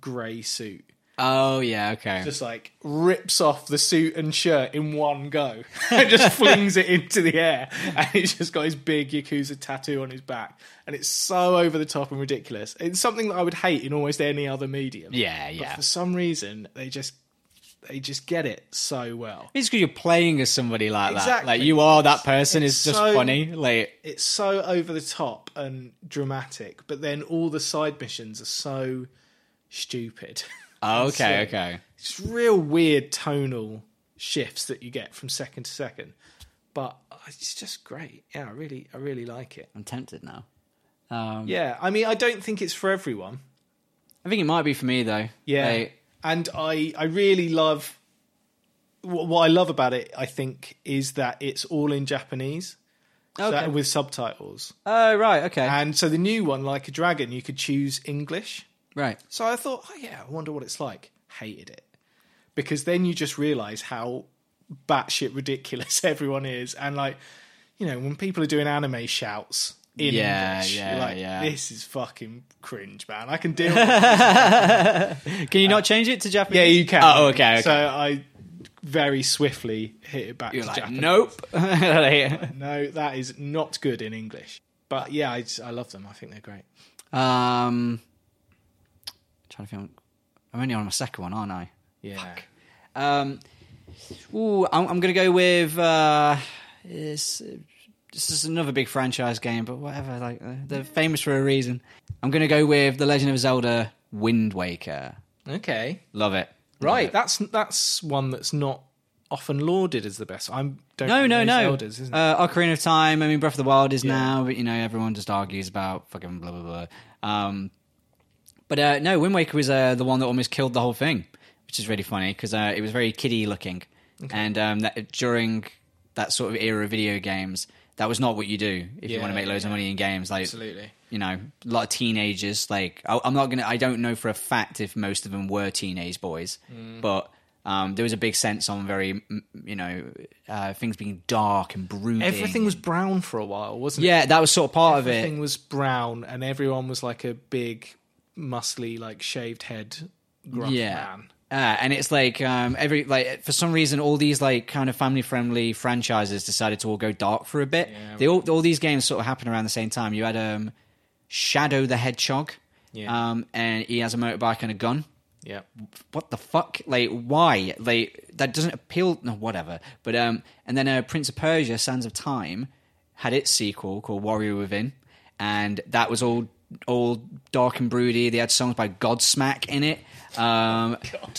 [SPEAKER 2] grey suit.
[SPEAKER 1] Oh, yeah, okay.
[SPEAKER 2] Just like rips off the suit and shirt in one go and just flings it into the air. And he's just got his big Yakuza tattoo on his back. And it's so over the top and ridiculous. It's something that I would hate in almost any other medium.
[SPEAKER 1] yeah,
[SPEAKER 2] But
[SPEAKER 1] yeah.
[SPEAKER 2] for some reason they just they just get it so well.
[SPEAKER 1] It's because you're playing as somebody like that.
[SPEAKER 2] Exactly.
[SPEAKER 1] Like you are that person is just
[SPEAKER 2] so-
[SPEAKER 1] funny. Like
[SPEAKER 2] It's so over the top and dramatic, but then all the side missions are so stupid.
[SPEAKER 1] oh, okay,
[SPEAKER 2] it.
[SPEAKER 1] okay.
[SPEAKER 2] it's real weird tonal shifts that you get from second to second. But it's just great. Yeah, I really I really like it.
[SPEAKER 1] I'm tempted now. Um,
[SPEAKER 2] Yeah, I mean I don't think it's for everyone.
[SPEAKER 1] I think it might be for me though.
[SPEAKER 2] Yeah.
[SPEAKER 1] Like,
[SPEAKER 2] and I I really love what, what I love about it. I think is that it's all in Japanese, so
[SPEAKER 1] Okay.
[SPEAKER 2] that- with subtitles.
[SPEAKER 1] oh right, okay,
[SPEAKER 2] And so the new one, like a dragon, you could choose English.
[SPEAKER 1] right.
[SPEAKER 2] So I thought, oh yeah, I wonder what it's like. Hated it because then you just realise how batshit ridiculous everyone is, and like you know when people are doing anime shouts. In
[SPEAKER 1] Yeah,
[SPEAKER 2] English,
[SPEAKER 1] yeah,
[SPEAKER 2] you're like,
[SPEAKER 1] yeah.
[SPEAKER 2] This is fucking cringe, man. I can deal with it.
[SPEAKER 1] Can Uh, you not change it to Japanese?
[SPEAKER 2] Yeah, you can.
[SPEAKER 1] Oh, okay, okay.
[SPEAKER 2] So I very swiftly hit it back
[SPEAKER 1] You're
[SPEAKER 2] to
[SPEAKER 1] like,
[SPEAKER 2] Japanese.
[SPEAKER 1] nope. Like,
[SPEAKER 2] No, that is not good in English. But yeah, I, just- I love them. I think they're great.
[SPEAKER 1] um, trying to think. I'm only on my second one, aren't I?
[SPEAKER 2] Yeah.
[SPEAKER 1] Um, ooh, I'm, I'm going to go with. Uh, it's, this is another big franchise game, but whatever. Like uh, they're famous for a reason. I'm going to go with The Legend of Zelda: Wind Waker.
[SPEAKER 2] Okay.
[SPEAKER 1] Love it. Love
[SPEAKER 2] Right.
[SPEAKER 1] it.
[SPEAKER 2] That's that's one that's not often lauded as the best. I don't
[SPEAKER 1] No,
[SPEAKER 2] really
[SPEAKER 1] no,
[SPEAKER 2] know
[SPEAKER 1] no.
[SPEAKER 2] Zelda's, isn't it?
[SPEAKER 1] uh, Ocarina of Time. I mean, Breath of the Wild is now, but you know, everyone just argues about fucking blah blah blah. Um, but uh, no, Wind Waker was uh, the one that almost killed the whole thing, which is really funny because uh, it was very kiddie looking, and um, that, during that sort of era of video games, that was not what you do if you
[SPEAKER 2] Yeah,
[SPEAKER 1] want to make loads of money in games. Like,
[SPEAKER 2] Absolutely.
[SPEAKER 1] you know, a lot of teenagers. Like, I, I'm not gonna. I don't know for a fact if most of them were teenage boys,
[SPEAKER 2] Mm.
[SPEAKER 1] but um, there was a big sense on very, mm, you know, uh, things being dark and brooding.
[SPEAKER 2] Everything was brown for a while, wasn't it?
[SPEAKER 1] Yeah, that was sort of part of
[SPEAKER 2] Everything
[SPEAKER 1] it.
[SPEAKER 2] was brown, and everyone was like a big, muscly, like shaved head, gruff
[SPEAKER 1] Yeah.
[SPEAKER 2] man.
[SPEAKER 1] Uh, and it's like um, every like for some reason all these like kind of family friendly franchises decided to all go dark for a bit. they all all these games sort of happen around the same time. You had um, Shadow the Hedgehog,
[SPEAKER 2] Yeah.
[SPEAKER 1] um, and he has a motorbike and a gun.
[SPEAKER 2] Yeah.
[SPEAKER 1] what the fuck? Like, why? Like, that doesn't appeal. No, whatever. But um, and then uh, Prince of Persia: Sands of Time had its sequel called Warrior Within, and that was all all dark and broody. They had songs by Godsmack in it. Um,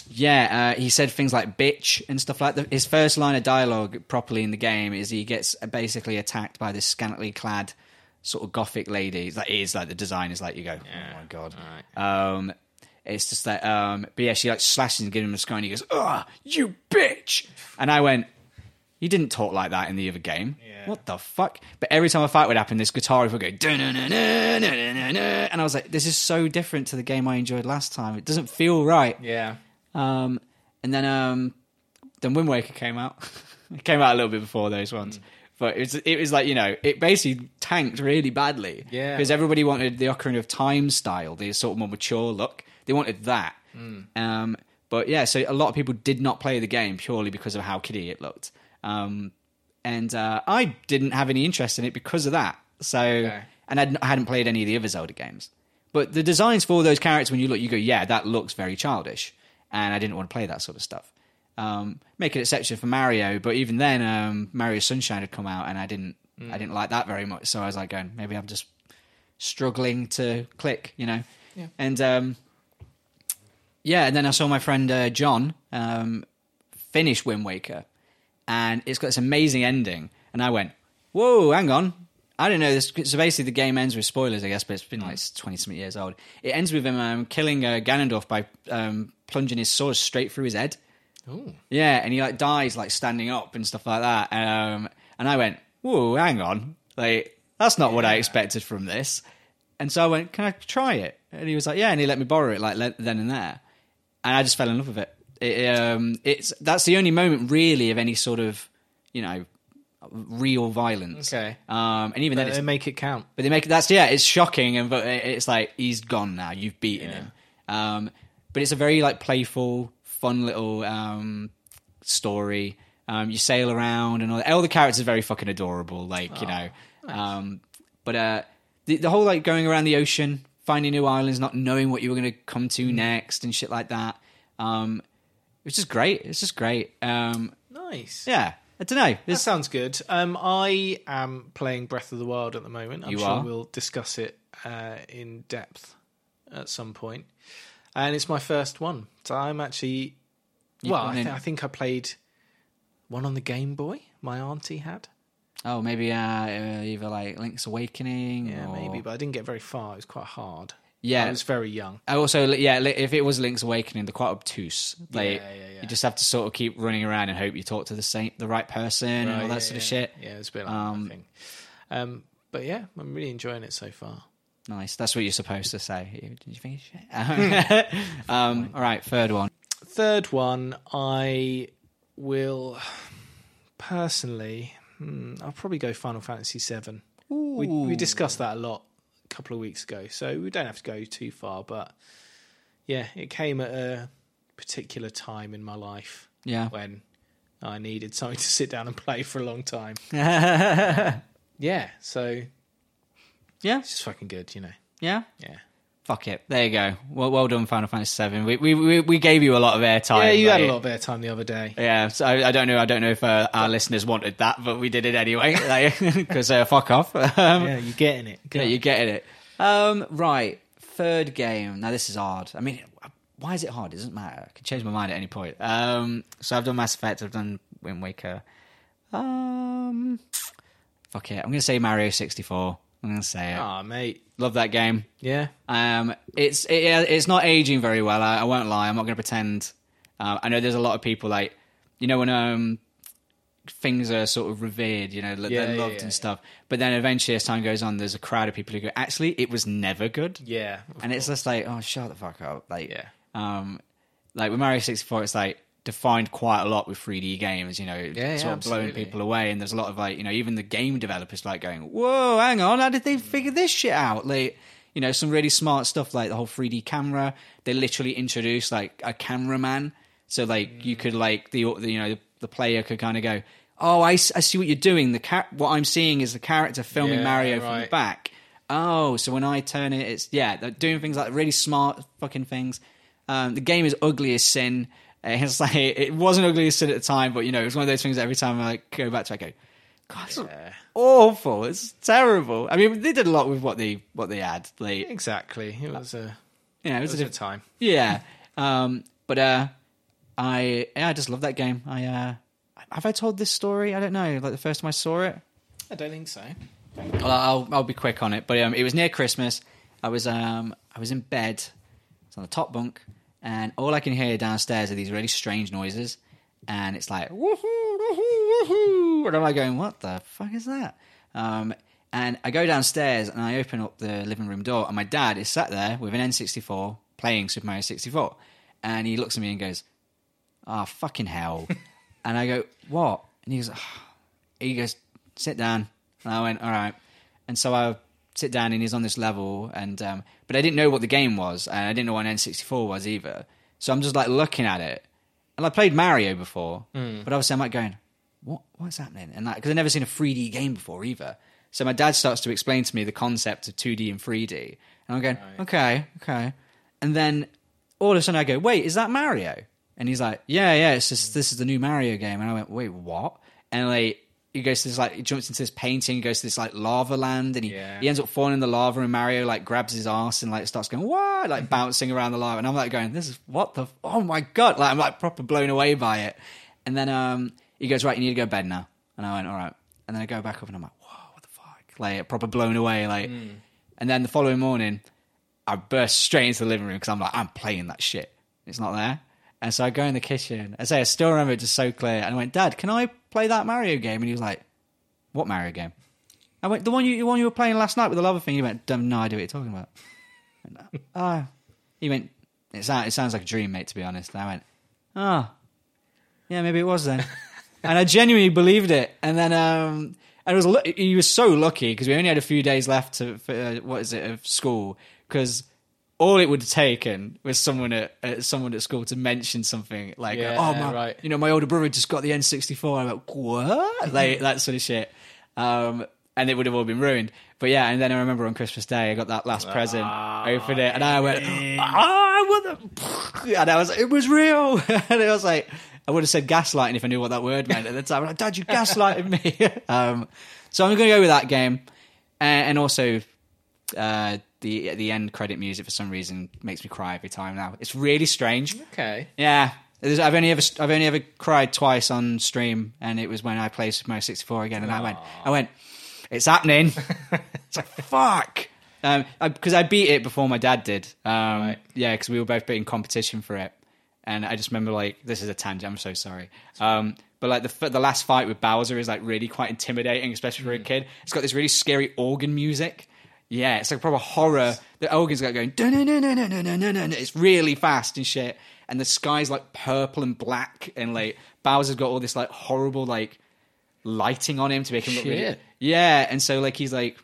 [SPEAKER 1] yeah, uh, he said things like "bitch" and stuff like that. His first line of dialogue properly in the game is he gets basically attacked by this scantily clad sort of gothic lady. That is like the design is like you go, oh my god. Um, it's just that, um, but yeah, she like slashes and gives him a scar, and he goes, "Ah, you bitch!" And I went, "You didn't talk like that in the other game. What the fuck?" But every time a fight would happen, this guitar riff would go, "Dun-dun-dun-dun-dun-dun-dun," and I was like, "This is so different to the game I enjoyed last time. It doesn't feel right."
[SPEAKER 2] Yeah.
[SPEAKER 1] Um, and then um, then Wind Waker came out. it came out a little bit before those ones. But it was, it was like, you know, it basically tanked really badly.
[SPEAKER 2] Yeah.
[SPEAKER 1] Because everybody wanted the Ocarina of Time style, the sort of more mature look. They wanted that. Um, but yeah, so a lot of people did not play the game purely because of how kiddie it looked. Um, and uh, I didn't have any interest in it because of that. So, and I'd, I hadn't played any of the other Zelda games. But the designs for all those characters, when you look, you go, yeah, that looks very childish. And I didn't want to play that sort of stuff. Um, make an exception for Mario, but even then, um, Mario Sunshine had come out, and I didn't, I didn't like that very much. So I was like, going, maybe I'm just struggling to click, you know. And um, yeah, and then I saw my friend uh, John um, finish Wind Waker, and it's got this amazing ending. And I went, "Whoa, hang on! I didn't know this." So basically, the game ends with spoilers, I guess, but it's been like twenty something years old. It ends with him um, killing uh, Ganondorf by um, plunging his sword straight through his head. Yeah, and he like dies like standing up and stuff like that. Um, and I went, "Whoa, hang on! Like that's not what I expected from this." And so I went, "Can I try it?" And he was like, "Yeah," and he let me borrow it like le- then and there, and I just fell in love with it. It, um, it's that's the only moment really of any sort of you know real violence.
[SPEAKER 2] Okay.
[SPEAKER 1] Um, and even then,
[SPEAKER 2] They
[SPEAKER 1] it's,
[SPEAKER 2] make it count.
[SPEAKER 1] but they make it. That's yeah. It's shocking, and but it- it's like he's gone now. You've beaten him. Um, but it's a very like playful, fun little um story. Um, you sail around, and all, all the characters are very fucking adorable. Like
[SPEAKER 2] Oh,
[SPEAKER 1] you know, um, but uh, the the whole like going around the ocean, finding new islands, not knowing what you were going to come
[SPEAKER 2] Mm.
[SPEAKER 1] to next, and shit like that. Um, it was just great. It's just great. Um,
[SPEAKER 2] Nice.
[SPEAKER 1] yeah, I don't know.
[SPEAKER 2] That sounds good. Um, I am playing Breath of the Wild at the moment. I'm
[SPEAKER 1] You
[SPEAKER 2] sure
[SPEAKER 1] are?
[SPEAKER 2] we'll discuss it uh, in depth at some point. And it's my first one. So I'm actually. well, I,
[SPEAKER 1] and then-
[SPEAKER 2] thi- I think I played one on the Game Boy, my auntie had.
[SPEAKER 1] Oh, maybe uh, uh, either like Link's Awakening.
[SPEAKER 2] Yeah,
[SPEAKER 1] or-
[SPEAKER 2] maybe, but I didn't get very far. It was quite hard.
[SPEAKER 1] Oh. Yeah.
[SPEAKER 2] I was very young.
[SPEAKER 1] I also, li- yeah, li- if it was Link's Awakening, they're quite obtuse. Like,
[SPEAKER 2] Yeah, yeah, yeah.
[SPEAKER 1] you just have to sort of keep running around and hope you talk to the same, the right person and all that
[SPEAKER 2] yeah,
[SPEAKER 1] sort of
[SPEAKER 2] yeah.
[SPEAKER 1] Oh, shit.
[SPEAKER 2] Yeah, it's a bit like
[SPEAKER 1] Um,
[SPEAKER 2] that thing. Um, but yeah, I'm really enjoying it so far.
[SPEAKER 1] Nice. That's what you're supposed to say. You- Did you think it's shit? um, all right, third one.
[SPEAKER 2] third one, I will personally, hmm, I'll probably go Final Fantasy VII. We, we discussed that a lot a couple of weeks ago, so we don't have to go too far. But yeah, it came at a particular time in my life
[SPEAKER 1] Yeah.
[SPEAKER 2] when I needed something to sit down and play for a long time. yeah, so
[SPEAKER 1] Yeah.
[SPEAKER 2] it's just fucking good, you know.
[SPEAKER 1] Yeah.
[SPEAKER 2] Yeah.
[SPEAKER 1] Fuck it. There you go. Well, well done, Final Fantasy VII. We we we, we gave you a lot of airtime.
[SPEAKER 2] Yeah, you had a
[SPEAKER 1] like-
[SPEAKER 2] lot of airtime the other day.
[SPEAKER 1] Yeah, so I, I don't know. I don't know if uh, our listeners wanted that, but we did it anyway. Because uh, fuck off. Um,
[SPEAKER 2] Yeah, you're getting it.
[SPEAKER 1] Yeah, you're getting it. Um, right, third game. Now this is hard. I mean, why is it hard? It doesn't matter. I can change my mind at any point. Um, so I've done Mass Effect. I've done Wind Waker. Um, fuck it. I'm gonna say Mario 64. I'm gonna say it.
[SPEAKER 2] Ah, mate.
[SPEAKER 1] Love that game.
[SPEAKER 2] Yeah.
[SPEAKER 1] Um, it's it, yeah, it's not aging very well. I, I won't lie. I'm not going to pretend. Um, I know there's a lot of people like you know when um things are sort of revered, you know, like
[SPEAKER 2] Yeah,
[SPEAKER 1] they're
[SPEAKER 2] yeah,
[SPEAKER 1] loved
[SPEAKER 2] yeah,
[SPEAKER 1] and stuff. But then eventually, as time goes on, there's a crowd of people who go, actually, it was never good.
[SPEAKER 2] Yeah.
[SPEAKER 1] and it's just like, oh, shut the fuck up. Like,
[SPEAKER 2] Yeah.
[SPEAKER 1] um, like with Mario 64, it's like defined quite a lot with 3D games, you know,
[SPEAKER 2] yeah,
[SPEAKER 1] sort of blowing
[SPEAKER 2] absolutely.
[SPEAKER 1] people away. And there's a lot of like, you know, even the game developers like going, whoa, hang on, how did they figure this shit out? Like, you know, some really smart stuff like the whole 3D camera. They literally introduced like a cameraman. So like you could like the, the you know, the, the player could kind of go, oh, I, s- I see what you're doing. The car- what I'm seeing is the character filming
[SPEAKER 2] Yeah,
[SPEAKER 1] Mario from the
[SPEAKER 2] right.
[SPEAKER 1] back back. Oh, so when I turn it, it's yeah, they're doing things like really smart fucking things. Um, the game is ugly as sin. Uh, It's like it wasn't ugly as sin at the time, but you know, it's one of those things that every time I like, go back to, it, I go, God, it's awful. It's terrible. I mean, they did a lot with what they what they had. Like,
[SPEAKER 2] Exactly. It was a,
[SPEAKER 1] you know, it was,
[SPEAKER 2] it was
[SPEAKER 1] a
[SPEAKER 2] a
[SPEAKER 1] diff-
[SPEAKER 2] time.
[SPEAKER 1] yeah. Um, but uh, I yeah, I just love that game. I uh, have I told this story? I don't know. Like the first time I saw it.
[SPEAKER 2] I don't think so.
[SPEAKER 1] Well, I'll I'll be quick on it, but um, it was near Christmas. I was um I was in bed, I was on the top bunk, and all I can hear downstairs are these really strange noises, and it's like woohoo woohoo woohoo, and I'm like going, what the fuck is that? Um, and I go downstairs and I open up the living room door, and my dad is sat there with an N64 playing Super Mario 64, and he looks at me and goes, ah, fucking hell. and I go, what? And he goes, "Ah." he goes, sit down. And I went, all right. And so I sit down and he's on this level. And, um, but I didn't know what the game was. And I didn't know what an N64 was either. So I'm just like looking at it. And I played Mario before, but obviously I'm like going, what, what's happening? And like, because I've never seen a 3D game before either. So my dad starts to explain to me the concept of 2D and 3D. And I'm going, okay, okay. And then all of a sudden I go, wait, is that Mario? And he's like, yeah, yeah, it's just, this is the new Mario game. And I went, wait, what? And like, he goes to this, like, he jumps into this painting, he goes to this, like, lava land, and he,
[SPEAKER 2] Yeah.
[SPEAKER 1] he ends up falling in the lava, and Mario, like, grabs his ass and, like, starts going, what? Like, bouncing around the lava. And I'm, like, going, this is, what the, oh my God. Like, I'm, like, proper blown away by it. And then, um, he goes, right, you need to go to bed now. And I went, all right. And then I go back up, and I'm like, whoa, what the fuck? Like, proper blown away. Like, and then the following morning, I burst straight into the living room because I'm like, I'm playing that shit. It's not there. And so I go in the kitchen. I say, I still remember it just so clear. And I went, Dad, can I play that Mario game? And he was like, What Mario game? I went, The one you, the one you were playing last night with the lava thing. He went, "Dumb, No idea what you're talking about. I went, "Ah." he went, it, sound, it sounds like a dream, mate, to be honest. And I went, oh, yeah, maybe it was then. and I genuinely believed it. And then um, I was lu- he was so lucky because we only had a few days left to for, uh, what is it of school because all it would have taken was someone at uh, someone at school to mention something like,
[SPEAKER 5] Yeah,
[SPEAKER 1] oh my,
[SPEAKER 5] right.
[SPEAKER 1] you know, my older brother just got the N64. I'm like, what? like that sort of shit. Um, and it would have all been ruined. But yeah, and then I remember on Christmas Day, I got that last present, opened it, and I went, "Ah, what the?" And I was, it was real. and I was like, I would have said gaslighting if I knew what that word meant at the time. I'm like, Dad, you gaslighted me. um, so I'm going to go with that game, uh, and also uh, the the end credit music for some reason makes me cry every time now. It's really strange.
[SPEAKER 5] Okay.
[SPEAKER 1] Yeah, There's- I've only ever I've only ever cried twice on stream, and it was when I played Super Mario 64 again, and I went I went, it's happening. it's like fuck. Um, because I, beat it before my dad did. Um, yeah, because we were both in competition for it, and I just remember like this is a tangent. I'm so sorry. Um, but like the f- the last fight with Bowser is like really quite intimidating, especially for a kid. It's got this really scary organ music. Yeah, it's like proper horror. The organ's got going no no no no no no no no. It's really fast and shit. And the sky's like purple and black, and like Bowser's got all this like horrible like lighting on him to make him look really
[SPEAKER 5] Shit.
[SPEAKER 1] yeah. And so like he's like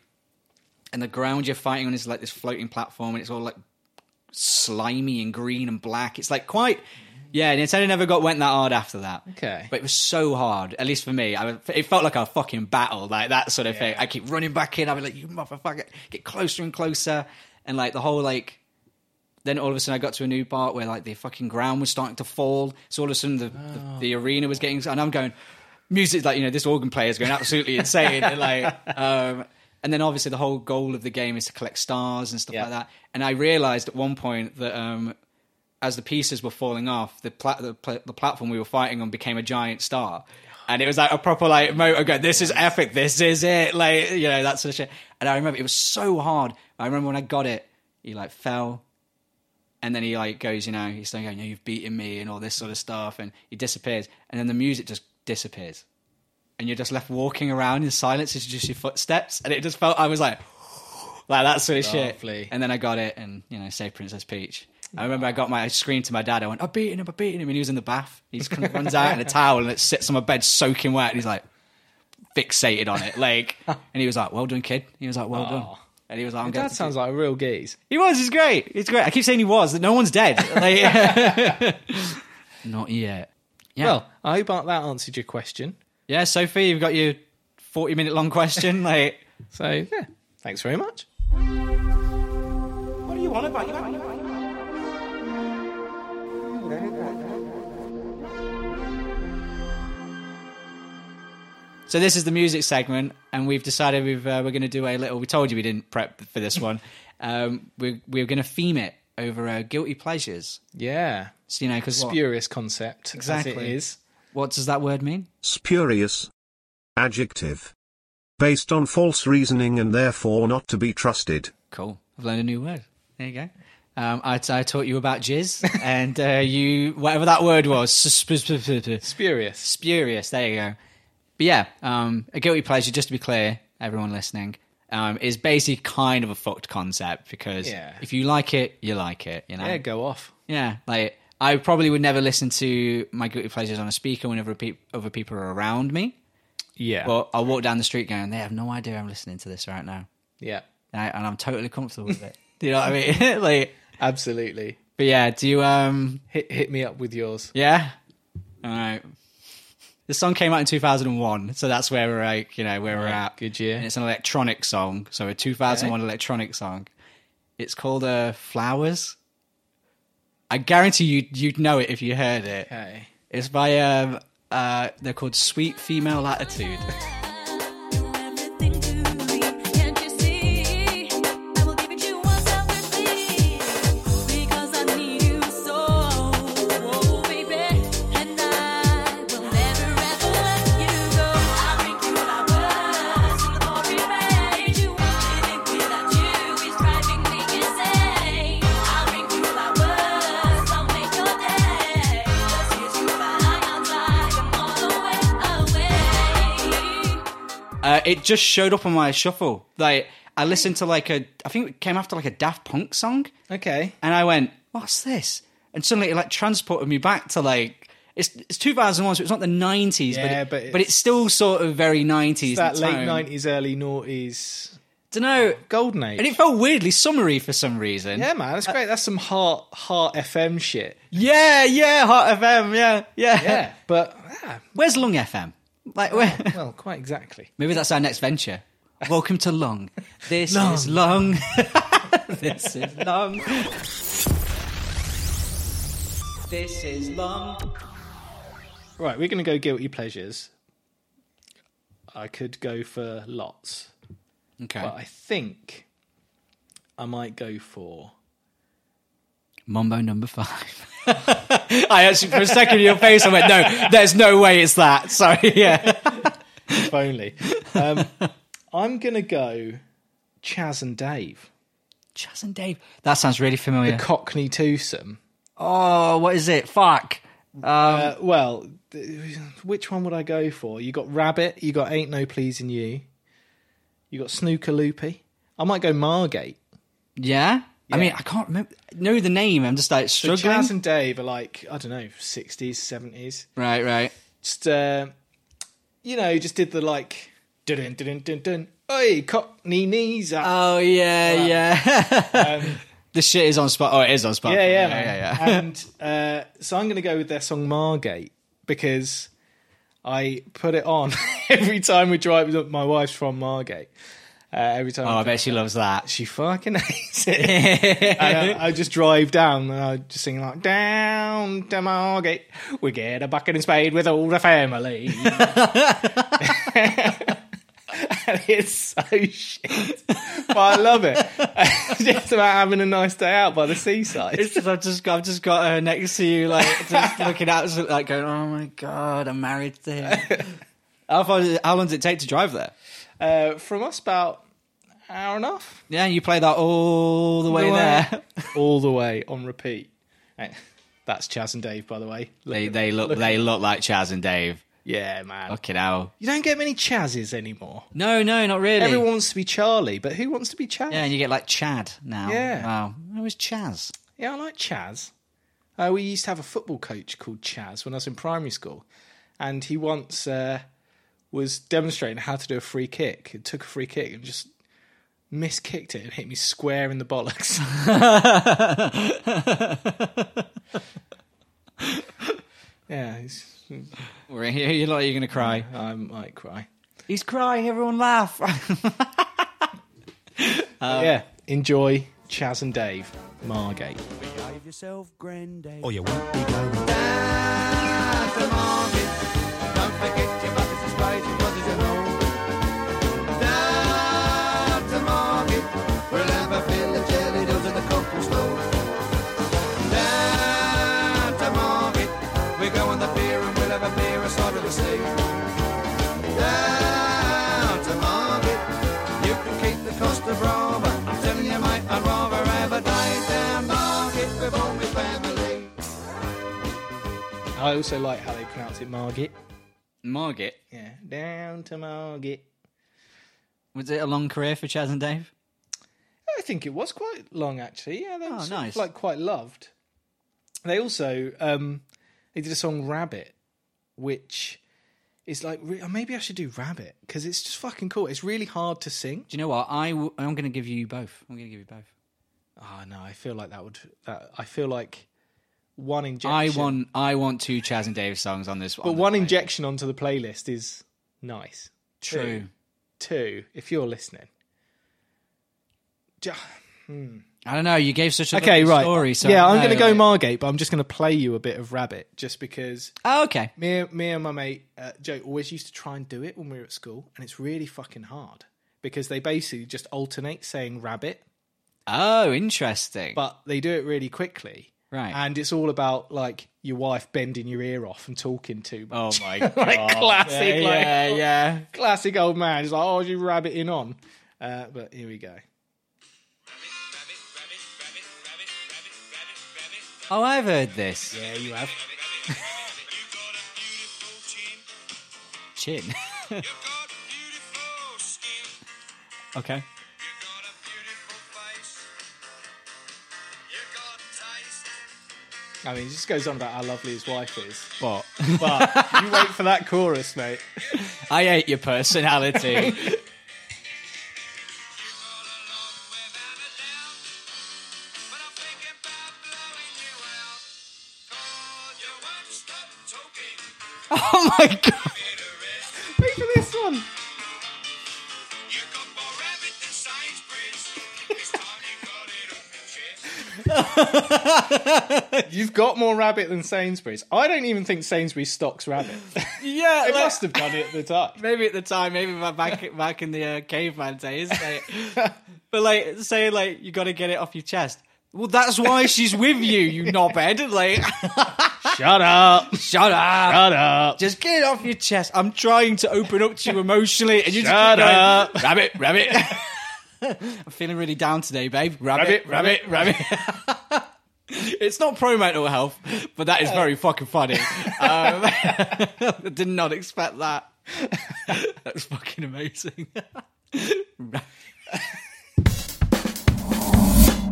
[SPEAKER 1] and the ground you're fighting on is like this floating platform and it's all like slimy and green and black. It's like quite yeah, Nintendo never got went that hard after that.
[SPEAKER 5] Okay.
[SPEAKER 1] But it was so hard, at least for me. I was- it felt like a fucking battle, like that sort of thing. I keep running back in, I was like, you motherfucker, get closer and closer. And like the whole like then all of a sudden I got to a new part where like the fucking ground was starting to fall. So all of a sudden the, the, the arena was getting, and I'm going, music like you know this organ player is going absolutely insane. And, like, um, and then obviously the whole goal of the game is to collect stars and stuff
[SPEAKER 5] Yeah.
[SPEAKER 1] like that. And I realized at one point that um, as the pieces were falling off, the, pla- the, pla- the platform we were fighting on became a giant star. And it was like a proper like moment of going, this is epic, this is it, like you know that sort of shit. And I remember it was so hard. I remember when I got it, he like fell, and then he like goes, you know, he's like, going, you know, you've beaten me and all this sort of stuff, and he disappears, and then the music just disappears, and you're just left walking around in silence. It's just your footsteps, and it just felt I was like, like that sort of
[SPEAKER 5] Lovely.
[SPEAKER 1] shit. And then I got it, and you know, saved Princess Peach. I remember I got my, I screamed to my dad, I went, I've beaten him, I've beaten him, and he was in the bath. He just kind of runs out in a towel and it sits on my bed soaking wet, and he's like fixated on it, like, and he was like, well done, kid. He was like, well done. And he was like, I'm going
[SPEAKER 5] That
[SPEAKER 1] to
[SPEAKER 5] sounds like a real geese.
[SPEAKER 1] he was. He's great. He's great. I keep saying he was. No one's dead. Like- Not yet. Yeah.
[SPEAKER 5] Well, I hope that answered your question.
[SPEAKER 1] yeah, Sophie, you've got your forty-minute long question. Like,
[SPEAKER 5] So, yeah, thanks very much.
[SPEAKER 1] so this is the music segment, and we've decided we've uh, we're going to do a little. We told you we didn't prep for this one. um, we we're going to theme it over uh, guilty pleasures.
[SPEAKER 5] Yeah,
[SPEAKER 1] So you know, because what,
[SPEAKER 5] spurious concept. As it
[SPEAKER 1] Exactly.
[SPEAKER 5] is.
[SPEAKER 1] what does that word mean?
[SPEAKER 6] Spurious. Adjective. Based on false reasoning and therefore not to be trusted.
[SPEAKER 1] Cool. I've learned a new word. There you go. Um, I, I taught you about jizz, and uh, you whatever that word was.
[SPEAKER 5] Spurious.
[SPEAKER 1] Spurious. There you go. But yeah, um, a guilty pleasure. Just to be clear, everyone listening, um, is basically kind of a fucked concept because
[SPEAKER 5] Yeah.
[SPEAKER 1] if you like it, you like it. You know.
[SPEAKER 5] Yeah, go off.
[SPEAKER 1] Yeah, like I probably would never listen to my guilty pleasures on a speaker whenever pe- other people are around me.
[SPEAKER 5] Yeah.
[SPEAKER 1] But I'll walk down the street going, they have no idea I'm listening to this right now,
[SPEAKER 5] yeah,
[SPEAKER 1] and, I, and I'm totally comfortable with it. Do you know what I mean? like,
[SPEAKER 5] absolutely.
[SPEAKER 1] but yeah, do you um
[SPEAKER 5] Hit, hit me up with yours.
[SPEAKER 1] Yeah. All right. The song came out in 2001, so that's where we're like, you know, where we're at.
[SPEAKER 5] good year.
[SPEAKER 1] And it's an electronic song, so a 2001 electronic song. It's called uh, "Flowers." I guarantee you, you'd know it if you heard it.
[SPEAKER 5] Okay.
[SPEAKER 1] It's by um, uh, they're called Sweet Female Attitude.
[SPEAKER 7] Everything to me, can't you see? I will give it you once after because I need you so, Oh, baby. And I will never ever let you go. I'll bring you my words, the more you made you. Living without you is driving me insane. I'll bring you my words, I'll make your day. Just kiss you by and by, all the way away.
[SPEAKER 1] Uh, it just showed up on my shuffle. Like I listened to like a, I think it came after like a Daft Punk song.
[SPEAKER 5] Okay.
[SPEAKER 1] And I went, what's this? and suddenly it like transported me back to like it's it's 2001, so it's not the 90s, but,
[SPEAKER 2] Yeah,
[SPEAKER 1] it-
[SPEAKER 2] but
[SPEAKER 1] but it's
[SPEAKER 2] it's-
[SPEAKER 1] still sort of very 90s. in
[SPEAKER 2] that late
[SPEAKER 1] tone.
[SPEAKER 2] nineties, early noughties,
[SPEAKER 1] Don't know.
[SPEAKER 2] golden age.
[SPEAKER 1] And it felt weirdly summery for some reason.
[SPEAKER 2] yeah, man, that's great. That's some heart heart FM shit.
[SPEAKER 1] yeah, yeah, Hot FM, yeah, yeah.
[SPEAKER 2] but ah,
[SPEAKER 1] Where's Lung FM? Like, where?
[SPEAKER 2] well, quite exactly.
[SPEAKER 1] Maybe that's our next venture. Welcome to Long. This is Long. this is Long. This is Long.
[SPEAKER 2] Right, we're going to go guilty pleasures. I could go for lots,
[SPEAKER 1] Okay.
[SPEAKER 2] but I think I might go for.
[SPEAKER 1] Mumbo number five. I actually, for a second in your face, I went, no, there's no way it's that. Sorry, yeah.
[SPEAKER 2] If only. Um, I'm going to go Chaz and Dave,
[SPEAKER 1] Chaz and Dave. That sounds really familiar.
[SPEAKER 2] Cockney twosome.
[SPEAKER 1] oh, what is it? Fuck.
[SPEAKER 2] Uh, well, th- which one would I go for? You got Rabbit, you got Ain't No Pleasing You, you got Snooker Loopy. I might go Margate.
[SPEAKER 1] Yeah? I mean, I can't remember. Know the name. I'm just like
[SPEAKER 2] So
[SPEAKER 1] struggling.
[SPEAKER 2] Chaz and Dave are like, I don't know, 60s, 70s.
[SPEAKER 1] right, right.
[SPEAKER 2] just uh, you know, just did the like dun dun dun dun. Oi, cockney knees up.
[SPEAKER 1] Oh, yeah, yeah.
[SPEAKER 2] Um,
[SPEAKER 1] this shit is on spot. Oh, it is on spot.
[SPEAKER 2] yeah, yeah,
[SPEAKER 1] yeah, Um,
[SPEAKER 2] man. and uh, so I'm going to go with their song Margate because I put it on every time we drive. up. My wife's from Margate. Uh, every time
[SPEAKER 1] Oh, I bet she loves that.
[SPEAKER 2] she fucking hates it. and I, I just drive down and I just sing like down to Margate. We get a bucket and spade with all the family. And it's so shit, but I love it. It's just about having a nice day out by the seaside.
[SPEAKER 1] It's just, I've just I've just got her next to you, like just looking out, so- like going, "Oh my god, I'm married to him." how far? does it- How long does it take to drive there?
[SPEAKER 2] uh, from us about an hour and a half.
[SPEAKER 1] Yeah, you play that all the way
[SPEAKER 2] the way.
[SPEAKER 1] there.
[SPEAKER 2] all the way on repeat. Right. That's Chaz and Dave, by the way.
[SPEAKER 1] They they look they look like Chaz and Dave.
[SPEAKER 2] Yeah, man.
[SPEAKER 1] Fucking hell.
[SPEAKER 2] You don't get many Chazes anymore.
[SPEAKER 1] No, no, not really.
[SPEAKER 2] Everyone wants to be Charlie, but who wants to be Chaz?
[SPEAKER 1] Yeah, and you get like Chad now.
[SPEAKER 2] Yeah.
[SPEAKER 1] Wow. It was Chaz.
[SPEAKER 2] Yeah, I like Chaz. Uh, we used to have a football coach called Chaz when I was in primary school, and he once uh, was demonstrating how to do a free kick. He took a free kick and just miskicked it and hit me square in the bollocks. yeah, he's,
[SPEAKER 1] We're here. You look like you're gonna cry.
[SPEAKER 2] I might cry.
[SPEAKER 1] He's crying. Everyone laugh.
[SPEAKER 2] yeah, enjoy Chaz and Dave Margate.
[SPEAKER 6] Or you won't be going.
[SPEAKER 2] I also like how they pronounce it Margate.
[SPEAKER 1] Margit,
[SPEAKER 2] Yeah, down to Margate.
[SPEAKER 1] was it a long career for Chaz and Dave?
[SPEAKER 2] I think it was quite long, actually. Yeah, they were
[SPEAKER 1] Oh,
[SPEAKER 2] sort of,
[SPEAKER 1] nice.
[SPEAKER 2] like quite loved. They also um, they did a song "Rabbit," which is like re- oh, maybe I should do "Rabbit" because it's just fucking cool. It's really hard to sing.
[SPEAKER 1] Do you know what? I w- I'm going to give you both. I'm going to give you both.
[SPEAKER 2] Oh no, I feel like that would. That, I feel like one injection.
[SPEAKER 1] I want I want two Chaz and Dave songs on this.
[SPEAKER 2] but one injection onto the playlist is nice.
[SPEAKER 1] true.
[SPEAKER 2] Two, if you're listening. Ju-
[SPEAKER 1] I don't know. You gave such a
[SPEAKER 2] Okay,
[SPEAKER 1] lovely
[SPEAKER 2] right.
[SPEAKER 1] story. So
[SPEAKER 2] yeah,
[SPEAKER 1] I
[SPEAKER 2] I'm
[SPEAKER 1] don't
[SPEAKER 2] going to
[SPEAKER 1] know,
[SPEAKER 2] go
[SPEAKER 1] like-
[SPEAKER 2] Margate, but I'm just going to play you a bit of Rabbit just because
[SPEAKER 1] Oh, okay.
[SPEAKER 2] Me, me and my mate uh, Joe always used to try and do it when we were at school, and it's really fucking hard because they basically just alternate saying rabbit,
[SPEAKER 1] Oh, interesting.
[SPEAKER 2] but they do it really quickly.
[SPEAKER 1] Right.
[SPEAKER 2] And it's all about like your wife bending your ear off and talking too
[SPEAKER 1] oh
[SPEAKER 2] much.
[SPEAKER 1] my god.
[SPEAKER 2] like classic,
[SPEAKER 1] yeah,
[SPEAKER 2] like
[SPEAKER 1] yeah, yeah.
[SPEAKER 2] classic old man. He's like, oh, you rabbiting on. Uh, but here we go.
[SPEAKER 1] Oh, I've heard this.
[SPEAKER 2] Yeah, you have.
[SPEAKER 1] Chin. okay.
[SPEAKER 2] I mean, he just goes on about how lovely his wife is.
[SPEAKER 1] But
[SPEAKER 2] But you wait for that chorus, mate.
[SPEAKER 1] I hate your personality. oh my god!
[SPEAKER 2] Wait for this one. You've got more rabbit than Sainsbury's. I don't even think Sainsbury's stocks rabbit.
[SPEAKER 1] Yeah,
[SPEAKER 2] They
[SPEAKER 1] like-
[SPEAKER 2] must have done it at the time.
[SPEAKER 1] maybe at the time, maybe back back in the uh, caveman days. Like, but like, say like you got to get it off your chest. Well, that's why she's with you, you knobhead. Like,
[SPEAKER 2] Shut up.
[SPEAKER 1] shut up.
[SPEAKER 2] Shut up.
[SPEAKER 1] Just get it off your chest. I'm trying to open up to you emotionally, and you just
[SPEAKER 2] Shut
[SPEAKER 1] keep going,
[SPEAKER 2] up.
[SPEAKER 1] rabbit, rabbit. I'm feeling really down today, babe. Rabbit, rabbit,
[SPEAKER 2] Rabbit,
[SPEAKER 1] rabbit. it's not pro mental health, but that is very fucking funny. um, I did not expect that. That's fucking amazing.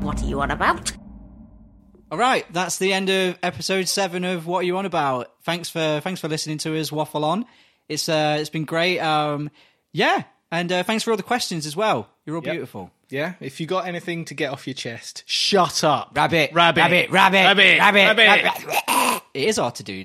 [SPEAKER 7] What are you on about?
[SPEAKER 1] All right, that's the end of episode seven of What Are You On About. Thanks for thanks for listening to us waffle on. It's uh, it's been great. Um, yeah, and uh, thanks for all the questions as well. You're all beautiful.
[SPEAKER 2] Yeah, if you got anything to get off your chest, shut up.
[SPEAKER 1] Rabbit,
[SPEAKER 2] Rabbit.
[SPEAKER 1] rabbit, rabbit,
[SPEAKER 2] Rabbit.
[SPEAKER 1] rabbit,
[SPEAKER 2] Rabbit.
[SPEAKER 1] rabbit. it is hard to do.